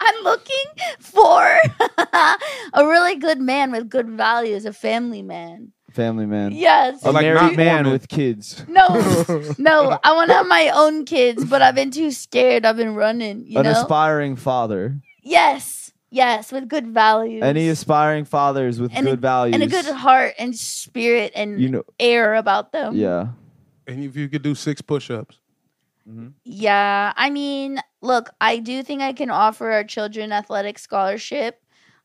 Speaker 3: I'm looking for a really good man with good values, a family man.
Speaker 1: the family man Um,
Speaker 3: Yes.
Speaker 1: a
Speaker 2: Like
Speaker 1: married
Speaker 2: not
Speaker 1: man
Speaker 2: Mormon.
Speaker 1: with kids
Speaker 3: no, no, I want to have my own kids, but I've been too scared. I've been running, you
Speaker 1: an
Speaker 3: know?
Speaker 1: aspiring father
Speaker 3: yes, yes, with good values.
Speaker 1: any aspiring fathers with
Speaker 3: And a-
Speaker 1: good values
Speaker 3: and a good heart and spirit and
Speaker 1: you know
Speaker 3: air about them.
Speaker 1: yeah
Speaker 2: And if you could do six push-ups,
Speaker 3: Yeah, I mean, look, I do think I can offer our children athletic scholarship.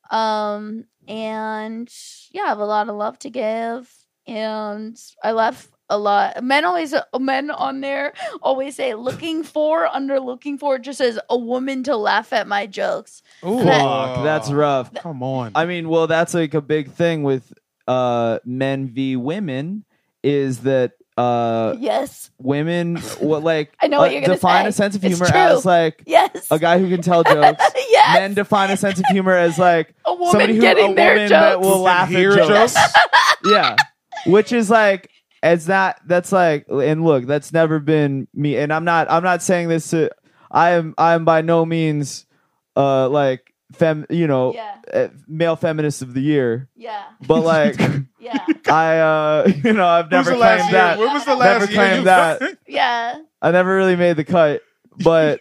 Speaker 3: Um and yeah, I have a lot of love to give and I love a lot. Men always men on there always say looking for under looking for just as a woman to laugh at my jokes.
Speaker 2: Ooh,
Speaker 1: Fuck, that's rough
Speaker 2: Come on.
Speaker 1: I mean, well, that's like a big thing with uh, men v women is that uh,
Speaker 3: yes.
Speaker 1: women what like
Speaker 3: I know what
Speaker 1: uh,
Speaker 3: you're gonna
Speaker 1: define
Speaker 3: say.
Speaker 1: a sense of
Speaker 3: It's
Speaker 1: humor
Speaker 3: true.
Speaker 1: as like
Speaker 3: Yes.
Speaker 1: a guy who can tell jokes.
Speaker 3: yes.
Speaker 1: Men define a sense of humor as like
Speaker 3: a
Speaker 1: somebody
Speaker 3: woman
Speaker 1: who
Speaker 3: getting
Speaker 1: a
Speaker 3: their
Speaker 1: woman that
Speaker 3: jokes.
Speaker 1: will
Speaker 2: Who
Speaker 1: laugh
Speaker 2: can hear
Speaker 1: at jokes.
Speaker 2: jokes.
Speaker 1: yeah, which is like it's not that's like and look that's never been me and I'm not I'm not saying this to I am I am by no means uh like fem you know
Speaker 3: yeah.
Speaker 1: uh, male feminist of the year
Speaker 3: Yeah.
Speaker 1: but like
Speaker 3: Yeah.
Speaker 1: I, uh, you know, I've
Speaker 2: When's
Speaker 1: never
Speaker 2: the last
Speaker 1: claimed
Speaker 2: year-
Speaker 1: that.
Speaker 2: When was the
Speaker 1: Never
Speaker 2: last year
Speaker 1: claimed
Speaker 2: you-
Speaker 1: that.
Speaker 3: Yeah.
Speaker 1: I never really made the cut, but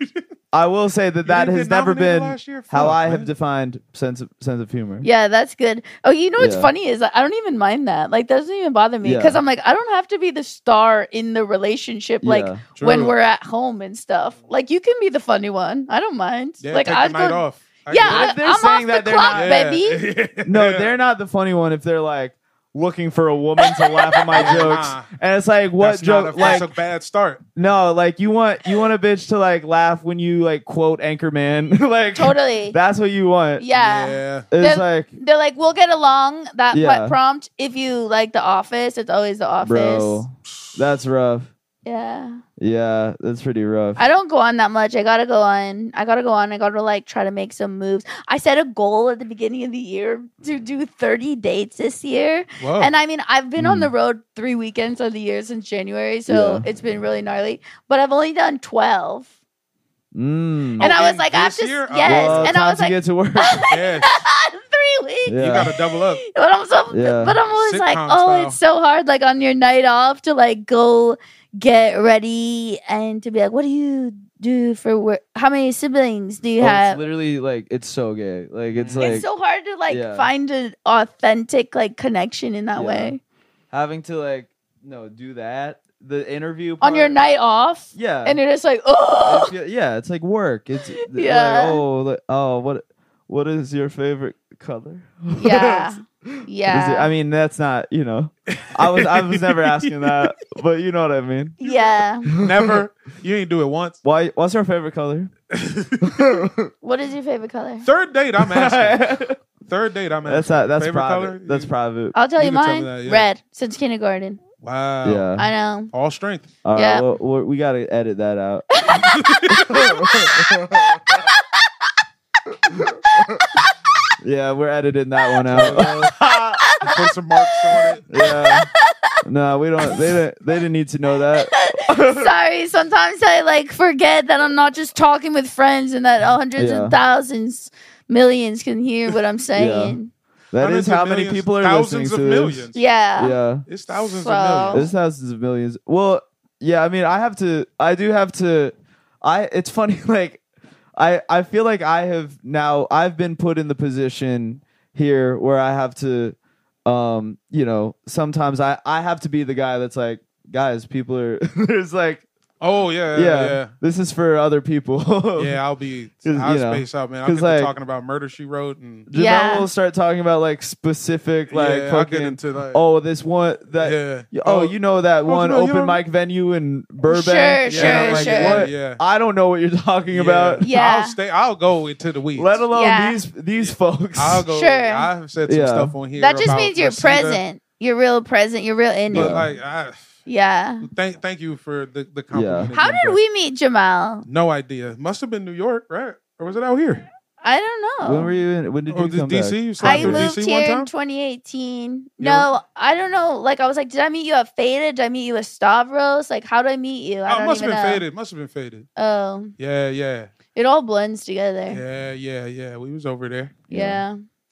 Speaker 1: I will say that that
Speaker 2: You didn't
Speaker 1: has
Speaker 2: get
Speaker 1: never
Speaker 2: nominated
Speaker 1: been
Speaker 2: last year?
Speaker 1: how
Speaker 2: Fuck,
Speaker 1: I
Speaker 2: man.
Speaker 1: have defined sense of sense of humor.
Speaker 3: Yeah, that's good. Oh, you know what's
Speaker 1: Yeah.
Speaker 3: funny is I don't even mind that. Like, that doesn't even bother me
Speaker 1: Yeah.
Speaker 3: because I'm like, I don't have to be the star in the relationship. Like
Speaker 1: Yeah.
Speaker 3: when
Speaker 2: True.
Speaker 3: we're at home and stuff. Like you can be the funny one. I don't mind.
Speaker 2: yeah,
Speaker 3: like
Speaker 2: take the
Speaker 3: I'd
Speaker 2: night
Speaker 3: go.
Speaker 2: off. I
Speaker 3: Yeah,
Speaker 1: But
Speaker 3: I,
Speaker 1: if they're
Speaker 3: I'm off
Speaker 1: saying
Speaker 3: the
Speaker 1: that they're
Speaker 3: clock,
Speaker 1: not-
Speaker 2: get it.
Speaker 3: baby.
Speaker 2: Yeah.
Speaker 1: No, they're not the funny one if they're like looking for a woman to laugh at my
Speaker 2: Nah.
Speaker 1: jokes, and it's like what
Speaker 2: That's not
Speaker 1: joke?
Speaker 2: a-
Speaker 1: like
Speaker 2: that's a bad start.
Speaker 1: no, like you want you want a bitch to like laugh when you like quote Anchorman, like
Speaker 3: Totally.
Speaker 1: that's what you want.
Speaker 3: yeah.
Speaker 1: it's
Speaker 3: Then-
Speaker 1: like
Speaker 3: They're like, we'll get along that put
Speaker 1: Yeah.
Speaker 3: prompt if you like The Office. It's always The Office.
Speaker 1: bro, that's rough.
Speaker 3: Yeah,
Speaker 1: Yeah, that's pretty rough.
Speaker 3: I don't go on that much. I gotta go on. I gotta go on. I gotta like try to make some moves. I set a goal at the beginning of the year to do 30 dates this year.
Speaker 2: Whoa.
Speaker 3: And I mean, I've been on
Speaker 1: Mm.
Speaker 3: the
Speaker 2: Hmm.
Speaker 3: road three weekends of the year since January, so it's been really gnarly. But I've only done twelve,
Speaker 1: Mm.
Speaker 3: and
Speaker 2: Oh,
Speaker 3: I was
Speaker 2: in
Speaker 3: like, I have
Speaker 2: this
Speaker 3: to, s-
Speaker 2: year? Oh.
Speaker 3: yes,
Speaker 1: Well,
Speaker 3: and
Speaker 1: time
Speaker 3: I was
Speaker 1: to
Speaker 3: like, Oh,
Speaker 1: get to work.
Speaker 2: yes.
Speaker 3: three weeks.
Speaker 1: Yeah.
Speaker 2: You got to double up.
Speaker 3: But I'm so,
Speaker 1: Yeah.
Speaker 3: but I'm always like,
Speaker 2: Sitcom
Speaker 3: oh,
Speaker 2: style.
Speaker 3: it's so hard, like on your night off to like go get ready and to be like, what do you do for work? How many siblings do you
Speaker 1: Oh,
Speaker 3: have?
Speaker 1: it's literally like it's so gay. Like it's
Speaker 2: Mhm.
Speaker 1: like
Speaker 3: it's so hard to like
Speaker 1: Yeah.
Speaker 3: find an authentic like connection in that
Speaker 1: Yeah.
Speaker 3: way
Speaker 1: having to like no do that the interview
Speaker 3: on your
Speaker 1: part-
Speaker 3: night off,
Speaker 1: Yeah,
Speaker 3: and you're just like, oh,
Speaker 1: It feel- yeah, it's like work. It's th- like,
Speaker 3: Yeah.
Speaker 1: oh, like, oh, what what is your favorite color?
Speaker 3: Yeah.
Speaker 1: Is it-
Speaker 3: yeah.
Speaker 1: I mean, that's not you know. I was I was never asking that, but you know what I mean.
Speaker 3: yeah.
Speaker 2: Never. You ain't do it once.
Speaker 1: Why? What's your favorite color?
Speaker 3: What is your favorite color?
Speaker 2: Third date, I'm asking.
Speaker 1: that's
Speaker 2: Third date, I'm asking.
Speaker 1: not. That's
Speaker 2: Favorite
Speaker 1: private.
Speaker 2: color?
Speaker 1: That's private.
Speaker 3: I'll tell you,
Speaker 2: You can tell
Speaker 3: mine.
Speaker 2: me that, yeah.
Speaker 3: Red since kindergarten.
Speaker 2: Wow.
Speaker 1: yeah.
Speaker 3: I know.
Speaker 2: All strength.
Speaker 1: All right,
Speaker 3: Yeah.
Speaker 1: well, we're- we got to edit that out. yeah, we're editing that one out.
Speaker 2: Put some marks on it.
Speaker 1: yeah. No, we don't. They didn't. They didn't need to know that.
Speaker 3: Sorry, sometimes I like forget that I'm not just talking with friends and that hundreds
Speaker 1: Yeah.
Speaker 3: and thousands, millions can hear what I'm saying.
Speaker 1: That
Speaker 2: Hundreds
Speaker 1: is
Speaker 2: of
Speaker 1: how many
Speaker 2: millions,
Speaker 1: people are
Speaker 2: thousands
Speaker 1: listening
Speaker 2: of
Speaker 1: to
Speaker 2: millions.
Speaker 3: Yeah.
Speaker 1: This. Yeah.
Speaker 2: It's thousands
Speaker 3: Wow.
Speaker 2: of
Speaker 1: There's
Speaker 2: millions.
Speaker 1: thousands of millions. Well, yeah, I mean, I have to, I do have to, I, it's funny, like, I, I feel like I have now, I've been put in the position here where I have to, um, you know, sometimes I, I have to be the guy that's like, guys, people are, there's like,
Speaker 2: Oh yeah,
Speaker 1: yeah,
Speaker 2: yeah,
Speaker 1: this is for other people.
Speaker 2: yeah. I'll be.
Speaker 1: you
Speaker 2: I'll
Speaker 1: know,
Speaker 2: space out, man. I'll
Speaker 1: 'cause,
Speaker 2: get to
Speaker 1: like-
Speaker 2: talking about murder she wrote and
Speaker 1: Jamel
Speaker 3: Yeah.
Speaker 1: will start talking about like specific, like,
Speaker 2: yeah, I'll get
Speaker 1: fucking,
Speaker 2: into like.
Speaker 1: oh, this one, that,
Speaker 2: yeah.
Speaker 1: Oh, you know that one
Speaker 2: no, you
Speaker 1: open
Speaker 2: know-
Speaker 1: mic venue in Burbank?
Speaker 3: Sure,
Speaker 1: And I'm
Speaker 3: sure,
Speaker 1: like,
Speaker 3: sure.
Speaker 1: "What?
Speaker 2: Yeah.
Speaker 1: I don't know what you're talking
Speaker 2: Yeah.
Speaker 1: about.
Speaker 3: Yeah.
Speaker 2: I'll stay. I'll go into the weeds.
Speaker 1: Let alone
Speaker 3: Yeah.
Speaker 1: these these folks.
Speaker 2: I'll go.
Speaker 3: Sure.
Speaker 2: I've said some
Speaker 1: Yeah.
Speaker 2: stuff on here.
Speaker 3: That just
Speaker 2: about
Speaker 3: means you're
Speaker 2: Rashida,
Speaker 3: present. You're real present. You're real in
Speaker 2: But
Speaker 3: it.
Speaker 2: like, I,
Speaker 3: Yeah.
Speaker 2: thank thank you for the the compliment.
Speaker 3: How
Speaker 2: again,
Speaker 3: did
Speaker 2: but
Speaker 3: we meet Jamal?
Speaker 2: No idea. Must have been New York, right? Or was it out here?
Speaker 3: I don't know.
Speaker 1: When were you? In, when did you
Speaker 2: Or Oh, the
Speaker 1: come
Speaker 2: DC?
Speaker 1: back?
Speaker 2: You
Speaker 3: I
Speaker 2: slept in DC
Speaker 3: moved
Speaker 2: one
Speaker 3: here in
Speaker 2: time.
Speaker 3: 2018.
Speaker 2: You
Speaker 3: No, I don't know. Like I was like, did I meet you at Faded? Did I meet you at Stavros? Like, how did I meet you? I
Speaker 2: Oh,
Speaker 3: don't
Speaker 2: must have
Speaker 3: even
Speaker 2: been
Speaker 3: know.
Speaker 2: faded. Must have been faded.
Speaker 3: Oh,
Speaker 2: Yeah, yeah,
Speaker 3: it all blends together. Yeah.
Speaker 2: yeah, yeah, yeah. We was over there.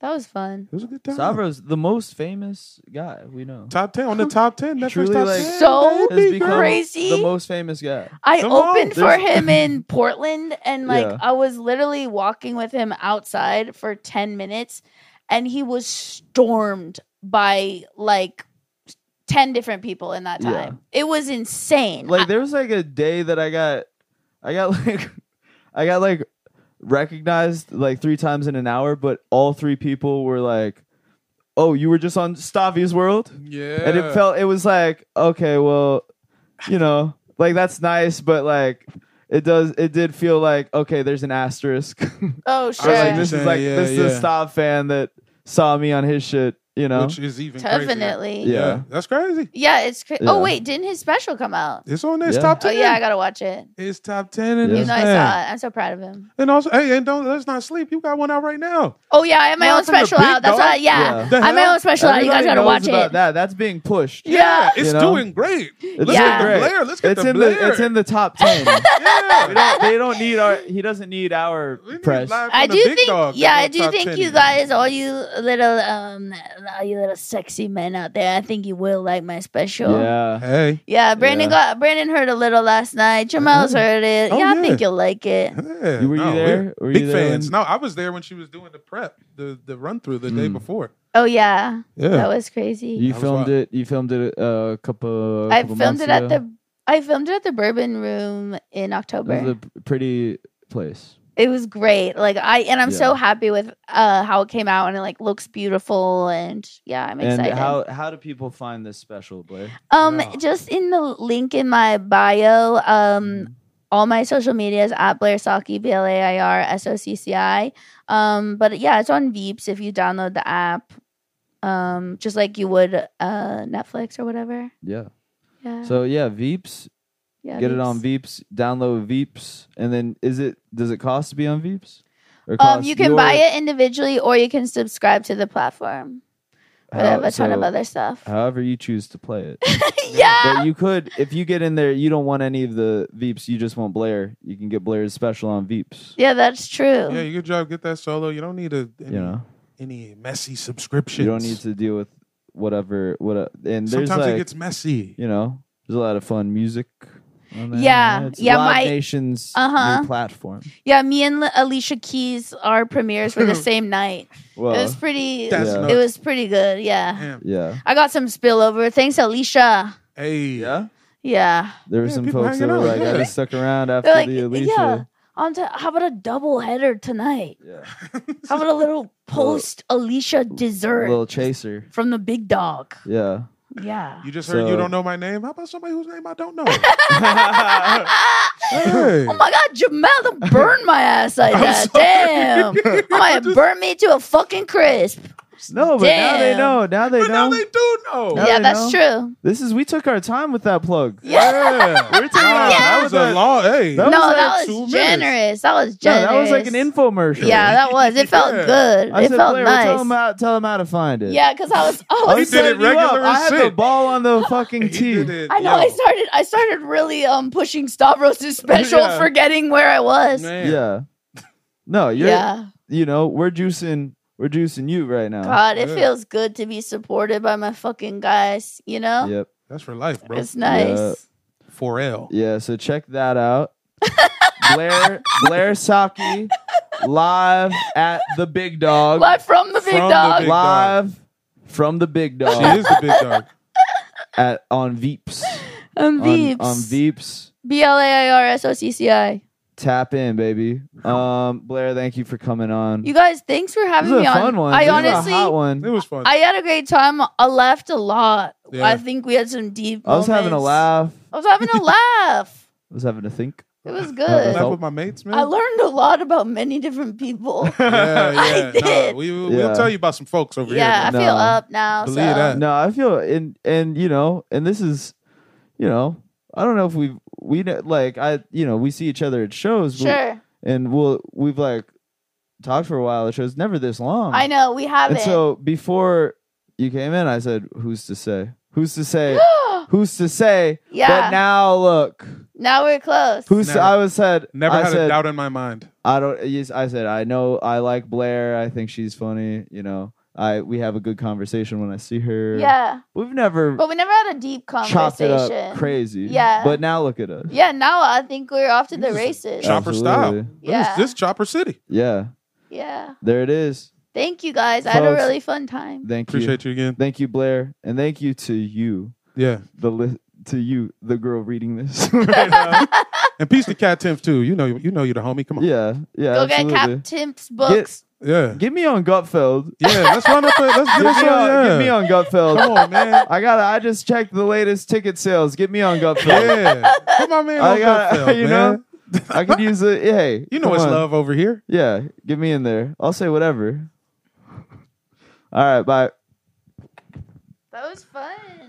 Speaker 3: that was fun.
Speaker 2: It was a good time.
Speaker 1: Sabro's the most famous guy we know.
Speaker 2: Top ten on the top ten. Netflix
Speaker 1: Truly,
Speaker 2: top
Speaker 1: like,
Speaker 2: ten.
Speaker 3: So
Speaker 1: Has
Speaker 2: baby
Speaker 1: become
Speaker 2: girl.
Speaker 3: crazy.
Speaker 1: the most famous guy.
Speaker 3: I
Speaker 2: Come on,
Speaker 3: opened for
Speaker 1: there's-
Speaker 3: him in Portland and like
Speaker 1: Yeah.
Speaker 3: I was literally walking with him outside for 10 minutes and he was stormed by like 10 different people in that
Speaker 1: Yeah.
Speaker 3: time. It was insane.
Speaker 1: Like there was like a day that I got, I got like, I got like recognized like three times in an hour, but all three people were like, "Oh, you were just on Stavi's World."
Speaker 2: Yeah.
Speaker 1: and it felt it was like okay well you know like that's nice but like it does it did feel like okay there's an asterisk
Speaker 3: oh
Speaker 2: I
Speaker 1: Or,
Speaker 3: sure.
Speaker 2: was
Speaker 1: like this is like
Speaker 2: Yeah,
Speaker 1: this is
Speaker 2: yeah.
Speaker 1: a stop fan that saw me on his shit you know
Speaker 2: which is even crazier.
Speaker 3: Definitely.
Speaker 1: Yeah.
Speaker 3: Yeah.
Speaker 2: that's crazy.
Speaker 3: it's cra- Oh
Speaker 1: Yeah.
Speaker 3: wait, didn't his special come out?
Speaker 2: It's on there. It's
Speaker 1: Yeah.
Speaker 2: top
Speaker 3: Oh
Speaker 2: ten.
Speaker 3: yeah, I got to watch it.
Speaker 2: It's top ten. And
Speaker 1: Yeah.
Speaker 3: Even
Speaker 2: it's
Speaker 3: though I
Speaker 2: ten.
Speaker 3: saw it. I'm so proud of him.
Speaker 2: And also, hey, and don't let's not sleep. You got one out right now.
Speaker 3: Oh yeah, I have my
Speaker 2: Well,
Speaker 3: own
Speaker 2: from the
Speaker 3: special
Speaker 2: big
Speaker 3: out. That's
Speaker 2: dog?
Speaker 3: why yeah.
Speaker 1: Yeah.
Speaker 2: The
Speaker 3: I have my
Speaker 2: hell?
Speaker 3: own special out. You guys got to
Speaker 1: Everybody
Speaker 3: watch
Speaker 1: knows about
Speaker 3: it.
Speaker 1: That that's being pushed.
Speaker 3: Yeah.
Speaker 2: it's
Speaker 1: You know?
Speaker 2: doing great.
Speaker 1: It's
Speaker 2: Let's
Speaker 3: Yeah.
Speaker 2: get
Speaker 1: great.
Speaker 2: the Blair. Let's get
Speaker 1: It's
Speaker 2: the
Speaker 1: in
Speaker 2: Blair.
Speaker 1: the it's in the top ten.
Speaker 2: yeah.
Speaker 1: We don't- they don't need our. He doesn't need our
Speaker 2: We need
Speaker 1: press.
Speaker 2: live from
Speaker 3: I
Speaker 2: the
Speaker 3: do
Speaker 2: big
Speaker 3: think,
Speaker 2: dog.
Speaker 3: yeah, I
Speaker 2: That's
Speaker 3: do
Speaker 2: top
Speaker 3: think
Speaker 2: 10.
Speaker 3: you guys, all you little, um, all you little sexy men out there, I think you will like my special.
Speaker 1: Yeah.
Speaker 2: Hey.
Speaker 3: Yeah, Brandon got Brandon heard a little last night. Jamal's
Speaker 2: Oh.
Speaker 3: heard it.
Speaker 2: Oh,
Speaker 3: yeah, I
Speaker 2: yeah.
Speaker 3: think you'll like it.
Speaker 2: Yeah,
Speaker 1: You- were you
Speaker 2: no,
Speaker 1: there?
Speaker 2: we're
Speaker 1: Were you
Speaker 2: Big
Speaker 1: there
Speaker 2: fans.
Speaker 1: when-
Speaker 2: No, I was there when she was doing the prep, the the run through the day
Speaker 1: Mm.
Speaker 2: before.
Speaker 3: Oh yeah, that
Speaker 2: Yeah.
Speaker 3: was crazy.
Speaker 1: You
Speaker 2: That was
Speaker 1: filmed
Speaker 2: wild.
Speaker 1: it. You filmed it uh, a couple.
Speaker 3: I
Speaker 1: couple
Speaker 3: filmed
Speaker 1: months
Speaker 3: it at
Speaker 1: ago.
Speaker 3: the I filmed it at the Bourbon Room in October.
Speaker 1: It was a p- pretty place.
Speaker 3: it was great. Like I and I'm so happy with uh how it came out and it like looks beautiful and yeah, I'm
Speaker 1: and
Speaker 3: excited.
Speaker 1: how how do people find this special, Blair?
Speaker 3: Um,
Speaker 2: Yeah.
Speaker 3: just in the link in my bio, um,
Speaker 1: Mm-hmm.
Speaker 3: all my social medias at Blair Socky, B L A I R S O C C I. Um, but yeah, it's on Veeps if you download the app, um, just like you would uh Netflix or whatever.
Speaker 1: Yeah.
Speaker 3: Yeah.
Speaker 1: So yeah, Veeps.
Speaker 3: yeah,
Speaker 1: Get it
Speaker 3: Veeps.
Speaker 1: on Veeps. Download Veeps, and then is it does it cost to be on Veeps? Or
Speaker 3: Um,
Speaker 1: cost
Speaker 3: you can
Speaker 1: your-
Speaker 3: buy it individually or you can subscribe to the platform. But I
Speaker 1: how-
Speaker 3: have a ton of
Speaker 1: so
Speaker 3: other stuff.
Speaker 1: However you choose to play it.
Speaker 3: yeah.
Speaker 1: But you could, if you get in there, you don't want any of the Veeps. You just want Blair. You can get Blair's special on Veeps.
Speaker 3: Yeah, that's true.
Speaker 2: Yeah, you good job. Get that solo. You don't need a any,
Speaker 1: You know,
Speaker 2: any messy subscriptions.
Speaker 1: you don't need to deal with whatever. What a- and there's
Speaker 2: Sometimes
Speaker 1: like
Speaker 2: it gets messy.
Speaker 1: you know, there's a lot of fun music. on there.
Speaker 3: Yeah,
Speaker 1: it's
Speaker 3: yeah,
Speaker 1: Live
Speaker 3: my-
Speaker 1: Nation's
Speaker 3: Uh-huh.
Speaker 1: new platform.
Speaker 3: Yeah, me and Le- Alicia Keys, our premieres were the same night.
Speaker 1: Well,
Speaker 3: it was pretty.
Speaker 2: That's
Speaker 1: Yeah.
Speaker 2: nuts.
Speaker 3: It was pretty good. Yeah,
Speaker 2: Damn.
Speaker 1: yeah,
Speaker 3: I got some spillover. Thanks, Alicia.
Speaker 2: Hey.
Speaker 1: yeah.
Speaker 3: Yeah,
Speaker 1: There were
Speaker 2: Yeah,
Speaker 1: some
Speaker 2: people
Speaker 1: folks that
Speaker 2: hanging
Speaker 1: were
Speaker 2: out,
Speaker 1: like,
Speaker 2: yeah.
Speaker 1: I just stuck around after
Speaker 3: they're like,
Speaker 1: the Alicia.
Speaker 3: yeah. On to how about a double header tonight?
Speaker 1: Yeah.
Speaker 3: How about a little post Alicia dessert
Speaker 1: Little chaser.
Speaker 3: from the big dog?
Speaker 1: Yeah.
Speaker 3: Yeah,
Speaker 2: You just heard you
Speaker 1: So-
Speaker 2: don't know my name. How about somebody whose name I don't know?
Speaker 3: Oh my God, Jamel done burned my ass like
Speaker 2: I'm
Speaker 3: that.
Speaker 2: sorry.
Speaker 3: Damn, I might have
Speaker 2: Just-
Speaker 3: burned me to a fucking crisp.
Speaker 1: No, but now they
Speaker 3: Damn.
Speaker 1: know. Now they
Speaker 2: but now
Speaker 1: know.
Speaker 2: they do know.
Speaker 1: Now
Speaker 3: yeah,
Speaker 1: they
Speaker 3: that's true.
Speaker 1: This is we took our time with Oh, that plug.
Speaker 3: Yeah.
Speaker 2: Yeah.
Speaker 1: We're taking our-
Speaker 2: That was a long. Hey,
Speaker 1: That
Speaker 3: no,
Speaker 1: was
Speaker 3: that
Speaker 1: like
Speaker 2: two
Speaker 3: was
Speaker 2: minutes.
Speaker 3: generous. That was
Speaker 1: No,
Speaker 3: generous.
Speaker 1: that was like an infomercial.
Speaker 3: Yeah, that was. It felt
Speaker 2: Yeah.
Speaker 3: good.
Speaker 1: I
Speaker 3: it
Speaker 1: said,
Speaker 3: felt
Speaker 1: Blair, well, tell
Speaker 3: nice.
Speaker 1: him how tell him how to find it.
Speaker 3: Yeah, because I was. oh, I
Speaker 1: I
Speaker 3: was
Speaker 2: He did it
Speaker 1: setting Oh, you up.
Speaker 2: regular
Speaker 1: I
Speaker 2: as
Speaker 1: had the
Speaker 2: shit.
Speaker 1: ball on the fucking
Speaker 2: He did
Speaker 1: tee.
Speaker 2: it,
Speaker 3: I know.
Speaker 2: yo.
Speaker 3: I started. I started really um pushing Stavros' special,
Speaker 2: Yeah.
Speaker 3: forgetting where I was.
Speaker 2: Man.
Speaker 1: Yeah. No, you're
Speaker 3: Yeah,
Speaker 1: you know, we're juicing we're juicing you right now.
Speaker 3: God, it
Speaker 2: Yeah.
Speaker 3: feels good to be supported by my fucking guys. You know,
Speaker 1: Yep.
Speaker 2: That's for life, bro.
Speaker 3: it's nice.
Speaker 1: Yeah.
Speaker 2: 4L.
Speaker 1: Yeah, so check that out. Blair Blair Saki live at the Big Dog.
Speaker 3: Live from the big
Speaker 2: From the
Speaker 3: dog.
Speaker 2: Big
Speaker 1: live from the Big Dog
Speaker 2: She is the big dog.
Speaker 1: at on Veeps.
Speaker 3: I'm Veeps.
Speaker 1: On, on Veeps.
Speaker 3: B L A I R S O C C I.
Speaker 1: Tap in, baby. Um, Blair, thank you for coming on.
Speaker 3: You guys, thanks for
Speaker 1: this
Speaker 3: having
Speaker 1: is a
Speaker 3: me on.
Speaker 1: fun one.
Speaker 3: I
Speaker 1: This is
Speaker 3: honestly,
Speaker 1: a hot one.
Speaker 2: It was fun.
Speaker 3: I had a great time. I laughed a lot.
Speaker 2: Yeah.
Speaker 3: I think we had some deep.
Speaker 1: I was having a
Speaker 3: moments.
Speaker 1: laugh.
Speaker 3: I was having a laugh.
Speaker 1: I was having a think.
Speaker 3: It was
Speaker 1: Uh,
Speaker 3: good.
Speaker 2: Laugh with my mates, man.
Speaker 3: I learned a lot about many different people.
Speaker 2: yeah, yeah.
Speaker 3: I did.
Speaker 2: No, we, we-
Speaker 1: Yeah.
Speaker 2: We'll tell you about some folks over
Speaker 3: yeah,
Speaker 2: here.
Speaker 3: I
Speaker 2: man.
Speaker 1: No.
Speaker 3: feel up now.
Speaker 2: Believe
Speaker 3: so.
Speaker 2: that.
Speaker 1: No, I feel and and you know, and this is, you know, I don't know if we've we ne- like I you know we see each other at shows, but-
Speaker 3: Sure.
Speaker 1: and we'll we've like talked for a while at shows, never this long.
Speaker 3: I know, we have
Speaker 1: And
Speaker 3: it.
Speaker 1: so before you came in, I said, "Who's to say? Who's to say? Who's to say?" But
Speaker 3: yeah. Now,
Speaker 1: now look,
Speaker 3: we're close.
Speaker 1: who's
Speaker 2: Never-
Speaker 1: I was said
Speaker 2: Never
Speaker 1: I
Speaker 2: had
Speaker 1: said,
Speaker 2: a doubt in my mind.
Speaker 1: I don't. yes, I said I know. I like Blair. I think she's funny. You know, I we have a good conversation when I see her.
Speaker 3: yeah.
Speaker 1: we've never
Speaker 3: But we never had a deep
Speaker 1: chopped it
Speaker 3: conversation.
Speaker 1: up crazy.
Speaker 3: Yeah.
Speaker 1: but now look at us.
Speaker 3: Yeah, now I think we're off to the
Speaker 2: This is
Speaker 3: races.
Speaker 2: chop- Chopper
Speaker 1: Absolutely.
Speaker 2: style. This,
Speaker 3: Yeah.
Speaker 2: this Chopper City.
Speaker 1: Yeah,
Speaker 3: yeah.
Speaker 1: there it is.
Speaker 3: Thank you guys. I had a
Speaker 1: Folks.
Speaker 3: really fun time.
Speaker 1: Thank you,
Speaker 2: Appreciate you again.
Speaker 1: thank you, Blair, and thank you to you,
Speaker 2: Yeah.
Speaker 1: the li- to you, the girl reading this. right now.
Speaker 2: And peace to Cat Timp too. You know, you know, you're the homie. Come on.
Speaker 1: Yeah, yeah,
Speaker 3: Go
Speaker 1: absolutely.
Speaker 3: get Cap Timp's books.
Speaker 2: yeah,
Speaker 1: Get me on Gutfeld.
Speaker 2: yeah. Let's run up. A, let's
Speaker 1: Get
Speaker 2: get
Speaker 1: me
Speaker 2: us
Speaker 1: on,
Speaker 2: on. Yeah.
Speaker 1: get me on Gutfeld.
Speaker 2: Come on, man.
Speaker 1: I got. to I just checked the latest ticket sales. Get me on Gutfeld.
Speaker 2: Yeah. Come on, man.
Speaker 1: I got.
Speaker 2: Gutfeld,
Speaker 1: you
Speaker 2: man.
Speaker 1: know. I could use it. Hey,
Speaker 2: You know
Speaker 1: come
Speaker 2: it's
Speaker 1: on.
Speaker 2: love over here.
Speaker 1: Yeah, get me in there. I'll say whatever. All right, bye.
Speaker 3: That was fun.